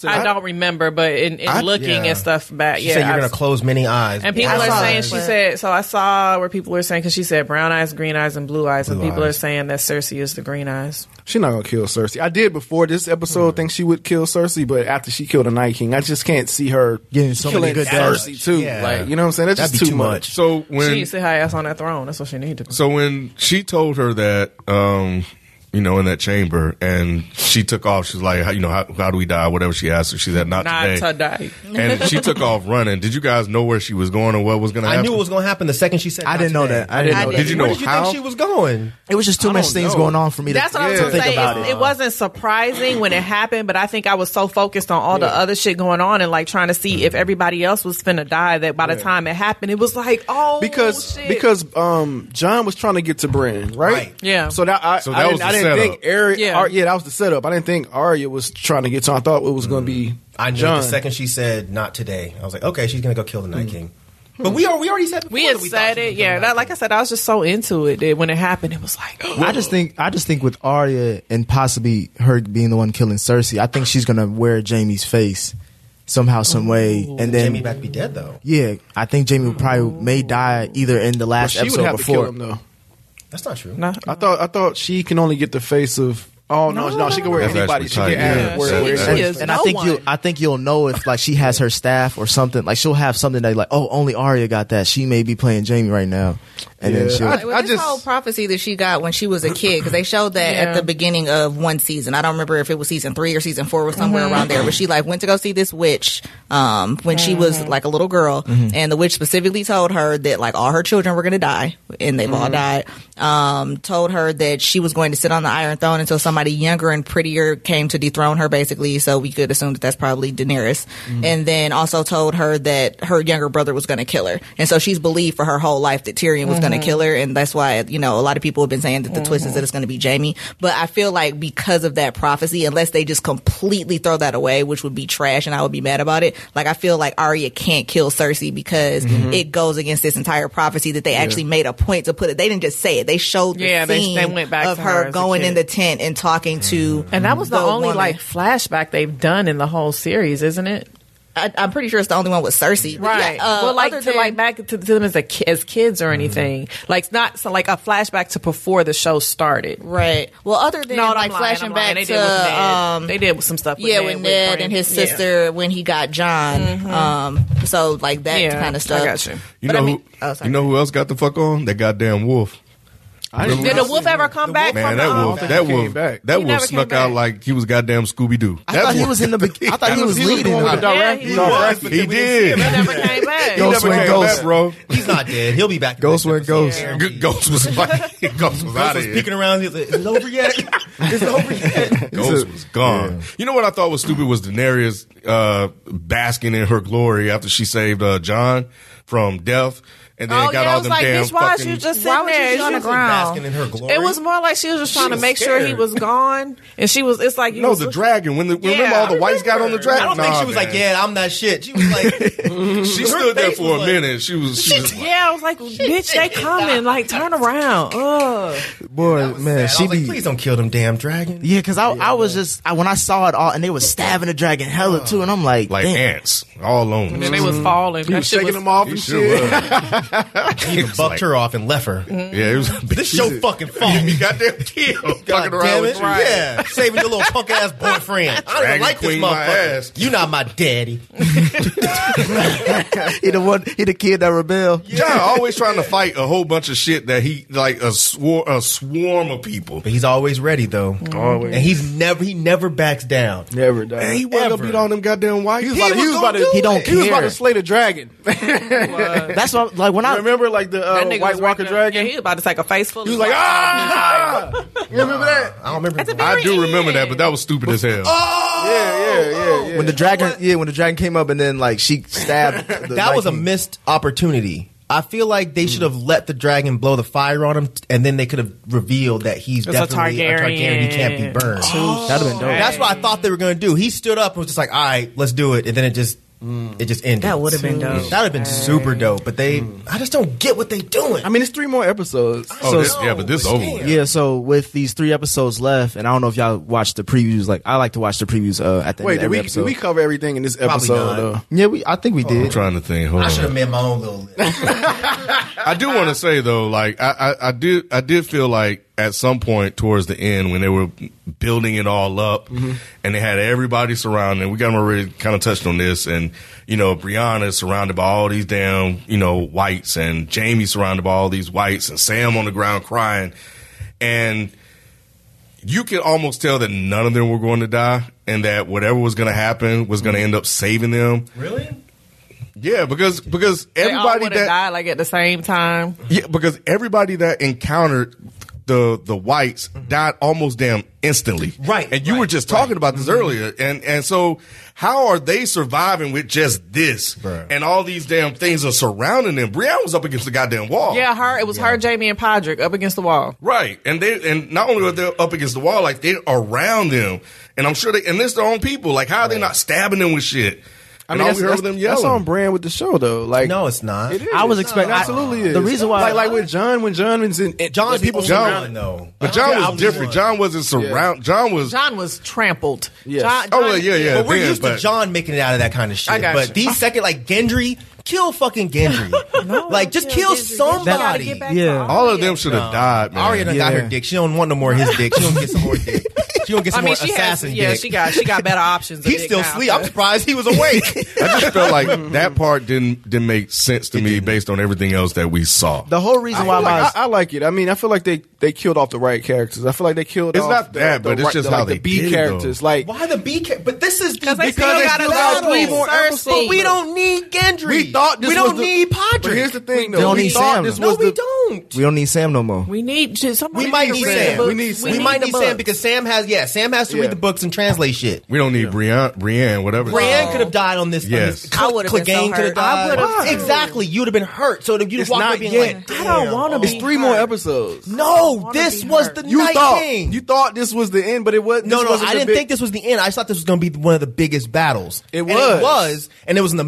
Speaker 8: I don't remember, but in, in
Speaker 2: I-
Speaker 8: looking
Speaker 6: yeah.
Speaker 8: and stuff back,
Speaker 6: She
Speaker 8: yeah,
Speaker 6: said you're
Speaker 8: I've-
Speaker 6: going to close many eyes.
Speaker 8: And people
Speaker 5: Yeah, I
Speaker 8: are
Speaker 5: saw
Speaker 8: saying
Speaker 5: that,
Speaker 8: she
Speaker 5: but-
Speaker 8: said. So I saw where people were saying because she said brown eyes, green eyes, and blue eyes, and
Speaker 6: Blue
Speaker 8: people
Speaker 6: eyes.
Speaker 8: are saying that Cersei is the green eyes.
Speaker 7: She not gonna kill Cersei. I did before this episode think she would kill Cersei, but after she killed the Night King, I just can't see her
Speaker 4: Getting so many
Speaker 7: killing
Speaker 4: good
Speaker 7: Cersei
Speaker 6: damage.
Speaker 7: too.
Speaker 6: Yeah.
Speaker 7: Like you know what I'm saying? That's
Speaker 6: That'd
Speaker 7: just
Speaker 6: be
Speaker 7: too much.
Speaker 2: So
Speaker 8: She
Speaker 2: when
Speaker 8: needs to sit her ass on that throne. That's what she needed. to do.
Speaker 2: so when she told her that, um, you know, in that chamber, and she took off. She's like, how, you know, how, how do we die? Whatever she asked her, she said, not,
Speaker 8: Not
Speaker 2: today.
Speaker 8: to die.
Speaker 2: and she took off running. Did you guys know where she was going or what was going to
Speaker 6: I
Speaker 2: happen?
Speaker 6: knew it was going to happen the second she said.
Speaker 4: I
Speaker 6: "Not
Speaker 4: didn't know
Speaker 6: today."
Speaker 4: that. I didn't
Speaker 5: I
Speaker 4: know
Speaker 5: didn't.
Speaker 4: that.
Speaker 2: Did you know
Speaker 6: Where did you
Speaker 2: how?
Speaker 6: think she was going?
Speaker 4: It was just too much things
Speaker 2: know.
Speaker 4: going on for me.
Speaker 8: That's
Speaker 4: to,
Speaker 8: what I was
Speaker 4: to
Speaker 8: gonna
Speaker 4: think
Speaker 8: say.
Speaker 4: about
Speaker 8: It's-
Speaker 4: it.
Speaker 8: it. wasn't surprising when it happened, but I think I was so focused on all the other shit going on and like trying to see if everybody else was finna die that by the time it happened, it was like, oh,
Speaker 7: because
Speaker 8: shit.
Speaker 7: because um John was trying to get to Bran, right?
Speaker 6: Right.
Speaker 8: Yeah.
Speaker 7: So that I,
Speaker 2: So
Speaker 7: I
Speaker 2: that
Speaker 7: didn't,
Speaker 2: was the
Speaker 7: I didn't
Speaker 2: setup.
Speaker 7: think Arya.
Speaker 8: Yeah.
Speaker 7: Yeah. yeah, that was the setup. I didn't think Arya was trying to get to. I thought it was going to be.
Speaker 6: I knew
Speaker 7: John.
Speaker 6: the second she said "not today." I was like, "Okay, she's going to go kill the Night King." But we are we already said
Speaker 8: we
Speaker 6: before
Speaker 8: had
Speaker 6: that we thought
Speaker 8: said
Speaker 6: she was
Speaker 8: it,
Speaker 6: gonna
Speaker 8: yeah.
Speaker 6: kill the
Speaker 8: That,
Speaker 6: Night
Speaker 8: like I said, I was just so into it that when it happened, it was like, oh.
Speaker 4: I just think I just think with Arya and possibly her being the one killing Cersei, I think she's gonna wear Jamie's face somew, some way, and
Speaker 6: King.
Speaker 4: then
Speaker 6: Jamie back be dead though.
Speaker 4: yeah, I think Jamie would probably may die either in the
Speaker 7: Well,
Speaker 4: last
Speaker 7: she would
Speaker 4: episode
Speaker 7: have
Speaker 4: before.
Speaker 7: to kill him though.
Speaker 6: That's not true.
Speaker 8: no. uh,
Speaker 7: I thought I thought she can only get the face of. Oh no, no, she can wear
Speaker 2: That's
Speaker 7: anybody. She
Speaker 2: actually
Speaker 7: can
Speaker 2: tight,
Speaker 7: add
Speaker 2: yeah.
Speaker 7: where,
Speaker 2: Yeah,
Speaker 7: where-
Speaker 2: she
Speaker 7: where-
Speaker 8: is.
Speaker 4: and
Speaker 8: No
Speaker 4: I think
Speaker 8: one.
Speaker 4: you'll I think you'll know if like she has her staff or something. Like she'll have something that like, oh, only Arya got that. She may be playing Jamie right now, and then
Speaker 7: Yeah.
Speaker 4: she'll.
Speaker 7: I-
Speaker 5: Well, this
Speaker 7: just-
Speaker 5: whole prophecy that she got when she was a kid because they showed that
Speaker 8: Yeah.
Speaker 5: at the beginning of one season. I don't remember if it was season three or season four or somewhere
Speaker 7: Mm-hmm.
Speaker 5: around there. But she like went to go see this witch um, when she was
Speaker 7: Mm-hmm.
Speaker 5: like a little girl, and the witch specifically told her that like all her children
Speaker 7: Mm-hmm.
Speaker 5: were going to die, and they've all died. Um, told her that she was going to sit on the iron throne until somebody younger and prettier came to dethrone her, basically. So we could assume that that's probably Daenerys. And then also told her that her younger brother was going to kill her, and so she's believed for her whole life that Tyrion was going to kill her, and that's why you know a lot of people have been saying that the twist is that it's going to be Jamie. But I feel like because of that prophecy, unless they just completely throw that away, which would be trash, and I would be mad about it. Like I feel like Arya can't kill Cersei because it goes against this entire prophecy that they actually made a point to put it. They didn't just say it; they showed the
Speaker 8: Yeah, they-
Speaker 5: scene
Speaker 8: they went back
Speaker 5: of
Speaker 8: to her
Speaker 5: her,
Speaker 8: as a
Speaker 5: going in
Speaker 8: kid.
Speaker 5: the tent and talking to.
Speaker 8: And that was the, only
Speaker 5: woman.
Speaker 8: like flashback they've done in the whole series, isn't it?
Speaker 5: I, I'm pretty sure it's the only one with Cersei, But Yeah, uh,
Speaker 8: well, like
Speaker 5: other
Speaker 8: to
Speaker 5: than-
Speaker 8: like back to, to them as a ki- as kids or anything. Like it's not so like a flashback to before the show started.
Speaker 5: Right. Well, other than
Speaker 8: I'm
Speaker 5: like
Speaker 8: lying,
Speaker 5: flashing
Speaker 8: I'm
Speaker 5: back
Speaker 8: lying. They
Speaker 5: to
Speaker 8: did with Ned.
Speaker 5: um,
Speaker 8: they did some stuff. With
Speaker 5: yeah,
Speaker 8: Ned,
Speaker 5: with
Speaker 8: with
Speaker 5: Ned
Speaker 8: Brandon.
Speaker 5: and his
Speaker 8: Yeah. Mm-hmm.
Speaker 5: sister when he got John. Um, so like that
Speaker 8: Yeah,
Speaker 5: kind of stuff.
Speaker 8: I got you.
Speaker 2: You
Speaker 5: But
Speaker 2: know
Speaker 5: I mean-
Speaker 2: who?
Speaker 5: oh, sorry.
Speaker 2: you know who else got the fuck on? That goddamn wolf.
Speaker 8: Did the wolf ever come back?
Speaker 2: Man,
Speaker 8: from
Speaker 2: that
Speaker 8: the, um, (laughs)
Speaker 2: wolf, that
Speaker 7: he came
Speaker 2: wolf,
Speaker 7: back.
Speaker 2: that
Speaker 8: He
Speaker 2: wolf
Speaker 8: never
Speaker 2: snuck
Speaker 8: came
Speaker 2: out
Speaker 8: back.
Speaker 2: like he was goddamn Scooby Doo.
Speaker 4: I thought he was in the. Be- I
Speaker 7: (laughs)
Speaker 4: thought he was leading.
Speaker 7: going with
Speaker 4: her.
Speaker 7: the
Speaker 8: Yeah, he
Speaker 7: Dark
Speaker 8: was.
Speaker 7: Rack-
Speaker 2: He did.
Speaker 8: He never
Speaker 2: (laughs)
Speaker 8: came back.
Speaker 2: He never
Speaker 4: Ghost went
Speaker 2: came
Speaker 4: ghost.
Speaker 2: back, bro.
Speaker 6: He's not dead. He'll be back.
Speaker 4: Ghost went ghost.
Speaker 2: Good Ghost was like, Ghost was out of
Speaker 6: was
Speaker 2: here.
Speaker 6: peeking around. He's like, "Is it over yet? (laughs) Is it
Speaker 2: (laughs)
Speaker 6: over yet?"
Speaker 2: Ghost was gone. You know what I thought was stupid was Daenerys uh, basking in her glory after she saved uh, John from death, and then
Speaker 8: Oh
Speaker 2: got
Speaker 8: yeah, I
Speaker 2: all
Speaker 8: was
Speaker 2: them
Speaker 8: like,
Speaker 2: damn
Speaker 8: bitch, why is
Speaker 2: fucking.
Speaker 8: you just
Speaker 5: Why
Speaker 8: sitting
Speaker 5: was you
Speaker 8: there?
Speaker 5: just on
Speaker 8: You
Speaker 5: the
Speaker 8: just-
Speaker 6: Basking in her glory.
Speaker 8: It was more like she was just trying
Speaker 6: was
Speaker 8: to make sure he
Speaker 6: scared.
Speaker 8: was gone, and she was. It's like you
Speaker 2: no,
Speaker 8: was
Speaker 2: the
Speaker 8: looking-
Speaker 2: dragon. When the when remember
Speaker 8: Yeah,
Speaker 2: all the
Speaker 8: I
Speaker 2: whites got on the
Speaker 6: I
Speaker 2: dragon.
Speaker 6: don't think
Speaker 2: Nah,
Speaker 6: she was
Speaker 2: man.
Speaker 6: like, "Yeah, I'm that shit." She
Speaker 2: (laughs)
Speaker 6: was like,
Speaker 2: She
Speaker 6: her
Speaker 2: stood there
Speaker 6: face
Speaker 2: for a
Speaker 6: was like-
Speaker 2: minute. She was. She was like,
Speaker 8: Yeah, I was like, bitch, they coming. Like, turn around. Ugh.
Speaker 4: Boy,
Speaker 6: "Man, I
Speaker 4: man,
Speaker 6: was
Speaker 4: she
Speaker 6: like,
Speaker 4: be.
Speaker 6: please don't kill them damn dragons."
Speaker 4: Yeah, because I, I was just I, when I saw it all, and they were stabbing the dragon hella too, and I'm like,
Speaker 2: like
Speaker 4: damn.
Speaker 2: ants all alone.
Speaker 8: And they was falling.
Speaker 7: He
Speaker 8: That
Speaker 7: was
Speaker 8: shit
Speaker 7: shaking
Speaker 8: was
Speaker 7: them off
Speaker 2: He
Speaker 7: and
Speaker 2: sure
Speaker 7: shit.
Speaker 2: was.
Speaker 6: (laughs) He even bucked her off and left her.
Speaker 2: Yeah, it was.
Speaker 6: (laughs) This show
Speaker 2: (laughs)
Speaker 6: fucking fault.
Speaker 2: You got them killed.
Speaker 6: God
Speaker 2: fucking around
Speaker 6: damn
Speaker 2: with
Speaker 6: it.
Speaker 2: you.
Speaker 6: Yeah. Saving your little punk (laughs) ass boyfriend. I don't
Speaker 2: Dragon
Speaker 6: even like this
Speaker 2: queen my ass.
Speaker 6: motherfucker. You not my daddy.
Speaker 4: He the one, he the kid that rebel.
Speaker 2: John always trying to fight a whole bunch of shit that he like a swar- a swarm of people.
Speaker 6: But he's always ready though.
Speaker 2: Mm-hmm.
Speaker 7: Always.
Speaker 6: And he's never he never backs down.
Speaker 7: Never died.
Speaker 2: And he wasn't
Speaker 6: Ever.
Speaker 2: gonna beat all them goddamn white.
Speaker 7: He was about to- he was about to.
Speaker 4: He don't
Speaker 7: He was about
Speaker 4: care.
Speaker 7: to slay the dragon.
Speaker 4: That's what like when I
Speaker 7: Remember, like the uh,
Speaker 8: That nigga
Speaker 7: White
Speaker 8: was
Speaker 7: Walker
Speaker 8: right there.
Speaker 7: dragon.
Speaker 8: Yeah, he was about to take a face full.
Speaker 7: He was like, ah! You remember that?
Speaker 6: I don't remember.
Speaker 2: I do remember that, but that was stupid as hell.
Speaker 7: Yeah, yeah, yeah, yeah.
Speaker 4: when the dragon, yeah, when the dragon came up, and then like she
Speaker 6: (laughs)
Speaker 4: stabbed. the-
Speaker 6: that
Speaker 4: like,
Speaker 6: was a
Speaker 4: he-
Speaker 6: missed opportunity. I feel like
Speaker 2: Mm.
Speaker 6: they should have let the dragon blow the fire on him, and then they could have revealed that he's
Speaker 8: It's a
Speaker 6: definitely a Targaryen. He can't be
Speaker 8: Targaryen.
Speaker 6: burned.
Speaker 2: Oh,
Speaker 4: That'd have been dope.
Speaker 6: That's what I thought they were going to do. He stood up and was just like, "All right, let's do it," and then it just
Speaker 2: Mm.
Speaker 6: it just ended.
Speaker 5: That would've been dope.
Speaker 6: That would have been super dope. But they, I just don't get what they doing.
Speaker 7: I mean, it's three more episodes.
Speaker 2: Oh,
Speaker 4: So-
Speaker 2: this, yeah, but this over. with.
Speaker 4: Yeah, so with these three episodes left, and I don't know if y'all watched the previews. Like I like to watch the previews uh, at the
Speaker 7: Wait,
Speaker 4: end
Speaker 7: did
Speaker 4: of every
Speaker 7: we
Speaker 4: episode. uh,
Speaker 7: did we cover everything in this episode?
Speaker 6: not.
Speaker 7: Though?
Speaker 4: yeah, we. I think we
Speaker 2: I'm
Speaker 4: did.
Speaker 6: Oh,
Speaker 2: trying to think. Hold
Speaker 6: I should
Speaker 2: on.
Speaker 6: have made my own little list.
Speaker 2: I do want to say though, like I, I, I did, I did feel like at some point towards the end when they were building it all up, and they had everybody surrounded. We got them already kind of touched on this, and you know, Brianna is surrounded by all these damn you know whites, and Jamie surrounded by all these whites, and Sam on the ground crying, and you could almost tell that none of them were going to die, and that whatever was going to happen was going to end up saving them.
Speaker 6: Really?
Speaker 2: Yeah, because because everybody
Speaker 8: everybody
Speaker 2: that
Speaker 8: died like at the same time.
Speaker 2: yeah, because everybody that encountered the the whites died almost damn instantly.
Speaker 6: Right,
Speaker 2: And you were
Speaker 6: right,
Speaker 2: just talking about this earlier. And and so how are they surviving with just this?
Speaker 6: Bruh.
Speaker 2: And all these damn things are surrounding them. Brianna was up against the goddamn wall.
Speaker 8: Yeah, her. It was her, Jamie, and Podrick up against the wall.
Speaker 2: Right. And they and not only are they up against the wall, like they're around them. And I'm sure they and it's their own people. Like how are they not stabbing them with shit?
Speaker 7: I
Speaker 2: And
Speaker 7: mean,
Speaker 2: all
Speaker 7: that's,
Speaker 2: we heard
Speaker 7: that's,
Speaker 2: was them
Speaker 7: that's on
Speaker 2: yelling.
Speaker 7: brand with the show, though. Like,
Speaker 6: No, it's not.
Speaker 7: it is.
Speaker 4: I was expecting-
Speaker 7: It absolutely.
Speaker 4: I-
Speaker 7: is.
Speaker 4: the reason why-
Speaker 7: like, like with John, when John was in, it-
Speaker 6: John's
Speaker 7: like,
Speaker 6: people
Speaker 7: people,
Speaker 6: the only
Speaker 2: John-
Speaker 6: one, though.
Speaker 2: But John
Speaker 6: Yeah, I
Speaker 2: was different.
Speaker 6: the
Speaker 2: John wasn't surround John was
Speaker 8: John was trampled.
Speaker 7: Yes.
Speaker 8: John,
Speaker 2: Oh,
Speaker 8: John-
Speaker 2: yeah, yeah.
Speaker 6: But we're
Speaker 2: then,
Speaker 6: used
Speaker 2: but-
Speaker 6: to John making it out of that kind of shit.
Speaker 8: I got
Speaker 6: but
Speaker 8: you.
Speaker 6: these second, like Gendry, kill fucking Gendry. like just kill, somebody.
Speaker 4: Yeah.
Speaker 2: all of them should have died, man.
Speaker 6: Arya done got
Speaker 4: Yeah.
Speaker 6: her dick. She don't want no more of his dick. She don't get some more dick. She don't get
Speaker 8: I
Speaker 6: some
Speaker 8: mean,
Speaker 6: more
Speaker 8: she has.
Speaker 6: assassin
Speaker 8: Yeah,
Speaker 6: dick.
Speaker 8: she got. She got better options. of
Speaker 6: He's
Speaker 8: dick
Speaker 6: still
Speaker 8: now.
Speaker 6: asleep. I'm surprised he was awake.
Speaker 2: I just felt like that part didn't didn't make sense to me based on everything else that we saw.
Speaker 4: The whole reason why
Speaker 7: I,
Speaker 4: my
Speaker 7: like, I, I like it. I mean, I feel like they they killed off the right characters. I feel like they killed.
Speaker 2: It's
Speaker 7: off
Speaker 2: not
Speaker 7: the,
Speaker 2: that,
Speaker 7: the
Speaker 2: but it's
Speaker 7: right-
Speaker 2: just
Speaker 7: the,
Speaker 2: how
Speaker 7: like,
Speaker 2: they
Speaker 7: the B
Speaker 2: did it,
Speaker 7: characters.
Speaker 2: though.
Speaker 7: Like,
Speaker 6: Why the B? Ca- but this is the
Speaker 8: Because they
Speaker 6: because
Speaker 8: still
Speaker 6: it's
Speaker 8: gotta
Speaker 6: the
Speaker 8: battle
Speaker 6: battle.
Speaker 8: three more
Speaker 6: But we
Speaker 8: episodes.
Speaker 6: don't need Gendry.
Speaker 2: we
Speaker 6: thought this
Speaker 7: we
Speaker 6: was
Speaker 7: don't
Speaker 6: the-
Speaker 7: need
Speaker 6: Padraig.
Speaker 7: But here's the thing,
Speaker 4: We
Speaker 7: though.
Speaker 4: don't
Speaker 7: We
Speaker 4: need
Speaker 7: thought
Speaker 4: Sam,
Speaker 7: this
Speaker 4: though.
Speaker 6: No,
Speaker 7: was
Speaker 6: we
Speaker 7: the-
Speaker 6: don't.
Speaker 4: We don't need Sam no more.
Speaker 8: We need to, somebody.
Speaker 6: We might
Speaker 8: to
Speaker 6: need
Speaker 8: read the
Speaker 6: Sam.
Speaker 8: book.
Speaker 7: We need
Speaker 6: We,
Speaker 7: Sam.
Speaker 6: might
Speaker 7: the
Speaker 6: need
Speaker 7: books.
Speaker 6: Sam because Sam has yeah Sam has to
Speaker 7: Yeah.
Speaker 6: read the books and translate shit.
Speaker 2: We don't need Brienne, Brienne, whatever.
Speaker 6: Brienne could have died on this. on
Speaker 2: Yes.
Speaker 6: this-
Speaker 5: I would've been so
Speaker 6: Clegane could have
Speaker 5: hurt. I
Speaker 6: died.
Speaker 8: would've too.
Speaker 6: exactly. You'd have been hurt. So you'd have
Speaker 7: It's
Speaker 6: walked
Speaker 7: not
Speaker 6: up being
Speaker 7: yet.
Speaker 6: like,
Speaker 8: I don't want to be.
Speaker 7: It's three more
Speaker 8: hurt.
Speaker 7: episodes.
Speaker 6: "No,
Speaker 8: wanna
Speaker 6: this
Speaker 8: be
Speaker 6: was
Speaker 8: hurt.
Speaker 6: the
Speaker 7: You
Speaker 6: Night
Speaker 7: thought
Speaker 6: King."
Speaker 7: you thought this was the end, but it wasn't.
Speaker 6: no,
Speaker 7: this
Speaker 6: no,
Speaker 7: wasn't
Speaker 6: I
Speaker 7: the
Speaker 6: didn't
Speaker 7: big-
Speaker 6: think this was the end. I just thought this was going to be one of the biggest battles.
Speaker 7: It
Speaker 6: And
Speaker 7: was.
Speaker 6: it was, and it was an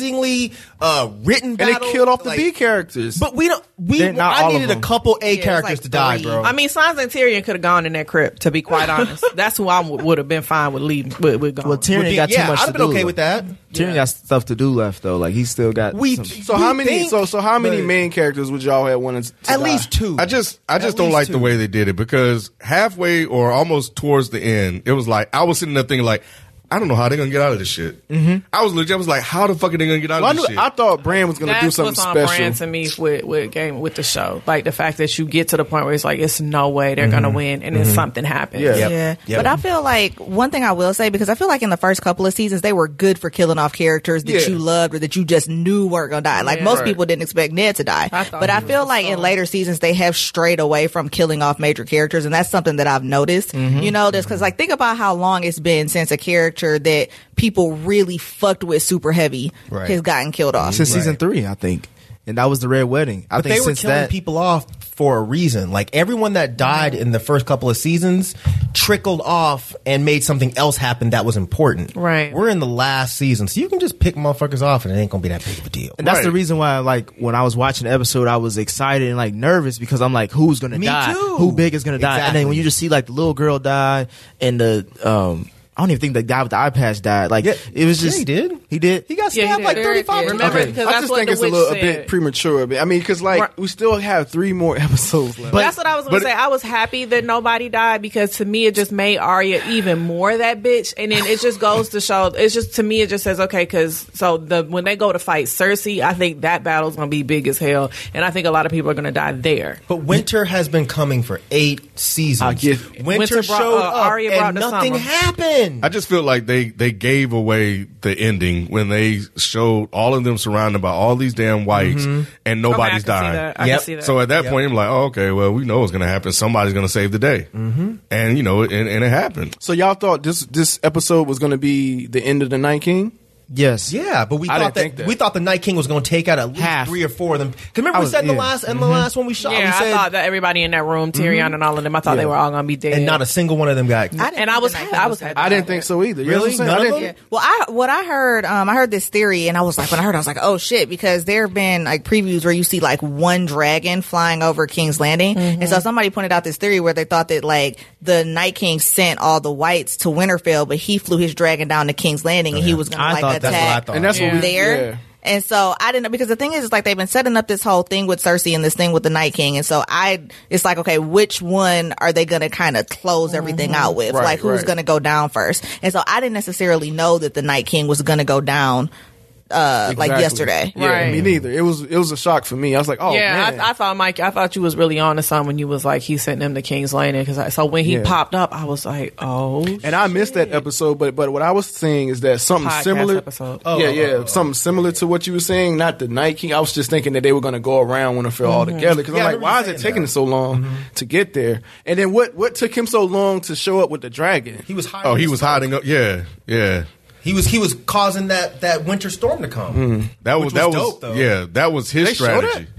Speaker 6: amazingly uh, written
Speaker 7: And
Speaker 6: battle.
Speaker 7: they killed off the
Speaker 6: like-
Speaker 7: B characters.
Speaker 6: But we don't. We
Speaker 4: They're not
Speaker 6: I
Speaker 4: all of
Speaker 6: needed a
Speaker 4: them.
Speaker 6: couple A
Speaker 8: Yeah, it's
Speaker 6: characters
Speaker 8: like
Speaker 6: to die,
Speaker 8: three.
Speaker 6: bro.
Speaker 8: I mean, Sansa and Tyrion could have gone in that crypt. To be quite (laughs) honest, that's who I w- would have been fine with leaving. With, with going.
Speaker 4: Well, Tyrion
Speaker 6: Would be-
Speaker 4: got too
Speaker 6: yeah,
Speaker 4: much to
Speaker 6: I'd have been
Speaker 4: do.
Speaker 6: okay with that.
Speaker 4: Tyrion got stuff to do left though. Like he still got.
Speaker 6: We
Speaker 4: some-
Speaker 7: so
Speaker 6: we
Speaker 7: how many?
Speaker 6: think-
Speaker 7: so so how many
Speaker 6: but
Speaker 7: main characters would y'all have wanted? To
Speaker 6: At
Speaker 7: die?
Speaker 6: least two.
Speaker 2: I just I just
Speaker 6: At
Speaker 2: don't
Speaker 6: least
Speaker 2: like
Speaker 6: two.
Speaker 2: the way they did it because halfway or almost towards the end, it was like I was sitting there thinking like I don't know how they're gonna get out of this shit. Mm-hmm. I was legit. I was like, how the fuck are they gonna get out
Speaker 7: Well, I,
Speaker 2: of this
Speaker 7: knew,
Speaker 2: shit?
Speaker 7: I thought Bran was going to
Speaker 8: that's
Speaker 7: do something
Speaker 8: what's on brand to
Speaker 7: special.
Speaker 8: me with with game with the show. Like the fact that you get to the point where it's like it's no way they're gonna win, and then something happens.
Speaker 7: Yeah.
Speaker 5: Yeah.
Speaker 6: Yep.
Speaker 5: But I feel like one thing I will say, because I feel like in the first couple of seasons, they were good for killing off characters that
Speaker 7: Yeah.
Speaker 5: you loved or that you just knew weren't going to die. Like
Speaker 8: Yeah.
Speaker 5: most
Speaker 8: Right.
Speaker 5: people didn't expect Ned to die.
Speaker 8: I thought
Speaker 5: but
Speaker 8: he
Speaker 5: I feel
Speaker 8: was
Speaker 5: like in
Speaker 8: gone.
Speaker 5: later seasons, they have strayed away from killing off major characters. And that's something that I've noticed. You know, just because like think about how long it's been since a character that people really fucked with super heavy
Speaker 6: Right.
Speaker 5: has gotten killed off.
Speaker 4: since season
Speaker 6: Right.
Speaker 4: three, I think, and that was the Red Wedding. I
Speaker 6: But
Speaker 4: think
Speaker 6: they were
Speaker 4: since
Speaker 6: killing
Speaker 4: that,
Speaker 6: people off for a reason. Like everyone that died in the first couple of seasons trickled off and made something else happen that was important.
Speaker 8: Right.
Speaker 6: We're in the last season, so you can just pick motherfuckers off, and it ain't gonna be that big of a deal.
Speaker 4: and that's the
Speaker 2: Right.
Speaker 4: reason why, like, when I was watching the episode, I was excited and like nervous because I'm like, who's gonna
Speaker 6: Me
Speaker 4: die?
Speaker 6: too.
Speaker 4: Who big is gonna die? And then when
Speaker 6: Exactly.
Speaker 4: you just see like the little girl die and the um. I don't even think the guy with the eye patch died. Like
Speaker 6: Yeah.
Speaker 4: it was
Speaker 6: Yeah,
Speaker 4: just
Speaker 6: he did.
Speaker 4: He did.
Speaker 6: He got
Speaker 8: Yeah, he
Speaker 6: stabbed
Speaker 8: did.
Speaker 6: like
Speaker 8: Very
Speaker 6: thirty five
Speaker 8: good.
Speaker 6: times.
Speaker 8: Remember, because
Speaker 7: I
Speaker 8: that's
Speaker 7: just
Speaker 8: what
Speaker 7: think
Speaker 8: the
Speaker 7: it's a
Speaker 8: witch
Speaker 7: little a
Speaker 8: said.
Speaker 7: bit premature. But, I mean, because like
Speaker 8: Right.
Speaker 7: we still have three more (laughs) episodes left.
Speaker 8: That's what I was gonna
Speaker 2: but-
Speaker 8: say. I was happy that nobody died because to me it just made Arya even more that bitch. And then it just goes to show. It's just to me it just says okay because so the when they go to fight Cersei, I think that battle's gonna be big as hell, and I think a lot of people are gonna die there.
Speaker 6: But winter has been coming for eight seasons.
Speaker 4: I get-
Speaker 6: winter,
Speaker 8: Winter brought-
Speaker 6: showed
Speaker 8: uh,
Speaker 6: up
Speaker 8: Arya brought
Speaker 6: and
Speaker 8: the
Speaker 6: nothing
Speaker 8: summer.
Speaker 6: happened.
Speaker 2: I just feel like they they gave away the ending when they showed all of them surrounded by all these damn whites and
Speaker 8: Mm-hmm. Okay, I
Speaker 2: nobody's
Speaker 8: can see
Speaker 2: dying.
Speaker 8: that. I
Speaker 6: Yep.
Speaker 8: can see that.
Speaker 2: So at that point, I'm like, oh, okay, well, we know what's going to happen. Somebody's going to save the day, mm-hmm. and you know, and, and it happened.
Speaker 7: So y'all thought this this episode was going to be the end of the Night King?
Speaker 4: Yes.
Speaker 6: Yeah, but we
Speaker 7: I
Speaker 6: thought
Speaker 7: didn't
Speaker 6: that,
Speaker 7: think that.
Speaker 6: we thought the Night King was going to take out at least
Speaker 4: Half.
Speaker 6: three or four of them. 'Cause remember we
Speaker 4: was-
Speaker 6: said in the
Speaker 4: yeah.
Speaker 6: last and the last one we shot.
Speaker 8: yeah,
Speaker 6: we said,
Speaker 8: I thought that everybody in that room, Tyrion
Speaker 7: Mm-hmm.
Speaker 8: and all of them, I thought they were all gonna be dead.
Speaker 6: and not a single one of them got.
Speaker 5: I didn't
Speaker 8: And I
Speaker 5: think
Speaker 8: was-
Speaker 5: the Night
Speaker 8: I
Speaker 5: King
Speaker 8: was happy.
Speaker 7: I didn't think so either. You know
Speaker 6: Really?
Speaker 7: what I'm saying?
Speaker 6: None
Speaker 7: I
Speaker 6: of
Speaker 7: didn't-
Speaker 6: them?
Speaker 5: Well, I what I heard, um, I heard this theory, and I was like, when I heard, it, I was like, oh shit, because there have been like previews where you see like one dragon flying over King's Landing, and so somebody pointed out this theory where they thought that like the Night King sent all the whites to Winterfell, but he flew his dragon down to King's Landing, and he was
Speaker 4: I
Speaker 5: gonna
Speaker 4: thought
Speaker 5: like
Speaker 4: that's
Speaker 5: attack
Speaker 6: what I thought.
Speaker 7: And that's what we
Speaker 5: there.
Speaker 7: yeah.
Speaker 5: And so I didn't know because the thing is, it's like they've been setting up this whole thing with Cersei and this thing with the Night King, and so I, it's like, okay, which one are they going to kind of close everything
Speaker 8: Mm-hmm.
Speaker 5: out with?
Speaker 7: Right,
Speaker 5: like, who's
Speaker 7: right.
Speaker 5: going to go down first? And so I didn't necessarily know that the Night King was going to go down, uh, like
Speaker 7: Exactly.
Speaker 5: yesterday.
Speaker 7: Yeah,
Speaker 8: Right.
Speaker 7: me neither. It was it was a shock for me. I was like, oh
Speaker 8: yeah,
Speaker 7: man.
Speaker 8: I, I thought Mike. I thought you was really on to something when you was like he sent them to King's Landing. Because I, so when he
Speaker 7: Yeah.
Speaker 8: popped up, I was like, oh,
Speaker 7: and I missed that episode, but but what I was saying is that something
Speaker 8: Podcast
Speaker 7: similar.
Speaker 8: episode.
Speaker 6: Oh,
Speaker 7: yeah, yeah, something similar to what you were saying. Not the Night King. I was just thinking that they were going to go around Winterfell all together because
Speaker 6: Mm-hmm. Yeah, I
Speaker 7: I'm like,
Speaker 6: remember
Speaker 7: why
Speaker 6: you
Speaker 7: is it
Speaker 6: saying
Speaker 7: taking
Speaker 6: that. Mm-hmm.
Speaker 7: so long to get there? And then what what took him so long to show up with the dragon?
Speaker 6: He was hiding.
Speaker 2: Oh, he
Speaker 6: his
Speaker 2: was
Speaker 6: stuff.
Speaker 2: hiding up. Yeah, yeah.
Speaker 6: He was he was causing that that winter storm to come.
Speaker 2: That was,
Speaker 6: Which was
Speaker 2: that was
Speaker 6: dope, though.
Speaker 2: yeah, that was his
Speaker 7: They showed it?
Speaker 2: strategy.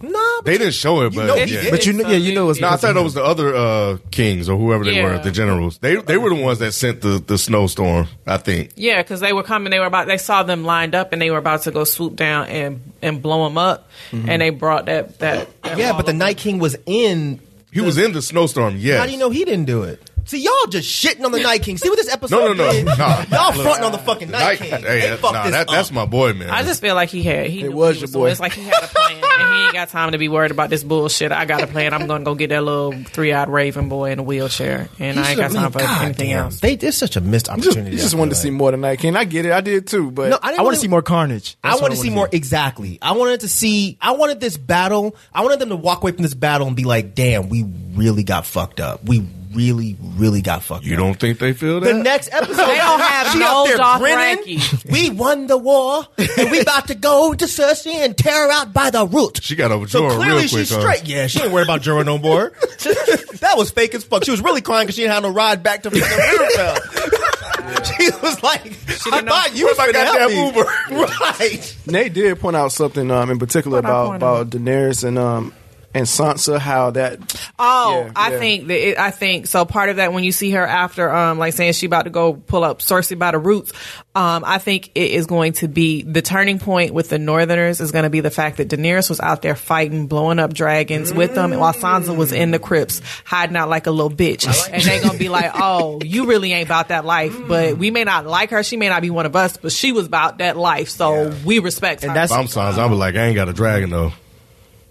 Speaker 6: Nah,
Speaker 2: They didn't show it, but
Speaker 6: know he
Speaker 2: yeah.
Speaker 6: did.
Speaker 4: But you know, yeah, you know it's
Speaker 2: No, I
Speaker 4: because
Speaker 2: thought
Speaker 4: of
Speaker 2: it
Speaker 4: him.
Speaker 2: was the other uh, kings or whoever they were,
Speaker 8: Yeah.
Speaker 2: the generals. They they were the ones that sent the, the snowstorm. I think.
Speaker 8: yeah, because they were coming. They were about. They saw them lined up, and they were about to go swoop down and and blow them up.
Speaker 4: Mm-hmm.
Speaker 8: And they brought that that. that
Speaker 6: yeah,
Speaker 8: wall
Speaker 6: but the
Speaker 8: up.
Speaker 6: Night King was in.
Speaker 2: He was in the snowstorm. Yes.
Speaker 6: How do you know he didn't do it? See, y'all just shitting on the Night King. See what this episode
Speaker 2: No, no, no.
Speaker 6: did?
Speaker 2: (laughs) Nah.
Speaker 6: (laughs) y'all fronting on the fucking Night, King.
Speaker 2: Hey,
Speaker 6: they
Speaker 2: that-
Speaker 6: fucked
Speaker 2: nah,
Speaker 6: this
Speaker 2: that-
Speaker 6: up.
Speaker 2: that's my boy, man.
Speaker 8: I just feel like he had. He knew
Speaker 7: was
Speaker 8: he
Speaker 7: your boy.
Speaker 8: doing- It's like he had a plan, and he ain't got time to be worried about this bullshit. I got a plan. I'm gonna go get that little three eyed Raven boy in a wheelchair, and I ain't got time for anything else.
Speaker 6: They did such a missed
Speaker 7: You just,
Speaker 6: opportunity.
Speaker 7: you just
Speaker 6: I
Speaker 7: wanted to
Speaker 6: feel
Speaker 7: see
Speaker 6: like.
Speaker 7: more than Night King. I get it. I did too, but
Speaker 6: No, I didn't
Speaker 4: I want
Speaker 6: wanna-
Speaker 4: to see more carnage.
Speaker 6: I
Speaker 4: That's what
Speaker 6: wanted to see more exactly. I wanted to see. I wanted this battle. I wanted them to walk away from this battle and be like, "Damn, we really got fucked up. We really, really got fucked
Speaker 2: You
Speaker 6: up.
Speaker 2: don't think they feel that?
Speaker 6: The next episode,
Speaker 8: They don't have
Speaker 6: she
Speaker 8: no
Speaker 6: up there
Speaker 8: Dothraki.
Speaker 6: grinning. We won the war, and we about to go to Cersei and tear her out by the root.
Speaker 2: She got over
Speaker 6: So
Speaker 2: Jorah
Speaker 6: clearly
Speaker 2: real quick,
Speaker 6: she's
Speaker 2: huh?
Speaker 6: straight. Yeah, she ain't worried about Jorah
Speaker 2: (laughs)
Speaker 6: no more. that was fake as fuck. She was really crying because she didn't have no ride back to fucking
Speaker 2: (laughs)
Speaker 6: Winterfell. she was like, I
Speaker 8: didn't know-
Speaker 6: thought you was
Speaker 2: Where's my
Speaker 6: going to help me.
Speaker 2: goddamn
Speaker 6: (laughs) right.
Speaker 7: Nate did point out something um, in particular
Speaker 8: What'd I
Speaker 7: about
Speaker 8: point
Speaker 7: about Daenerys and um and Sansa, how that
Speaker 8: Oh,
Speaker 7: Yeah,
Speaker 8: I
Speaker 7: yeah.
Speaker 8: think that it, I think so. Part of that when you see her after, um, like saying she about to go pull up Cersei by the roots, um, I think it is going to be the turning point with the Northerners is going to be the fact that Daenerys was out there fighting, blowing up dragons with them, and while Sansa was in the crypts hiding out like a little bitch, and they gonna
Speaker 4: (laughs)
Speaker 8: be like, "Oh, you really ain't about that life." But we may not like her; she may not be one of us, but she was about that life, so we respect her.
Speaker 4: And that's
Speaker 2: If I'm Sansa, I'm like, I ain't got a dragon though.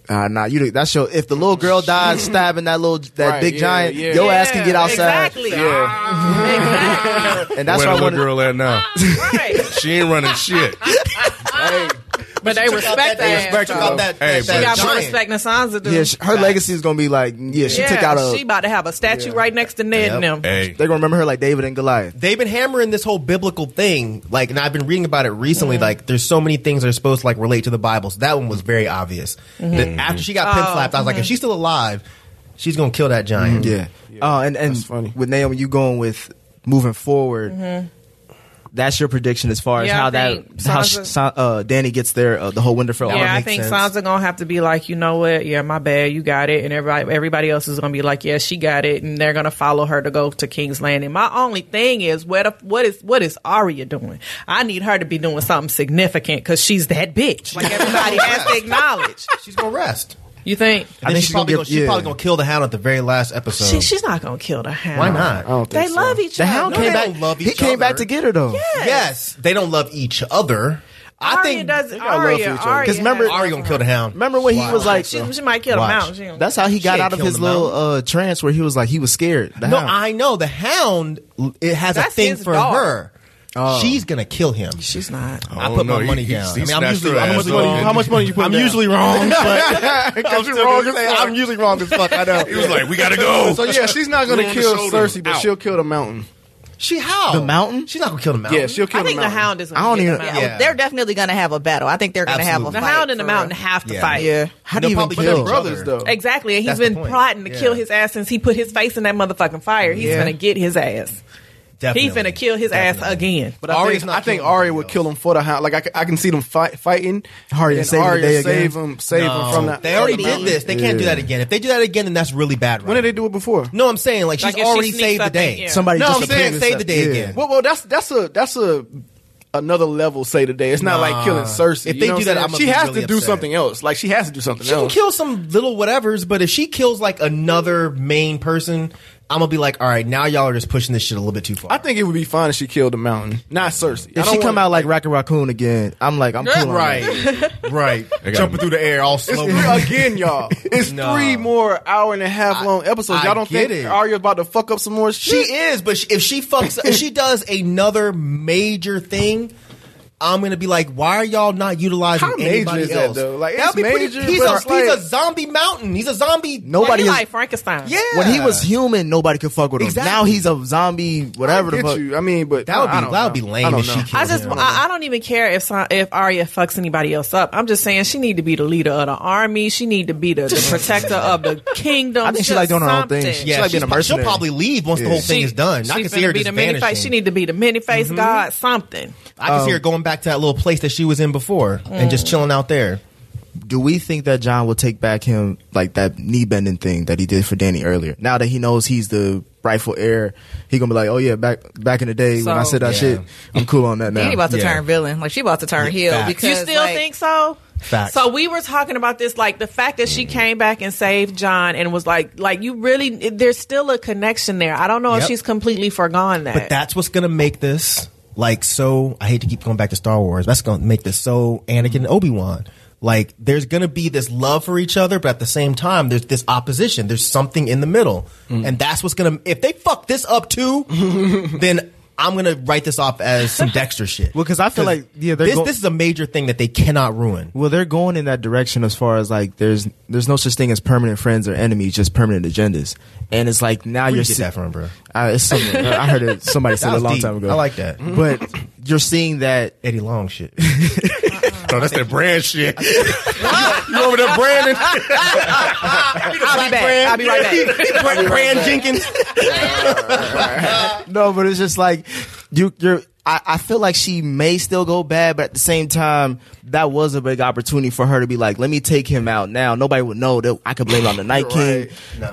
Speaker 4: uh, nah. You that's your if the little girl
Speaker 6: (laughs)
Speaker 4: dies stabbing that little that
Speaker 7: Right,
Speaker 4: big
Speaker 7: yeah,
Speaker 4: giant,
Speaker 7: yeah.
Speaker 4: your ass can get outside.
Speaker 8: Exactly.
Speaker 4: And that's
Speaker 2: Where
Speaker 4: why
Speaker 2: the little
Speaker 4: I wanted.
Speaker 2: girl at now?
Speaker 8: (laughs)
Speaker 4: (laughs)
Speaker 8: Right.
Speaker 2: she ain't running
Speaker 6: (laughs)
Speaker 2: shit.
Speaker 8: But they respect
Speaker 6: They
Speaker 8: that.
Speaker 6: respect
Speaker 8: so-
Speaker 6: you about that.
Speaker 2: Hey,
Speaker 6: that,
Speaker 2: but-
Speaker 8: You
Speaker 6: that
Speaker 8: got more
Speaker 6: giant.
Speaker 8: respect than Sansa do.
Speaker 4: Yeah, sh her legacy is gonna be like, yeah, she took out a.
Speaker 8: She about to have a statue right next to Ned and them.
Speaker 2: Hey,
Speaker 4: they're gonna remember her like David and Goliath.
Speaker 6: they've been hammering this whole biblical thing like and i've been reading about it
Speaker 2: Mm-hmm.
Speaker 6: recently like there's so many things that are supposed to like relate to the bible so that one was very obvious
Speaker 2: Mm-hmm.
Speaker 6: That after she got
Speaker 8: Oh,
Speaker 6: pin slapped i
Speaker 8: mm-hmm.
Speaker 6: was like if she's still alive she's gonna kill that giant
Speaker 2: Mm-hmm.
Speaker 4: Yeah. Oh, and and
Speaker 7: that's funny.
Speaker 4: with Naomi, you going with moving forward. That's your prediction as far as
Speaker 8: Mm-hmm. Yeah, I
Speaker 4: how that
Speaker 8: think
Speaker 4: how
Speaker 8: Sansa-
Speaker 4: Sa- uh, Danny gets there, uh, the whole Winterfell. arc
Speaker 8: Yeah, I
Speaker 4: makes
Speaker 8: think
Speaker 4: sense.
Speaker 8: Sansa gonna have to be like, you know what? Yeah, my bad, you got it, and everybody everybody else is gonna be like, yeah, she got it, and they're gonna follow her to go to King's Landing. My only thing is, what if, what is what is Arya doing? I need her to be doing something significant because she's that bitch.
Speaker 4: (laughs)
Speaker 8: Like everybody has to acknowledge.
Speaker 6: she's gonna rest
Speaker 8: You think
Speaker 6: and then
Speaker 4: think
Speaker 6: she's,
Speaker 4: she's gonna
Speaker 6: probably
Speaker 4: get-
Speaker 6: gonna, she's
Speaker 4: yeah.
Speaker 6: probably gonna kill the hound at the very last episode
Speaker 8: she, she's not gonna kill the hound? Oh.
Speaker 6: why not
Speaker 7: I don't think
Speaker 8: They
Speaker 7: so.
Speaker 8: love each
Speaker 4: The
Speaker 8: other.
Speaker 4: Hound
Speaker 8: No,
Speaker 4: came
Speaker 8: they
Speaker 4: back.
Speaker 6: don't love
Speaker 4: he
Speaker 6: each
Speaker 4: came back
Speaker 6: other.
Speaker 4: to get her though.
Speaker 6: yes they don't love each other i
Speaker 8: Arya
Speaker 6: think
Speaker 8: doesn't.
Speaker 7: got love
Speaker 8: Arya,
Speaker 7: for each other.
Speaker 8: Arya,
Speaker 4: 'Cause remember-
Speaker 8: has-
Speaker 6: Arya gonna kill the hound
Speaker 4: Remember when he was like,
Speaker 8: she, she might kill
Speaker 6: Watch.
Speaker 8: the mountain. uh, She don't-
Speaker 4: that's how he got
Speaker 6: She
Speaker 4: out of
Speaker 6: ain't
Speaker 4: his
Speaker 6: killed him
Speaker 4: little uh, trance where he was like he was scared. The
Speaker 6: no
Speaker 4: Hound.
Speaker 6: i know the hound it has a
Speaker 8: That's
Speaker 6: thing
Speaker 8: his
Speaker 6: for
Speaker 8: dog.
Speaker 6: her
Speaker 7: Oh.
Speaker 6: she's gonna kill him
Speaker 8: she's not.
Speaker 6: I put my money down. I mean, I'm usually- I'm usually-
Speaker 7: How much money you
Speaker 6: (laughs)
Speaker 7: put?
Speaker 6: I'm
Speaker 7: down? (laughs)
Speaker 6: usually wrong.
Speaker 7: I'm
Speaker 6: still gonna say, I'm usually wrong as fuck. I know.
Speaker 2: He was like, "We gotta
Speaker 6: (laughs)
Speaker 2: go."
Speaker 7: So yeah, she's not
Speaker 2: Threw
Speaker 7: gonna
Speaker 2: him the
Speaker 7: kill
Speaker 2: shoulder.
Speaker 7: Cersei, but
Speaker 2: Out.
Speaker 7: she'll kill the Mountain.
Speaker 6: She how?
Speaker 4: The mountain?
Speaker 6: She's not gonna kill the mountain.
Speaker 7: Yeah, she'll kill
Speaker 8: I think
Speaker 7: the
Speaker 8: the
Speaker 7: Mountain.
Speaker 8: hound is. Gonna
Speaker 4: I don't
Speaker 8: get
Speaker 4: even-
Speaker 8: the mountain.
Speaker 5: Yeah,
Speaker 6: Yeah.
Speaker 5: Oh, They're definitely going to have a battle. I think they're going to have a
Speaker 6: Absolutely.
Speaker 8: The
Speaker 5: fight.
Speaker 8: hound and the
Speaker 5: for
Speaker 8: mountain
Speaker 5: real.
Speaker 8: have to
Speaker 6: Yeah.
Speaker 8: fight.
Speaker 5: Yeah.
Speaker 4: how do
Speaker 6: They'll
Speaker 4: you even
Speaker 6: probably
Speaker 7: But they're
Speaker 4: kill?
Speaker 6: each other.
Speaker 7: brothers though.
Speaker 8: Exactly, and he's
Speaker 6: That's the
Speaker 8: been
Speaker 6: point.
Speaker 8: plotting to
Speaker 6: Yeah.
Speaker 8: kill his ass since he put his face in that motherfucking fire. He's
Speaker 6: Yeah.
Speaker 8: gonna get his ass.
Speaker 6: Definitely.
Speaker 8: He's gonna kill his ass
Speaker 6: Definitely.
Speaker 8: again.
Speaker 6: But
Speaker 7: I
Speaker 6: Arya's
Speaker 7: think,
Speaker 6: not
Speaker 7: I think
Speaker 6: killing
Speaker 7: Arya
Speaker 6: anybody
Speaker 7: would
Speaker 6: else.
Speaker 7: kill him for the hound. Like I, c- I can see them fight, fighting.
Speaker 4: Arya
Speaker 7: and
Speaker 4: saving the
Speaker 7: Arya
Speaker 4: day again?
Speaker 7: save him, save him from that.
Speaker 6: They already
Speaker 7: from the
Speaker 6: did
Speaker 7: mountain.
Speaker 6: this. They can't do that again. If they do that again, then that's really bad. Right?
Speaker 7: When did they do it before?
Speaker 6: No, I'm saying like she's
Speaker 8: Like, if she
Speaker 6: already
Speaker 8: sneaks
Speaker 6: saved the
Speaker 8: up in-
Speaker 6: day.
Speaker 8: yeah.
Speaker 4: Somebody
Speaker 6: No,
Speaker 4: just
Speaker 6: I'm saying
Speaker 4: appeared
Speaker 6: save
Speaker 4: and
Speaker 6: the
Speaker 4: said-
Speaker 6: day
Speaker 4: yeah.
Speaker 6: again.
Speaker 7: Well, well, that's that's a that's a another level. Say today, it's not like killing Cersei.
Speaker 6: If
Speaker 7: you
Speaker 6: they
Speaker 7: know what
Speaker 6: do that,
Speaker 7: saying?
Speaker 6: I'm gonna
Speaker 7: she
Speaker 6: be
Speaker 7: has
Speaker 6: really
Speaker 7: to do
Speaker 6: upset.
Speaker 7: something else. Like she has to do something
Speaker 6: She can
Speaker 7: else.
Speaker 6: kill some little whatevers, but if she kills like another main person, I'm gonna be like, all right, now y'all are just pushing this shit a little bit too far.
Speaker 7: I think it would be fine if she killed the Mountain, not Cersei. I
Speaker 4: If she
Speaker 7: don't
Speaker 4: come
Speaker 7: wanna-
Speaker 4: out like Rocket Raccoon again, I'm like, I'm cool. on that.
Speaker 6: right, right,
Speaker 2: got
Speaker 6: jumping through the air all slow.
Speaker 7: It's three again, y'all.
Speaker 8: (laughs)
Speaker 7: It's
Speaker 6: Nah.
Speaker 7: three more hour and a half long episodes.
Speaker 6: I
Speaker 7: y'all don't
Speaker 6: get
Speaker 7: think
Speaker 6: it.
Speaker 7: Arya about to fuck up some more
Speaker 6: She
Speaker 7: shit?
Speaker 6: is, but she, if she fucks, if she does another major thing, I'm gonna be like, why are y'all not utilizing
Speaker 7: How major
Speaker 6: anybody
Speaker 7: is that,
Speaker 6: else?
Speaker 7: though? Like,
Speaker 6: That'd
Speaker 7: it's
Speaker 6: be pretty-
Speaker 7: major,
Speaker 6: he's,
Speaker 7: but
Speaker 6: a,
Speaker 7: it's
Speaker 6: he's
Speaker 7: like-
Speaker 6: a zombie mountain. He's a zombie.
Speaker 8: Like,
Speaker 4: Nobody
Speaker 8: he
Speaker 4: is.
Speaker 8: like Frankenstein.
Speaker 6: yeah.
Speaker 4: when he was human, nobody could fuck with him.
Speaker 6: Exactly.
Speaker 4: Now he's a zombie, whatever the
Speaker 7: I
Speaker 4: fuck.
Speaker 7: get you. I mean, but
Speaker 6: that would
Speaker 7: I
Speaker 6: be
Speaker 7: don't
Speaker 6: that would
Speaker 7: know.
Speaker 6: be
Speaker 7: I
Speaker 6: lame
Speaker 7: don't
Speaker 6: if she
Speaker 7: know.
Speaker 6: killed
Speaker 8: I just
Speaker 6: him.
Speaker 8: I, I don't even care if Sa- if Arya fucks anybody else up. I'm just saying she need to be the leader of the army. She need to be the, the protector of the kingdom.
Speaker 4: I think she
Speaker 8: Just
Speaker 4: like doing her own thing.
Speaker 8: something.
Speaker 6: yeah,
Speaker 4: like being
Speaker 6: she's
Speaker 4: a
Speaker 6: pro- she'll
Speaker 4: mercenary.
Speaker 6: probably leave once the whole thing is done. I
Speaker 8: she
Speaker 6: can see
Speaker 8: finna
Speaker 6: her
Speaker 8: be
Speaker 6: just
Speaker 8: the many face. She
Speaker 6: vanishing.
Speaker 8: need to be the many face god. Something.
Speaker 6: I can see her going back to that little place that she was in before and just chilling out there.
Speaker 4: Do we think that John will take back him like that knee bending thing that he did for Danny earlier? Now that he knows he's the rightful heir, he gonna be like, oh yeah, back back in the day when I
Speaker 8: So-
Speaker 4: said that
Speaker 6: Yeah.
Speaker 4: shit, I'm cool on that now.
Speaker 5: Danny about to
Speaker 6: Yeah.
Speaker 5: turn villain. Like she about to turn heel
Speaker 6: facts.
Speaker 5: because
Speaker 8: you still
Speaker 5: like,
Speaker 8: think so?
Speaker 6: Facts.
Speaker 8: So we were talking about this, like the fact that she came back and saved John and was like, like you really, there's still a connection there. I don't know if
Speaker 6: Yep.
Speaker 8: she's completely forgone that.
Speaker 6: But that's what's gonna make this like so. I hate to keep going back to Star Wars. That's gonna make this so Anakin and Obi Wan. Like there's gonna be this love for each other, but at the same time, there's this Mm. (laughs) opposition. There's something in the middle, and that's what's gonna. If they fuck this up too, then I'm gonna write this off as (laughs) some Dexter shit.
Speaker 4: Well, 'cause I feel like, yeah, they're
Speaker 6: this
Speaker 4: go-
Speaker 6: this is a major thing that they cannot ruin.
Speaker 4: Well, they're going in that direction as far as like there's there's no such thing as permanent friends or enemies, just permanent agendas. And it's like now
Speaker 6: Where
Speaker 4: you're
Speaker 6: you get
Speaker 4: see-
Speaker 6: that from, bro?
Speaker 4: I, it's something- I heard it. (laughs) Somebody said it
Speaker 6: That
Speaker 4: a
Speaker 6: was
Speaker 4: long
Speaker 6: deep.
Speaker 4: time ago.
Speaker 6: I like that.
Speaker 4: but you're seeing that.
Speaker 6: Eddie Long shit.
Speaker 2: No, that's that brand
Speaker 6: (laughs)
Speaker 2: shit. you remember that (laughs) Brandon?
Speaker 5: I'll be back. I'll be
Speaker 6: (laughs)
Speaker 5: right back.
Speaker 6: Brand, Jenkins.
Speaker 4: No, but it's just like you. You're. I, I feel like she may still go bad, but at the same time, that was a big opportunity for her to be like, "Let me take him out now." Nobody would know that I could blame it on the Night King,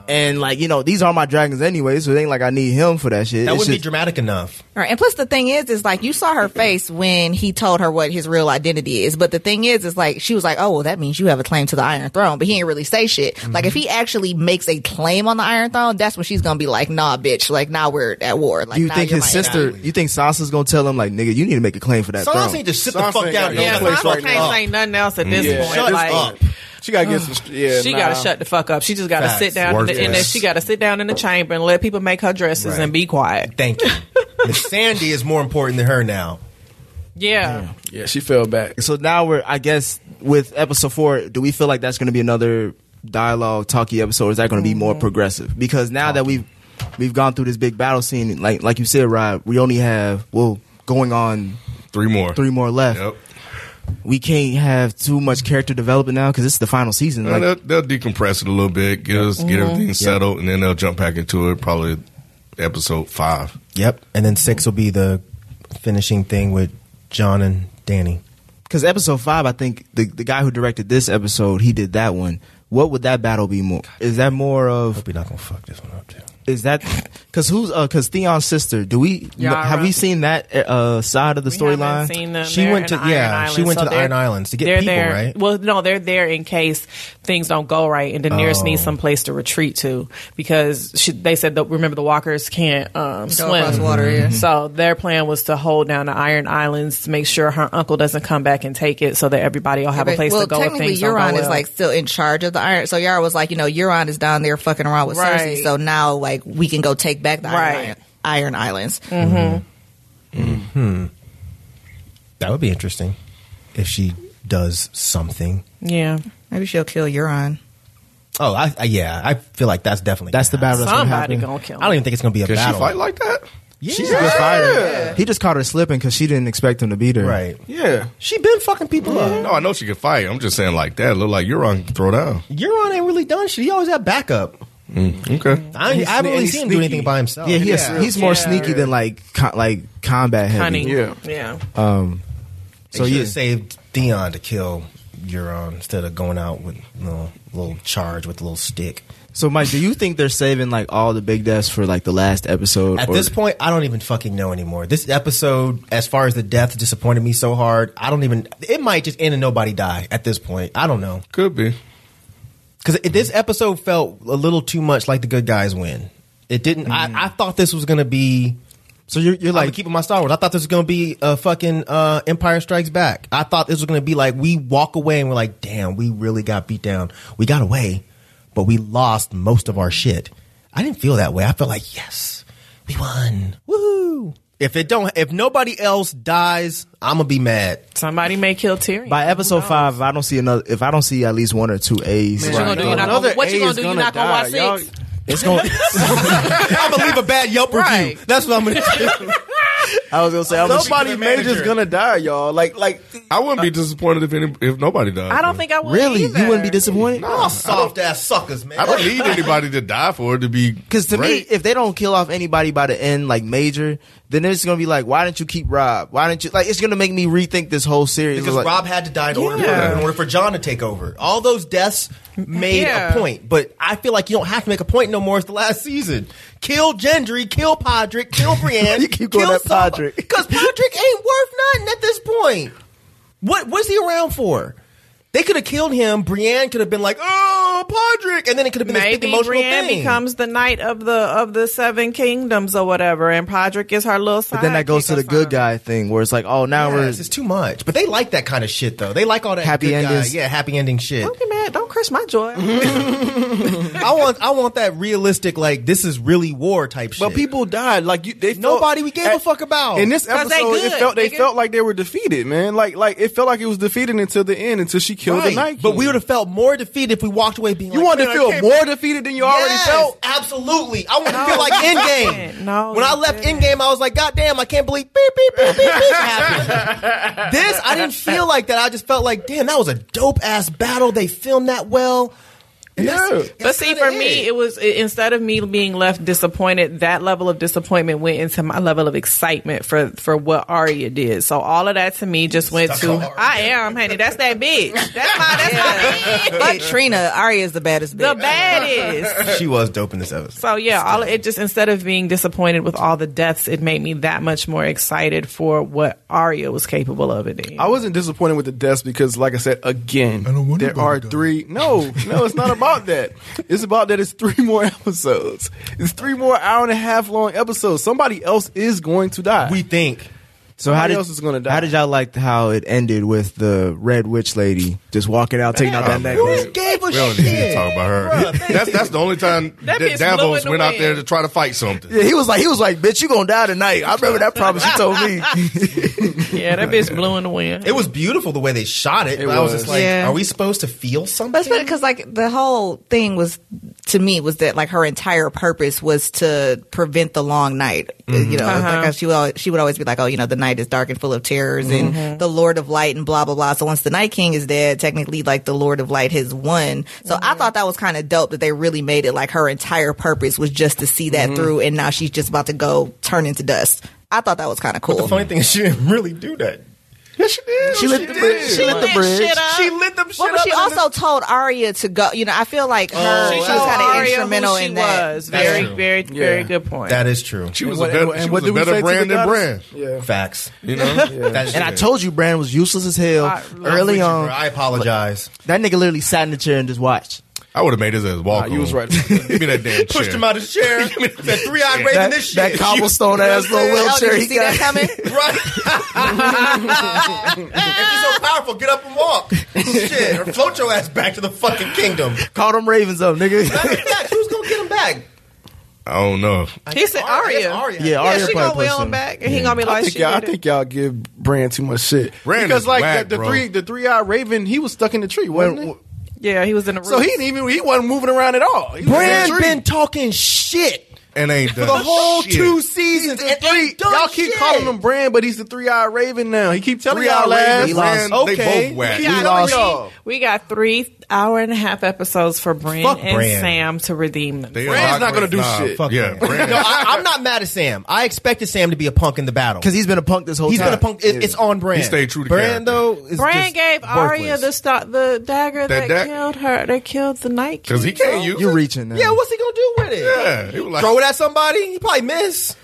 Speaker 4: and like you know, these are my dragons anyway, so it ain't like I need him for that shit.
Speaker 6: That
Speaker 4: It's
Speaker 6: wouldn't be
Speaker 4: just-
Speaker 6: dramatic enough.
Speaker 5: Right. And plus the thing is, is like you saw her face when he told her what his real identity is. But the thing is, is like she was like, oh, well, that means you have a claim to the Iron Throne. But he ain't really say shit.
Speaker 4: Mm-hmm.
Speaker 5: Like if he actually makes a claim on the Iron Throne, that's when she's going to be like, nah, bitch. Like now we're at war. Like
Speaker 4: Do you
Speaker 5: nah,
Speaker 4: think
Speaker 5: you're
Speaker 4: his
Speaker 5: my
Speaker 4: sister?
Speaker 5: enemy.
Speaker 4: You think Sansa's gonna tell him like, "Nigga, you need to make a claim for that
Speaker 6: So I
Speaker 4: throne"?
Speaker 6: need to sit
Speaker 7: Sansa
Speaker 6: the fuck
Speaker 7: ain't
Speaker 6: down.
Speaker 7: got no
Speaker 8: Yeah,
Speaker 6: and
Speaker 7: place
Speaker 8: Sansa
Speaker 7: right
Speaker 8: can't
Speaker 7: now.
Speaker 8: say nothing else at this
Speaker 7: Yeah.
Speaker 8: point.
Speaker 6: Shut
Speaker 8: like,
Speaker 6: up.
Speaker 7: She gotta
Speaker 8: (sighs)
Speaker 7: get some. Yeah,
Speaker 8: She
Speaker 7: nah.
Speaker 8: gotta shut the fuck up. She just gotta
Speaker 6: Facts.
Speaker 8: sit down in
Speaker 2: Work
Speaker 8: the, in the,
Speaker 2: this.
Speaker 8: she gotta sit down in the chamber and let people make her dresses
Speaker 6: Right.
Speaker 8: and be quiet.
Speaker 6: Thank you. Miss Sandy is more important than her now.
Speaker 8: Yeah.
Speaker 7: Yeah, she fell back.
Speaker 4: So now we're, I guess, with episode four. Do we feel like that's gonna be another dialogue talky episode? Or is that gonna be more progressive? Because now that we've we've gone through this big battle scene, like like you said, Rob, we only have well going on
Speaker 2: Three more.
Speaker 4: three more left.
Speaker 2: Yep.
Speaker 4: We can't have too much character development now because it's the final season.
Speaker 2: Well,
Speaker 4: Like,
Speaker 2: they'll, they'll decompress it a little bit, get us, get everything settled, and then they'll jump back into it. Probably episode five.
Speaker 6: Yep. And then six will be the finishing thing with John and Danny.
Speaker 4: because episode five, I think the the guy who directed this episode, he did that one. What would that battle be more? Is that more of
Speaker 6: Hope you're not gonna fuck this one up too.
Speaker 4: Is that because who's uh because Theon's sister? Do we kn-
Speaker 8: Yara.
Speaker 4: have we seen that uh side of the
Speaker 8: We haven't
Speaker 4: storyline?
Speaker 8: seen them.
Speaker 6: She
Speaker 8: They're
Speaker 6: went
Speaker 8: in
Speaker 6: to-
Speaker 8: the Iron
Speaker 6: yeah, she
Speaker 8: Islands,
Speaker 6: went to
Speaker 8: so
Speaker 6: the
Speaker 8: they're-
Speaker 6: Iron Islands to get
Speaker 8: they're
Speaker 6: people,
Speaker 8: there.
Speaker 6: right?
Speaker 8: Well, no, they're there in case things don't go right, and Daenerys
Speaker 6: Oh.
Speaker 8: needs some place to retreat to because she, they said that remember the walkers can't um, swim
Speaker 5: across water, yeah.
Speaker 6: Mm-hmm.
Speaker 8: So their plan was to hold down the Iron Islands to make sure her uncle doesn't come back and take it, so that everybody will have a place
Speaker 5: well,
Speaker 8: to go. if
Speaker 5: technically,
Speaker 8: things don't go
Speaker 5: Euron is
Speaker 8: well.
Speaker 5: like still in charge of the Iron. So Yara was like, you know, Euron is down there fucking around with Cersei.
Speaker 8: Right.
Speaker 5: So now, like, we can go take back the Iron-
Speaker 8: Right.
Speaker 5: Iron, Islands.
Speaker 4: Mm.
Speaker 6: That would be interesting if she does something.
Speaker 8: yeah,
Speaker 5: Maybe she'll kill Euron. (laughs)
Speaker 6: Oh, I, I yeah, I feel like that's definitely
Speaker 4: That's the battle that's gonna
Speaker 8: somebody
Speaker 4: happen.
Speaker 8: gonna kill.
Speaker 6: I don't even think it's gonna be a
Speaker 2: Can
Speaker 6: battle.
Speaker 2: she fight like that?
Speaker 6: yeah.
Speaker 4: She's a good fighter. He just caught her slipping because she didn't expect him to beat her.
Speaker 6: right.
Speaker 7: Yeah,
Speaker 6: She been fucking people up.
Speaker 2: No, I know she can fight. I'm just saying like that. Look like you're on throw down.
Speaker 6: Euron ain't really done shit. He always had backup.
Speaker 2: Mm, Okay.
Speaker 6: I, I haven't really
Speaker 7: he's
Speaker 6: seen him do
Speaker 7: sneaky.
Speaker 6: anything by himself.
Speaker 4: Yeah, he is- he's more sneaky than like co- like combat heavy.
Speaker 8: cunning.
Speaker 7: Yeah.
Speaker 8: yeah.
Speaker 4: Um,
Speaker 6: So
Speaker 4: so
Speaker 6: you
Speaker 4: yeah,
Speaker 6: saved Dion to kill Euron instead of going out with you know, little charge with a little stick.
Speaker 4: so Mike, do you think they're saving like all the big deaths for like the last episode?
Speaker 6: At
Speaker 4: or-
Speaker 6: this point, I don't even fucking know anymore. This episode, as far as the death, disappointed me so hard. I don't even. It might just end and nobody die at this point. I don't know
Speaker 2: Could be.
Speaker 6: because this episode felt a little too much like the good guys win. It didn't. I, I thought this was gonna be.
Speaker 4: Mm. so you're you're
Speaker 6: Like
Speaker 4: like
Speaker 6: keeping my Star Wars, I thought this was gonna be a fucking uh, Empire Strikes Back. I thought this was gonna be like we walk away and we're like, damn, we really got beat down. We got away, but we lost most of our shit. I didn't feel that way. I felt like yes, we won. Woo! If it don't, if nobody else dies, I'm gonna be mad. (laughs)
Speaker 8: Somebody may kill Tyrion
Speaker 4: by episode
Speaker 8: Who knows?
Speaker 4: five. If I don't see another, if I don't see at least one or two A's,
Speaker 8: What you gonna do? You're not gonna-
Speaker 7: Another
Speaker 8: what you
Speaker 7: A
Speaker 8: gonna
Speaker 7: is
Speaker 8: do? You're not gonna
Speaker 7: die.
Speaker 8: watch six?
Speaker 7: Y'all-
Speaker 4: it's going.
Speaker 6: I'm gonna leave a bad Yelp
Speaker 8: Right.
Speaker 6: review. That's what I'm gonna do. (laughs)
Speaker 4: I was gonna say I'm gonna-
Speaker 7: Somebody major's gonna die, y'all. Like, like
Speaker 2: I wouldn't be disappointed if any if nobody died.
Speaker 8: I don't think I would
Speaker 4: Really,
Speaker 8: either.
Speaker 4: you wouldn't be disappointed.
Speaker 6: Y'all soft ass suckers, man.
Speaker 2: I don't need anybody to die for it to be
Speaker 4: Because to
Speaker 2: great.
Speaker 4: me, if they don't kill off anybody by the end, like major, then it's gonna be like, why didn't you keep Rob? Why didn't you like? It's gonna make me rethink this whole series.
Speaker 6: because
Speaker 4: Like,
Speaker 6: Rob had to die in order,
Speaker 8: Yeah.
Speaker 6: in order for John to take over. All those deaths made
Speaker 8: Yeah.
Speaker 6: a point, but I feel like you don't have to make a point no more. It's the last season. Kill Gendry, kill
Speaker 4: (laughs)
Speaker 6: Podrick, kill Brienne.
Speaker 4: You keep going at Podrick.
Speaker 6: because Podrick ain't worth nothing at this point. What was he around for? They could have killed him. Brienne could have been like, "Oh, Podrick," and then it could have been this big
Speaker 8: Maybe
Speaker 6: emotional
Speaker 8: Brienne
Speaker 6: thing.
Speaker 8: becomes the knight of the of the seven kingdoms or whatever, and Podrick is her little.
Speaker 4: But then that goes to the good guy thing where it's like, oh, now
Speaker 6: Yeah,
Speaker 4: we're
Speaker 6: it's just too much. But they like that kind of shit, though. They like all that
Speaker 4: Happy
Speaker 6: good guy-
Speaker 4: endings.
Speaker 6: yeah, happy ending shit.
Speaker 8: Don't get mad. Don't crush my joy.
Speaker 4: Mm-hmm.
Speaker 6: I want, I want that realistic, like this is really war type shit.
Speaker 7: But people died. Like you, they felt-
Speaker 6: nobody we gave a fuck about.
Speaker 7: In this
Speaker 8: 'Cause they
Speaker 7: episode, it
Speaker 8: good,
Speaker 7: felt they
Speaker 8: nigga.
Speaker 7: felt like they were defeated, man. Like like it felt like it was defeated until the end, until she killed the
Speaker 6: Right.
Speaker 7: night.
Speaker 6: but
Speaker 7: King.
Speaker 6: we would have felt more defeated if we walked away being.
Speaker 7: You
Speaker 6: like,
Speaker 7: wanted to
Speaker 6: "Man, I
Speaker 7: feel
Speaker 6: came
Speaker 7: more defeated than you already
Speaker 6: Yes,
Speaker 7: felt.
Speaker 6: Absolutely. I want to feel like Endgame.
Speaker 8: No,
Speaker 6: When I
Speaker 8: you
Speaker 6: left
Speaker 8: didn't.
Speaker 6: Endgame, I was like, God damn, I can't believe beep, beep, beep, beep, beep
Speaker 7: (laughs)
Speaker 6: happened. this, I didn't feel like that. I just felt like, damn, that was a dope ass battle. They filmed that well. And that's-
Speaker 7: Yeah.
Speaker 6: that's
Speaker 8: But see,
Speaker 6: kinda
Speaker 8: for me, it was i- instead of me being left disappointed, that level of disappointment went into my level of excitement for for what Arya did. So all of that to me just went to
Speaker 6: on Arya.
Speaker 8: I am, honey. That's that bitch. That's my that's my
Speaker 5: Fuck
Speaker 8: bitch.
Speaker 5: Trina. Arya is the baddest bitch.
Speaker 8: (laughs) The baddest.
Speaker 6: She was dope in this episode.
Speaker 8: So yeah, all it just instead of being disappointed with all the deaths, it made me that much more excited for what Arya was capable of. It.
Speaker 7: I wasn't disappointed with the deaths because, like I said, again, there are three. No, no, it's not about that. It's about that it's three more (laughs) episodes. It's three more hour and a half long episodes. Somebody else is going to die.
Speaker 6: We think.
Speaker 4: So how
Speaker 7: Somebody
Speaker 4: did,
Speaker 7: else is gonna die.
Speaker 4: How did y'all like how it ended with the red witch lady just walking out, taking out that
Speaker 2: Man,
Speaker 4: necklace?
Speaker 6: Who gave a
Speaker 2: We don't
Speaker 6: shit?
Speaker 2: need to Oh, talk about her. (laughs) that's that's the only time
Speaker 8: That
Speaker 2: that,
Speaker 8: bitch blew in
Speaker 2: Davos
Speaker 8: the
Speaker 2: went out
Speaker 8: wind.
Speaker 2: there to try to fight something.
Speaker 4: Yeah, he was like, he was like, bitch, you gonna die tonight. I remember that promise you told me.
Speaker 8: yeah, that bitch blew in the wind.
Speaker 6: It was beautiful the way they shot it. but I was
Speaker 7: was.
Speaker 6: just like,
Speaker 5: Yeah.
Speaker 6: are we supposed to feel something?
Speaker 5: That's because like the whole thing was to me was that like her entire purpose was to prevent the long night. Uh, You know, like how she would always, she would always be like, oh, you know, the night is dark and full of terrors, and the Lord of Light and blah blah blah. So once the Night King is dead, technically like the Lord of Light has won. So I thought that was kind of dope that they really made it like her entire purpose was just to see that through, and now she's just about to go turn into dust. I thought that was kind of cool.
Speaker 6: The funny thing is, she didn't really do that.
Speaker 7: Yes, she did.
Speaker 4: She lit the bridge. She lit the bridge.
Speaker 6: She lit them shit
Speaker 5: Well, but
Speaker 6: up
Speaker 5: she
Speaker 6: and then
Speaker 5: also told Arya to go. You know, I feel like her she was
Speaker 8: Show
Speaker 5: kind of
Speaker 8: Arya who
Speaker 5: instrumental
Speaker 8: she
Speaker 5: in that.
Speaker 8: was.
Speaker 6: That's
Speaker 8: Very,
Speaker 6: true.
Speaker 8: very, very
Speaker 7: Yeah.
Speaker 8: good point.
Speaker 6: That is true.
Speaker 2: She was
Speaker 7: What-
Speaker 2: a better,
Speaker 7: and
Speaker 2: she was
Speaker 7: what
Speaker 2: a
Speaker 7: did we say
Speaker 2: better
Speaker 7: to
Speaker 2: brand
Speaker 7: the
Speaker 2: than brand.
Speaker 7: goddess? Yeah.
Speaker 6: Facts.
Speaker 2: You know,
Speaker 6: (laughs)
Speaker 2: That's
Speaker 4: and I
Speaker 2: it.
Speaker 4: told you Bran was useless as hell
Speaker 8: I-
Speaker 4: early
Speaker 6: Bro,
Speaker 4: on.
Speaker 6: I apologize.
Speaker 4: that nigga literally sat in the chair and just watched.
Speaker 2: I would have made his ass walk.
Speaker 7: you was
Speaker 2: home.
Speaker 7: right about
Speaker 2: (laughs)
Speaker 7: that.
Speaker 2: Give me that damn chair.
Speaker 6: Pushed him out of his (laughs) chair. Said three eyed raven
Speaker 4: That,
Speaker 6: this shit.
Speaker 4: that cobblestone ass little
Speaker 5: Oh,
Speaker 4: wheelchair
Speaker 5: did you
Speaker 4: he
Speaker 5: see that
Speaker 4: got.
Speaker 5: coming?
Speaker 6: Right. (laughs) if you're so powerful, get up and walk. Shit. Or float your ass back to the fucking kingdom.
Speaker 4: Called them ravens up, nigga.
Speaker 6: Matter of fact, who's gonna get him back?
Speaker 2: I don't know.
Speaker 8: he said Arya.
Speaker 4: yeah,
Speaker 8: Yeah,
Speaker 4: Arya
Speaker 8: she gonna
Speaker 4: probably
Speaker 8: wheel
Speaker 4: pushed
Speaker 8: him
Speaker 4: him.
Speaker 8: back, and he gonna be like,
Speaker 7: I think
Speaker 8: she
Speaker 7: y'all, I
Speaker 8: did it.
Speaker 7: think y'all give Brand too much shit
Speaker 2: Brand
Speaker 7: because
Speaker 2: is
Speaker 7: like
Speaker 2: whack,
Speaker 7: the, the
Speaker 2: bro.
Speaker 7: three the three eyed raven he was stuck in the tree wasn't he?
Speaker 8: yeah, he was in the room.
Speaker 7: So he didn't even he wasn't moving around at all. He was in the
Speaker 6: Brand
Speaker 7: tree.
Speaker 6: been talking shit
Speaker 2: And ain't
Speaker 6: for
Speaker 2: done
Speaker 6: the whole
Speaker 2: shit.
Speaker 6: two seasons and three.
Speaker 7: Y'all keep calling him Brand, but he's the three eyed raven now. He keep telling y'all last.
Speaker 4: We lost.
Speaker 2: Brand, they
Speaker 6: Okay.
Speaker 2: both whack.
Speaker 7: Keep
Speaker 4: We
Speaker 7: telling
Speaker 4: lost.
Speaker 7: y'all.
Speaker 8: we got three hour and a half episodes for Bran
Speaker 6: Fuck
Speaker 8: and
Speaker 6: Bran.
Speaker 8: Sam to redeem them.
Speaker 2: They
Speaker 7: Brand's
Speaker 2: are-
Speaker 7: not gonna do
Speaker 2: nah,
Speaker 7: shit.
Speaker 2: fuck Yeah, Brand.
Speaker 6: No,
Speaker 2: (laughs)
Speaker 6: I, I'm not mad at Sam. I expected Sam to be a punk in the battle.
Speaker 4: Because he's been a punk this whole
Speaker 6: He's
Speaker 4: time.
Speaker 6: been a punk. It, It's on brand.
Speaker 2: He stayed true to
Speaker 6: brand
Speaker 2: character.
Speaker 6: though. Is
Speaker 8: Bran
Speaker 6: just
Speaker 8: gave Arya
Speaker 6: worthless.
Speaker 8: the sta- the dagger that,
Speaker 2: That da-
Speaker 8: killed her. That killed the Night King.
Speaker 2: Because he can't use.
Speaker 4: You're
Speaker 2: it.
Speaker 4: reaching now.
Speaker 6: Yeah, what's he gonna do with it?
Speaker 2: Yeah, he was like, Mm-hmm.
Speaker 6: Throw it at somebody. He probably miss.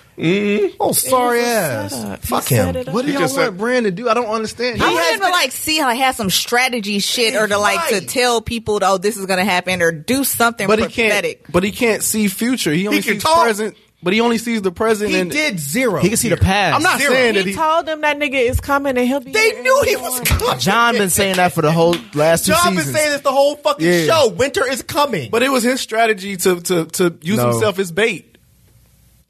Speaker 6: Oh, sorry ass. Fuck him.
Speaker 7: What do
Speaker 2: He
Speaker 7: y'all want
Speaker 2: just said-
Speaker 7: Brand to do? I don't understand.
Speaker 5: I
Speaker 7: Y'all-
Speaker 5: wanted to like see how he had some strategy shit or to like to
Speaker 6: Right.
Speaker 5: tell people, oh, this is gonna happen or do something
Speaker 7: but he can't.
Speaker 5: prophetic.
Speaker 7: But he can't see future. He only
Speaker 6: can
Speaker 7: sees
Speaker 6: talk.
Speaker 7: present. But he only sees the present.
Speaker 6: He
Speaker 7: and
Speaker 6: did zero.
Speaker 4: He can see the past.
Speaker 7: I'm not
Speaker 6: Zero.
Speaker 7: saying
Speaker 8: He
Speaker 7: that he.
Speaker 8: told them that nigga is coming and he'll be.
Speaker 6: They
Speaker 8: here
Speaker 6: knew
Speaker 8: in
Speaker 6: he
Speaker 8: the
Speaker 6: was
Speaker 8: morning.
Speaker 6: coming.
Speaker 4: John been saying that for the whole last two
Speaker 6: John been
Speaker 4: seasons.
Speaker 6: saying this the whole fucking
Speaker 4: Yeah.
Speaker 6: show. Winter is coming.
Speaker 7: but it was his strategy to to to use
Speaker 4: No.
Speaker 7: himself as bait.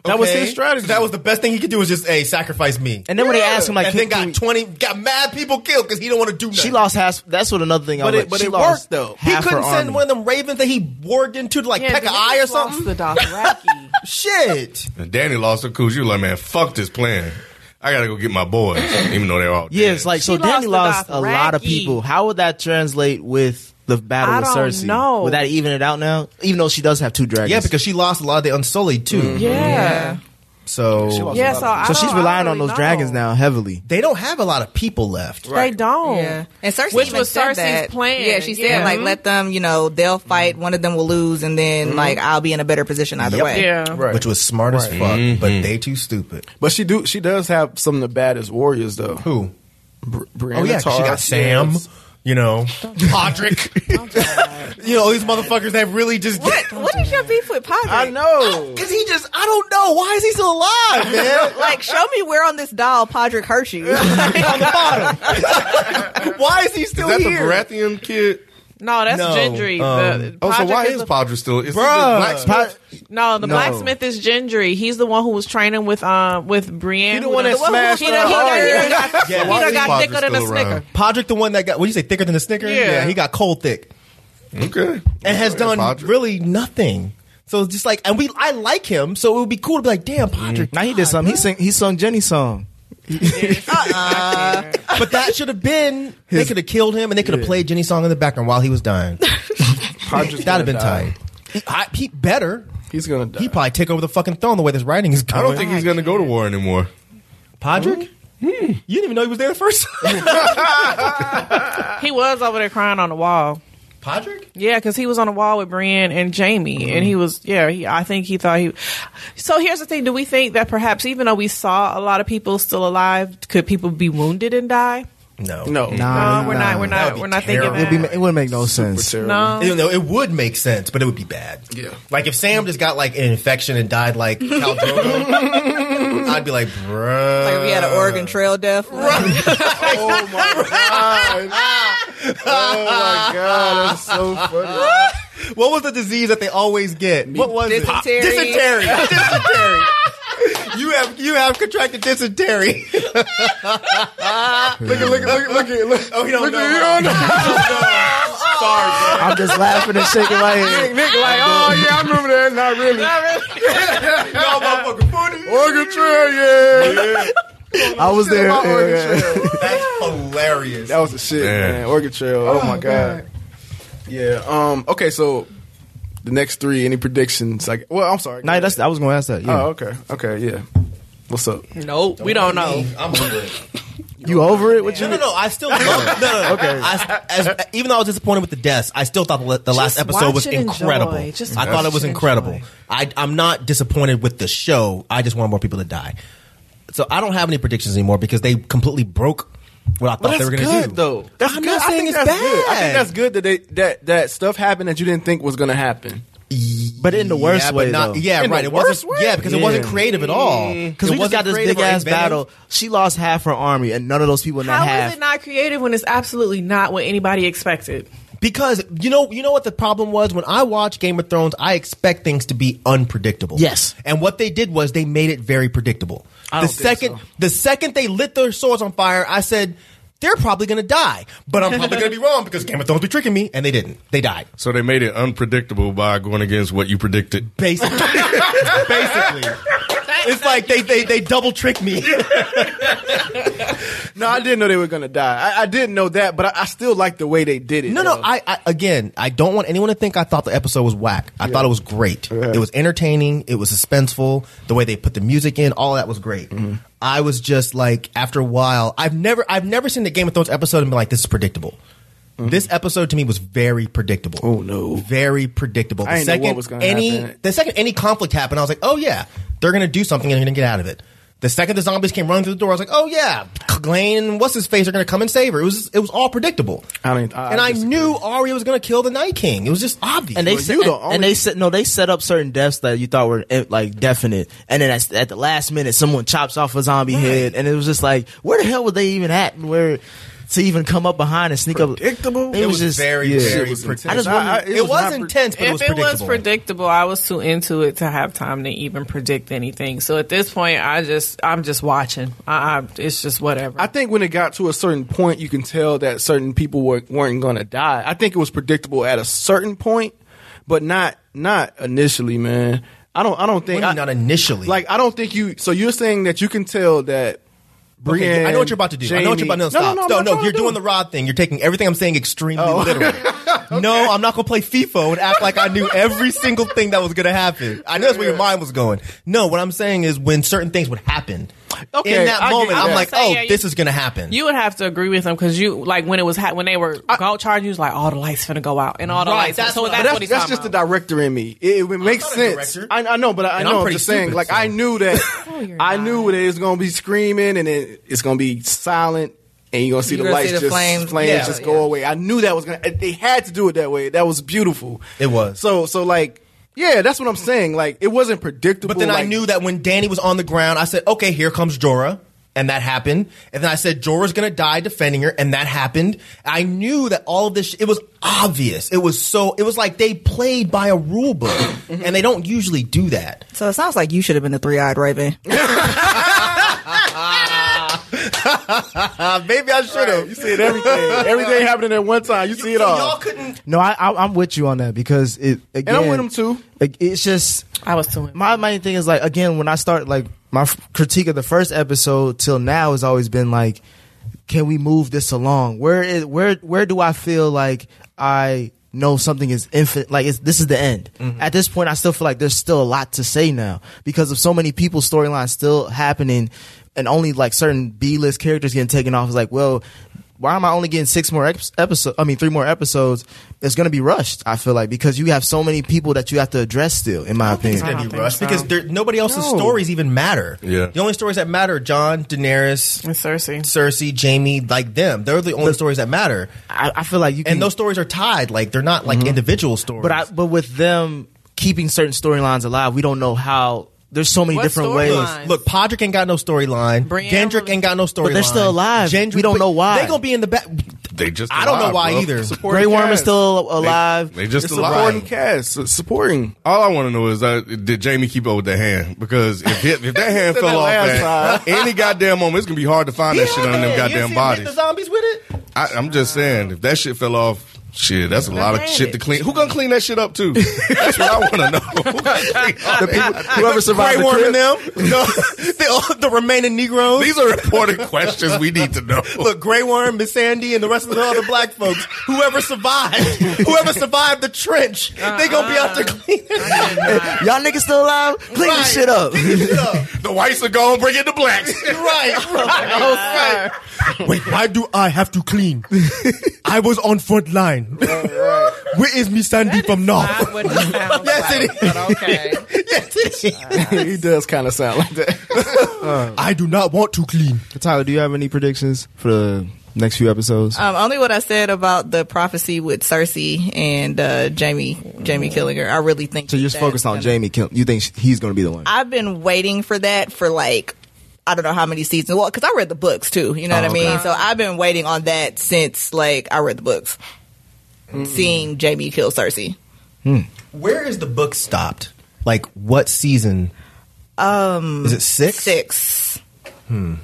Speaker 7: That was
Speaker 6: Okay?
Speaker 7: his strategy.
Speaker 6: That was the best thing he could do was just hey sacrifice me.
Speaker 4: and then when they asked him, like,
Speaker 6: and
Speaker 4: can,
Speaker 6: then got
Speaker 4: can we-
Speaker 6: twenty, got mad people killed because he don't want to do nothing.
Speaker 4: she lost half. That's what another thing. I
Speaker 7: But
Speaker 4: was
Speaker 7: it-
Speaker 4: like,
Speaker 7: but
Speaker 4: she
Speaker 7: it
Speaker 4: lost
Speaker 7: worked, though.
Speaker 6: He
Speaker 4: half
Speaker 6: couldn't
Speaker 4: her
Speaker 6: send
Speaker 4: army.
Speaker 6: one of them ravens that he warged into to like
Speaker 8: Yeah,
Speaker 6: peck
Speaker 8: the
Speaker 6: an eye
Speaker 8: nigga
Speaker 6: or
Speaker 8: lost
Speaker 6: something.
Speaker 8: The Dothraki.
Speaker 6: Shit.
Speaker 2: And Danny lost her cool. She was like, man, fuck this plan. I gotta go get my boys, even though they're all.
Speaker 4: Yeah,
Speaker 2: dead.
Speaker 4: it's like so.
Speaker 8: She
Speaker 4: Danny
Speaker 8: lost
Speaker 4: lost,
Speaker 8: to
Speaker 4: a lot of
Speaker 8: Dothraki.
Speaker 4: people. How would that translate with the battle
Speaker 8: I
Speaker 4: with
Speaker 8: don't
Speaker 4: Cersei?
Speaker 8: know.
Speaker 4: Would that even it out now? Even though she does have two dragons.
Speaker 6: Yeah, because she lost a lot of the Unsullied too.
Speaker 8: (laughs) Mm-hmm. Yeah,
Speaker 6: So
Speaker 8: yeah. So, I
Speaker 4: so
Speaker 8: don't-
Speaker 4: she's
Speaker 8: I
Speaker 4: relying
Speaker 8: don't
Speaker 4: on those
Speaker 8: really
Speaker 4: dragons
Speaker 8: know.
Speaker 4: now heavily.
Speaker 6: they don't have a lot of people left.
Speaker 8: They don't.
Speaker 5: Yeah, and Cersei
Speaker 8: Which
Speaker 5: even
Speaker 8: was
Speaker 5: said
Speaker 8: Cersei's
Speaker 5: that.
Speaker 8: plan.
Speaker 5: Yeah, she said
Speaker 8: Yeah.
Speaker 5: like
Speaker 8: Mhm.
Speaker 5: let them, you know, they'll fight. One of them will lose, and then like I'll be in a better position either
Speaker 6: Yep.
Speaker 5: way.
Speaker 8: Yeah.
Speaker 7: Right.
Speaker 6: Which was smart as fuck, but they too stupid.
Speaker 7: But she do (laughs) she does have some of the baddest warriors though.
Speaker 6: Who?
Speaker 7: Br- Brienne
Speaker 6: Oh yeah, 'cause she
Speaker 7: Tarth,
Speaker 6: got Sam.
Speaker 7: yes.
Speaker 6: you know, Podrick. (laughs) you know, these motherfuckers that really just
Speaker 5: What, what is your beef with Podrick?
Speaker 7: I know.
Speaker 6: Cause he just, I don't know. Why is he still alive,
Speaker 8: (laughs)
Speaker 6: man?
Speaker 5: (laughs) Like, show me where on this doll Podrick hurt (laughs) you.
Speaker 6: On the
Speaker 8: (laughs)
Speaker 6: bottom. why is he still
Speaker 2: Is that
Speaker 6: here?
Speaker 2: the Baratheon kid?
Speaker 8: No, that's
Speaker 6: No, um,
Speaker 8: Gendry. the,
Speaker 2: Oh, so
Speaker 8: Podrick
Speaker 2: why
Speaker 8: is
Speaker 2: is
Speaker 8: the-
Speaker 2: Podrick still? Is he
Speaker 6: Bruh.
Speaker 2: the blacksmith?
Speaker 8: no, the blacksmith is Gendry. He's the one who was training with um with Brienne.
Speaker 6: He the
Speaker 8: who
Speaker 6: one that
Speaker 8: does-
Speaker 6: smashed
Speaker 8: He done-
Speaker 6: her
Speaker 8: he done- he done
Speaker 6: hard.
Speaker 8: got-
Speaker 6: Yeah,
Speaker 8: he
Speaker 6: why
Speaker 8: done
Speaker 6: is
Speaker 8: got
Speaker 2: Podrick
Speaker 8: thicker than a
Speaker 2: still
Speaker 8: snicker.
Speaker 2: around?
Speaker 6: Podrick, the one that got, what do you say, thicker than a Snicker?
Speaker 8: Yeah.
Speaker 6: he got cold thick
Speaker 2: Okay.
Speaker 6: and has
Speaker 2: Yeah,
Speaker 6: done
Speaker 2: Podrick.
Speaker 6: really nothing. So it's just like, and we, I like him, so it would be cool to be like, damn, Podrick. (laughs)
Speaker 4: Now he did something. He sing. He sung Jenny's song.
Speaker 6: But that should have been, they could have killed him and they could have played Jenny's song in the background while he was dying.
Speaker 7: Podrick's
Speaker 6: That'd have been
Speaker 7: gonna die.
Speaker 6: tight. I, he better.
Speaker 7: He's gonna die.
Speaker 6: He probably take over the fucking throne the way this writing is
Speaker 2: I
Speaker 6: going.
Speaker 2: don't think he's gonna go to war anymore.
Speaker 6: Podrick? You didn't even know he was there the first (laughs) time.
Speaker 8: He was over there crying on the wall.
Speaker 6: Podrick?
Speaker 8: Yeah, because he was on the wall with Brienne and Jamie, and he was yeah. He, I think he thought he. So here's the thing: Do we think that perhaps even though we saw a lot of people still alive, could people be wounded and die?
Speaker 6: No.
Speaker 7: no.
Speaker 8: No, we're not. We're not.
Speaker 6: That would be
Speaker 8: We're not
Speaker 6: terrible.
Speaker 8: thinking
Speaker 4: It'd be,
Speaker 8: that.
Speaker 4: it wouldn't make no sense.
Speaker 7: Terrible.
Speaker 8: No,
Speaker 6: You know, it would make sense, but it would be bad. Yeah. Like if Sam just got like an infection and died like Cal Drogo, I'd be like, bruh.
Speaker 5: like, if we had an Oregon Trail death.
Speaker 7: Oh my god. Oh my god, that's so funny.
Speaker 6: What was the disease that they always get? What was
Speaker 5: Dysentery.
Speaker 6: it? Dysentery. dysentery. You have you have contracted dysentery. look at look at look at look at look. Oh, he don't know. (laughs)
Speaker 2: (laughs)
Speaker 6: Sorry,
Speaker 4: I'm just laughing and shaking my head.
Speaker 7: (laughs) Nick like, oh yeah, I remember that. Not (laughs) really.
Speaker 6: bro. Y'all motherfucking funny.
Speaker 7: Oregon Trail, yeah.
Speaker 4: I was there.
Speaker 7: My Oregon
Speaker 4: yeah.
Speaker 7: Trail.
Speaker 6: That's hilarious.
Speaker 7: That was the shit,
Speaker 2: Yeah.
Speaker 7: man. Orchid Trail. Oh, my god. Yeah. Um. Okay. So the next three, any predictions? Like, well, I'm sorry.
Speaker 4: No, that's. I was going to ask that. Yeah.
Speaker 7: Oh, okay. Okay. Yeah. What's up?
Speaker 8: nope. We don't know.
Speaker 6: I'm over it.
Speaker 4: you over it? What you?
Speaker 6: No, no, no. I still love. No, no, no.
Speaker 4: Okay.
Speaker 6: I, as, even though I was disappointed with the deaths, I still thought the, the last episode
Speaker 8: watch
Speaker 6: was
Speaker 8: and enjoy.
Speaker 6: incredible.
Speaker 8: Just
Speaker 6: I thought it
Speaker 8: watch
Speaker 6: was
Speaker 8: and
Speaker 6: incredible.
Speaker 8: enjoy.
Speaker 6: I, I'm not disappointed with the show. I just want more people to die. So I don't have any predictions anymore because they completely broke what I thought
Speaker 7: But
Speaker 6: they
Speaker 7: that's
Speaker 6: were going to
Speaker 7: good
Speaker 6: do.
Speaker 7: though. That's
Speaker 6: I'm
Speaker 7: good.
Speaker 6: not
Speaker 7: I
Speaker 6: saying
Speaker 7: think
Speaker 6: it's
Speaker 7: that's good. I
Speaker 6: bad.
Speaker 7: think that's good that they that that stuff happened that you didn't think was gonna happen.
Speaker 4: But in the worst
Speaker 6: yeah, but
Speaker 4: way,
Speaker 6: not-
Speaker 4: though.
Speaker 6: yeah,
Speaker 7: In
Speaker 6: right.
Speaker 7: the
Speaker 6: It wasn't.
Speaker 7: worst way?
Speaker 6: Yeah, because it
Speaker 4: Yeah.
Speaker 6: wasn't creative at all.
Speaker 4: Because
Speaker 6: It
Speaker 4: we just
Speaker 6: wasn't
Speaker 4: got this
Speaker 6: creative
Speaker 4: big
Speaker 6: or
Speaker 4: ass
Speaker 6: inventive.
Speaker 4: battle. She lost half her army, and none of those people in that
Speaker 8: How is
Speaker 4: half.
Speaker 8: it not creative when it's absolutely not what anybody expected?
Speaker 6: Because you know, you know what the problem was when I watch Game of Thrones, I expect things to be unpredictable.
Speaker 4: Yes.
Speaker 6: and what they did was they made it very predictable. the second, the second they lit their swords on fire, I said they're probably going to die, but I'm probably going to be wrong (laughs) because Game of Thrones be tricking me, and they didn't. They died.
Speaker 2: So they made it unpredictable by going against what you predicted.
Speaker 6: Basically, (laughs) basically, it's like they they, they double trick me.
Speaker 7: No, I didn't know they were gonna die. I, I didn't know that, but I, I still like the way they did it.
Speaker 6: No,
Speaker 7: though.
Speaker 6: no. I, I again, I don't want anyone to think I thought the episode was whack. I thought it was great. It was entertaining. It was suspenseful. The way they put the music in, all that was great. I was just like, after a while, I've never, I've never seen the Game of Thrones episode and been like, this is predictable. This episode to me was very predictable. Oh
Speaker 7: Mm-hmm. no.
Speaker 6: very predictable. The
Speaker 7: I didn't know
Speaker 6: second
Speaker 7: what was gonna
Speaker 6: any,
Speaker 7: happen.
Speaker 6: the second any conflict happened, I was like, oh yeah, they're gonna do something and they're gonna get out of it. The second the zombies came running through the door, I was like, oh yeah, Glane and what's his face are gonna come and save her. It was, it was all predictable
Speaker 7: I don't- I
Speaker 6: and I
Speaker 7: disagree.
Speaker 6: knew Arya was going to kill the Night King. It was just obvious.
Speaker 4: and they
Speaker 7: Well,
Speaker 4: set,
Speaker 7: you the
Speaker 4: and,
Speaker 7: only-
Speaker 4: and they set no, they set up certain deaths that you thought were eh, like definite, and then at, at the last minute, someone chops off a zombie head, and it was just like, where the hell were they even at? and Where to even come up behind and sneak up?
Speaker 7: Predictable?
Speaker 4: It,
Speaker 7: It
Speaker 4: was,
Speaker 6: was
Speaker 4: just
Speaker 6: very,
Speaker 4: yeah.
Speaker 6: very
Speaker 7: It was intense.
Speaker 6: predictable.
Speaker 4: I just
Speaker 7: I- I-
Speaker 4: wondered-
Speaker 6: it,
Speaker 7: was
Speaker 6: was,
Speaker 7: not pre-
Speaker 6: intense, but it was
Speaker 8: if it was
Speaker 6: predictable.
Speaker 8: predictable, I was too into it to have time to even predict anything. So at this point, I just I'm just watching. I, I it's just whatever.
Speaker 7: I think when it got to a certain point, you can tell that certain people were, weren't going to die. I think it was predictable at a certain point, but not not initially, man. I don't. I don't think. I,
Speaker 6: not initially.
Speaker 7: like I don't think you. So you're saying that you can tell that.
Speaker 6: Okay,
Speaker 7: Brienne,
Speaker 6: I know what you're about to do. I know what you're about to do.
Speaker 7: Jamie-
Speaker 6: Stop.
Speaker 7: No, no, Oh. no,
Speaker 6: no,
Speaker 7: I'm not
Speaker 6: no,
Speaker 7: trying
Speaker 6: you're
Speaker 7: to do it.
Speaker 6: doing the rod thing. You're taking everything I'm saying extremely
Speaker 7: (laughs)
Speaker 6: literally. No, I'm not going to play FIFO and act like I knew every single thing that was going to happen. I know that's where your mind was going. No, what I'm saying is when certain things would happen
Speaker 7: Okay,
Speaker 6: in that
Speaker 7: I get
Speaker 6: moment, I'm
Speaker 7: that.
Speaker 6: like,
Speaker 8: So,
Speaker 6: oh,
Speaker 8: yeah, you-
Speaker 6: this is going to happen.
Speaker 8: you would have to agree with them because you like when it was ha- when they were go charging, you was like, all the lights finna go out and all the
Speaker 6: Right,
Speaker 8: lights.
Speaker 6: that's
Speaker 8: so
Speaker 6: what
Speaker 8: that's,
Speaker 6: I-
Speaker 7: But
Speaker 8: what
Speaker 7: that's,
Speaker 8: he's
Speaker 7: that's
Speaker 8: talking
Speaker 7: just the
Speaker 8: about.
Speaker 7: director in me. It, it makes
Speaker 6: not a
Speaker 7: sense.
Speaker 6: director.
Speaker 7: I, I know, but I, I
Speaker 6: And I'm
Speaker 7: know. I'm,
Speaker 6: pretty
Speaker 7: just saying.
Speaker 6: stupid,
Speaker 7: Like
Speaker 6: so.
Speaker 7: I knew that.
Speaker 8: you're
Speaker 7: I knew that it's gonna be screaming and it, it's gonna be silent. and you're gonna see
Speaker 5: You're
Speaker 7: the
Speaker 5: gonna
Speaker 7: lights
Speaker 5: see the
Speaker 7: just
Speaker 5: flames.
Speaker 7: flames
Speaker 5: Yeah,
Speaker 7: just
Speaker 5: yeah.
Speaker 7: go away. I knew that was gonna. They had to do it that way. That was beautiful.
Speaker 6: It was.
Speaker 7: So so like yeah, that's what I'm saying. Like it wasn't predictable.
Speaker 6: But then I
Speaker 7: like-
Speaker 6: knew that when Danny was on the ground, I said, okay, here comes Jorah. And that happened. And then I said, Jorah's going to die defending her. And that happened. I knew that all of this, sh- it was obvious. It was so, it was like they played by a rule book. and they don't usually do that.
Speaker 5: So it sounds like you should have been the three eyed raven.
Speaker 6: Uh, maybe I should have.
Speaker 7: You see it everything. everything happening at one time. You see it all.
Speaker 6: Y'all couldn't.
Speaker 4: No, I, I I'm with you on that because it again.
Speaker 7: and I'm with him too.
Speaker 4: Like, it's just
Speaker 8: I was too. (laughs)
Speaker 4: my main thing is like again when I start like my f- critique of the first episode till now has always been like, can we move this along? Where is where where do I feel like I know something is infinite? Like it's, this is the end. At this point, I still feel like there's still a lot to say now because of so many people's storylines still happening, and only like certain B list characters getting taken off. It's like well. Why am I only getting six more episodes? I mean, three more episodes. It's going to be rushed. I feel like because you have so many people that you have to address still. In my opinion,
Speaker 8: I
Speaker 6: It's
Speaker 8: don't
Speaker 6: gonna be
Speaker 8: think
Speaker 6: rushed
Speaker 8: so.
Speaker 6: because there, nobody else's stories even matter.
Speaker 2: Yeah.
Speaker 6: The only stories that matter are John, Daenerys,
Speaker 8: And
Speaker 6: (laughs)
Speaker 8: Cersei.
Speaker 6: Cersei, Jamie, like them. They're the only stories that matter.
Speaker 4: I, I feel like you can.
Speaker 6: And those stories are tied. Like they're not like individual stories.
Speaker 4: but I, but with them keeping certain storylines alive, we don't know how. There's so many
Speaker 8: What
Speaker 4: different
Speaker 8: storyline?
Speaker 4: ways.
Speaker 6: Look, Podrick ain't got no storyline.
Speaker 8: Brienne-
Speaker 6: Gendrick ain't got no storyline.
Speaker 4: But they're still alive. We don't
Speaker 6: but
Speaker 4: know why.
Speaker 6: They gonna be in the back.
Speaker 2: They just
Speaker 6: I don't know
Speaker 2: alive,
Speaker 6: why
Speaker 2: bro.
Speaker 6: either.
Speaker 7: Supporting
Speaker 4: Grey Worm is
Speaker 7: cast.
Speaker 4: still alive.
Speaker 2: They just
Speaker 7: It's
Speaker 2: alive.
Speaker 7: supporting cast. Su- Supporting.
Speaker 2: All I want to know is uh, did Jamie keep up with that hand? Because if it, if
Speaker 7: (laughs)
Speaker 2: that hand
Speaker 7: Said
Speaker 2: fell
Speaker 7: that
Speaker 2: off
Speaker 7: last
Speaker 2: at any goddamn moment, it's gonna be hard to find that shit on them
Speaker 6: You
Speaker 2: goddamn
Speaker 6: see him hit
Speaker 2: bodies.
Speaker 6: The zombies with it.
Speaker 2: I, I'm just saying, if that shit fell off, shit, that's a lot of shit to clean. Who gonna clean that shit up
Speaker 7: (laughs)
Speaker 2: too? That's what I want to know. (laughs) Who gonna clean all that?
Speaker 7: Whoever survived
Speaker 6: Grey
Speaker 7: the
Speaker 6: Worm
Speaker 7: crib.
Speaker 6: and (laughs) them. No, the, all- the remaining Negroes.
Speaker 2: These are important questions we need to know.
Speaker 6: Look, Grey Worm, Miss Sandy, and the rest of the other black folks. Whoever (laughs) survived, whoever survived the trench, they gonna be out there cleaning it
Speaker 4: Y'all niggas still alive? Clean
Speaker 6: Right.
Speaker 4: this shit up.
Speaker 6: up.
Speaker 2: the whites are gone, bring in the (laughs) blacks.
Speaker 6: Right, right. Wait, why do I have to clean? I was on front line. Where is Miss Sandy
Speaker 8: (laughs)
Speaker 6: from
Speaker 8: Not what it sounds
Speaker 6: Yes,
Speaker 8: like,
Speaker 6: it is.
Speaker 8: but okay.
Speaker 6: Yes, it is.
Speaker 7: he does kind of sound like that.
Speaker 4: (laughs)
Speaker 6: I do not want to clean.
Speaker 4: Uh. Tyler, do you have any predictions for the next few episodes?
Speaker 6: Uh,
Speaker 5: Um, only what I said about the prophecy with Cersei and uh, Jamie, Jamie killing her. I really think.
Speaker 4: so you're just
Speaker 5: that's
Speaker 4: focused on
Speaker 5: gonna-
Speaker 4: Jamie. Kill- you think sh- he's going to be the one?
Speaker 5: I've been waiting for that for like I don't know how many seasons. Well, because I read the books too. You know
Speaker 4: Oh,
Speaker 5: what I mean. So I've been waiting on that since like I read the books,
Speaker 4: Hmm.
Speaker 5: seeing Jamie kill Cersei.
Speaker 6: Where is the book stopped? Like what season? Um, is it six?
Speaker 5: Six.
Speaker 4: and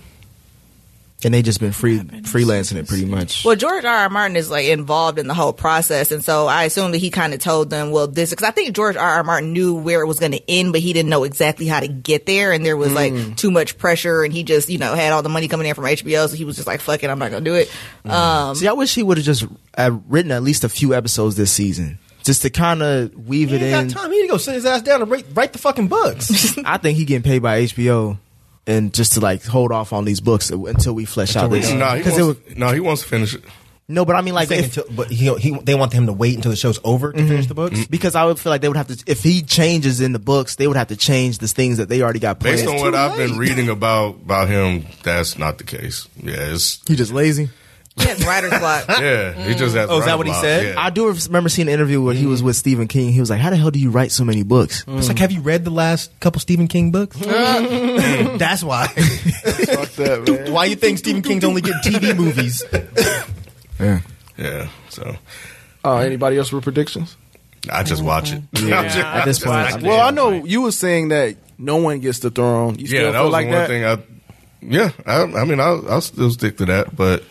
Speaker 4: they just been free freelancing it pretty much.
Speaker 5: Well, George R. R. Martin is like involved in the whole process, and so I assume that he kind of told them, "Well, this," because I think George R. R. Martin knew where it was going to end, but he didn't know exactly how to get there, and there was like too much pressure, and he just, you know, had all the money coming in from HBO, so he was just like, "Fuck it, I'm not going to do it." Um,
Speaker 4: See, I wish he would have just uh, written at least a few episodes this season, just to kind of weave
Speaker 6: He
Speaker 4: it in.
Speaker 6: ain't got time. He need to go sit his ass down and write, write the fucking books.
Speaker 4: I think he getting paid by HBO and just to like hold off on these books until we flesh out this.
Speaker 2: no, he
Speaker 4: 'Cause
Speaker 2: wants,
Speaker 4: it would-
Speaker 2: no, he wants to finish it.
Speaker 4: no, but I mean like
Speaker 6: Saying
Speaker 4: if,
Speaker 6: until- but he, he, they want him to wait until the show's over to
Speaker 4: Mm-hmm.
Speaker 6: finish the books.
Speaker 4: because I would feel like they would have to if he changes in the books, they would have to change the things that they already got planned.
Speaker 2: Based on what I've been reading about about him, that's not the case. Yeah, it's
Speaker 4: he just lazy.
Speaker 5: he has writer's block.
Speaker 2: yeah. He just has.
Speaker 6: (laughs) Oh, is that
Speaker 2: writer
Speaker 6: what he
Speaker 2: block,
Speaker 6: said?
Speaker 2: yeah.
Speaker 4: I do remember seeing an interview where he was with Stephen King. He was like, "How the hell do you write so many books?"
Speaker 6: It's Mm-hmm. like, have you read the last couple Stephen King
Speaker 4: (laughs)
Speaker 6: books? That's (laughs) why.
Speaker 7: Fuck that, man.
Speaker 6: why you think Stephen King's only getting TV movies?
Speaker 2: yeah. So
Speaker 7: Oh, anybody else with predictions?
Speaker 2: (laughs) I just watch it.
Speaker 4: At this point, I-
Speaker 7: Well, I know you were saying that no one gets the throne. You still
Speaker 2: yeah, that
Speaker 7: feel
Speaker 2: was
Speaker 7: like
Speaker 2: the one
Speaker 7: that?
Speaker 2: thing. I yeah, I, I mean, I'll, I'll still stick to that. But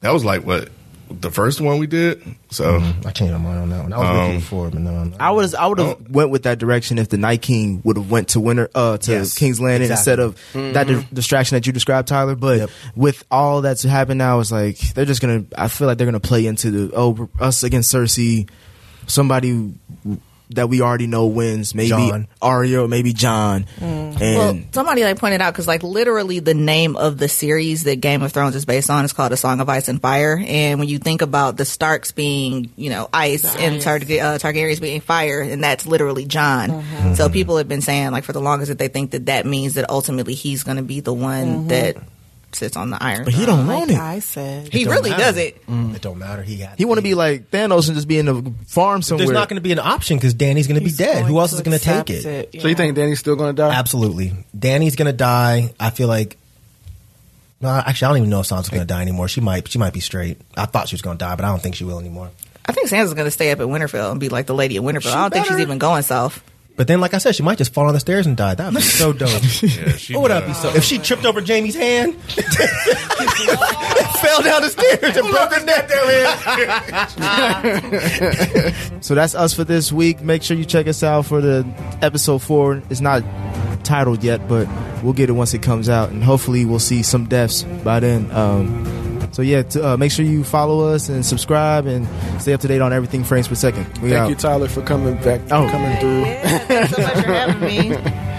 Speaker 2: that was like what the first one we did. So
Speaker 6: I changed my mind on that one. I was with you before, but no, I'm not.
Speaker 4: I was I would
Speaker 6: Oh.
Speaker 4: have went with that direction if the Night King would have went to Winter uh to
Speaker 6: Yes,
Speaker 4: King's Landing
Speaker 6: exactly. Mm-hmm.
Speaker 4: instead of that di- distraction that you described, Tyler. But
Speaker 6: Yep.
Speaker 4: with all that's happened now, it's like they're just gonna. I feel like they're gonna play into the oh us against Cersei, somebody that we already know wins. Maybe
Speaker 6: Jon.
Speaker 4: Arya, or maybe John, and
Speaker 5: Well, somebody like pointed out because like literally the name of the series that Game of Thrones is based on is called A Song of Ice and Fire, and when you think about the Starks being you know ice and Tar- uh, Targaryens being fire, and that's literally John. So Mm-hmm. people have been saying like for the longest that they think that that means that ultimately he's going to be the one that sits on the iron.
Speaker 4: But he don't want
Speaker 8: Like
Speaker 4: it.
Speaker 8: I said,
Speaker 5: He
Speaker 6: don't
Speaker 5: really
Speaker 6: matter.
Speaker 5: does it.
Speaker 6: Mm. It don't matter. He got.
Speaker 4: He want to be like Thanos and just be in the farm somewhere.
Speaker 6: There's not going to be an option because Danny's going to be
Speaker 8: he's
Speaker 6: dead.
Speaker 8: going
Speaker 6: Who else
Speaker 8: to
Speaker 6: is going to take
Speaker 8: accept
Speaker 6: it? Uh.
Speaker 7: So you
Speaker 8: yeah.
Speaker 7: think Danny's still gonna die?
Speaker 6: Absolutely, Danny's going to die. I feel like. No, actually, I don't even know if Sansa's going to die anymore. She might. She might be straight. I thought she was going to die, but I don't think she will anymore.
Speaker 5: I think Sansa's gonna stay up at Winterfell and be like the lady of Winterfell. I don't think she's
Speaker 6: better.
Speaker 5: even going (laughs) south.
Speaker 6: But then, like I said, she might just fall on the stairs and die. That would be so dope.
Speaker 2: Yeah, she
Speaker 6: What would that
Speaker 2: better-
Speaker 6: be so? If she tripped over Jamie's hand, fell down the stairs
Speaker 4: (laughs)
Speaker 6: and broke her neck.
Speaker 4: So that's us for this week. Make sure you check us out for the episode four. It's not titled yet, but we'll get it once it comes out, and hopefully we'll see some deaths by then. Um, so yeah, t- uh, make sure you follow us and subscribe and stay up to date on everything frames per second. We
Speaker 7: Thank
Speaker 4: out.
Speaker 7: you, Tyler, for coming back.
Speaker 4: Oh.
Speaker 7: coming through.
Speaker 5: Yeah, thanks so much for having me.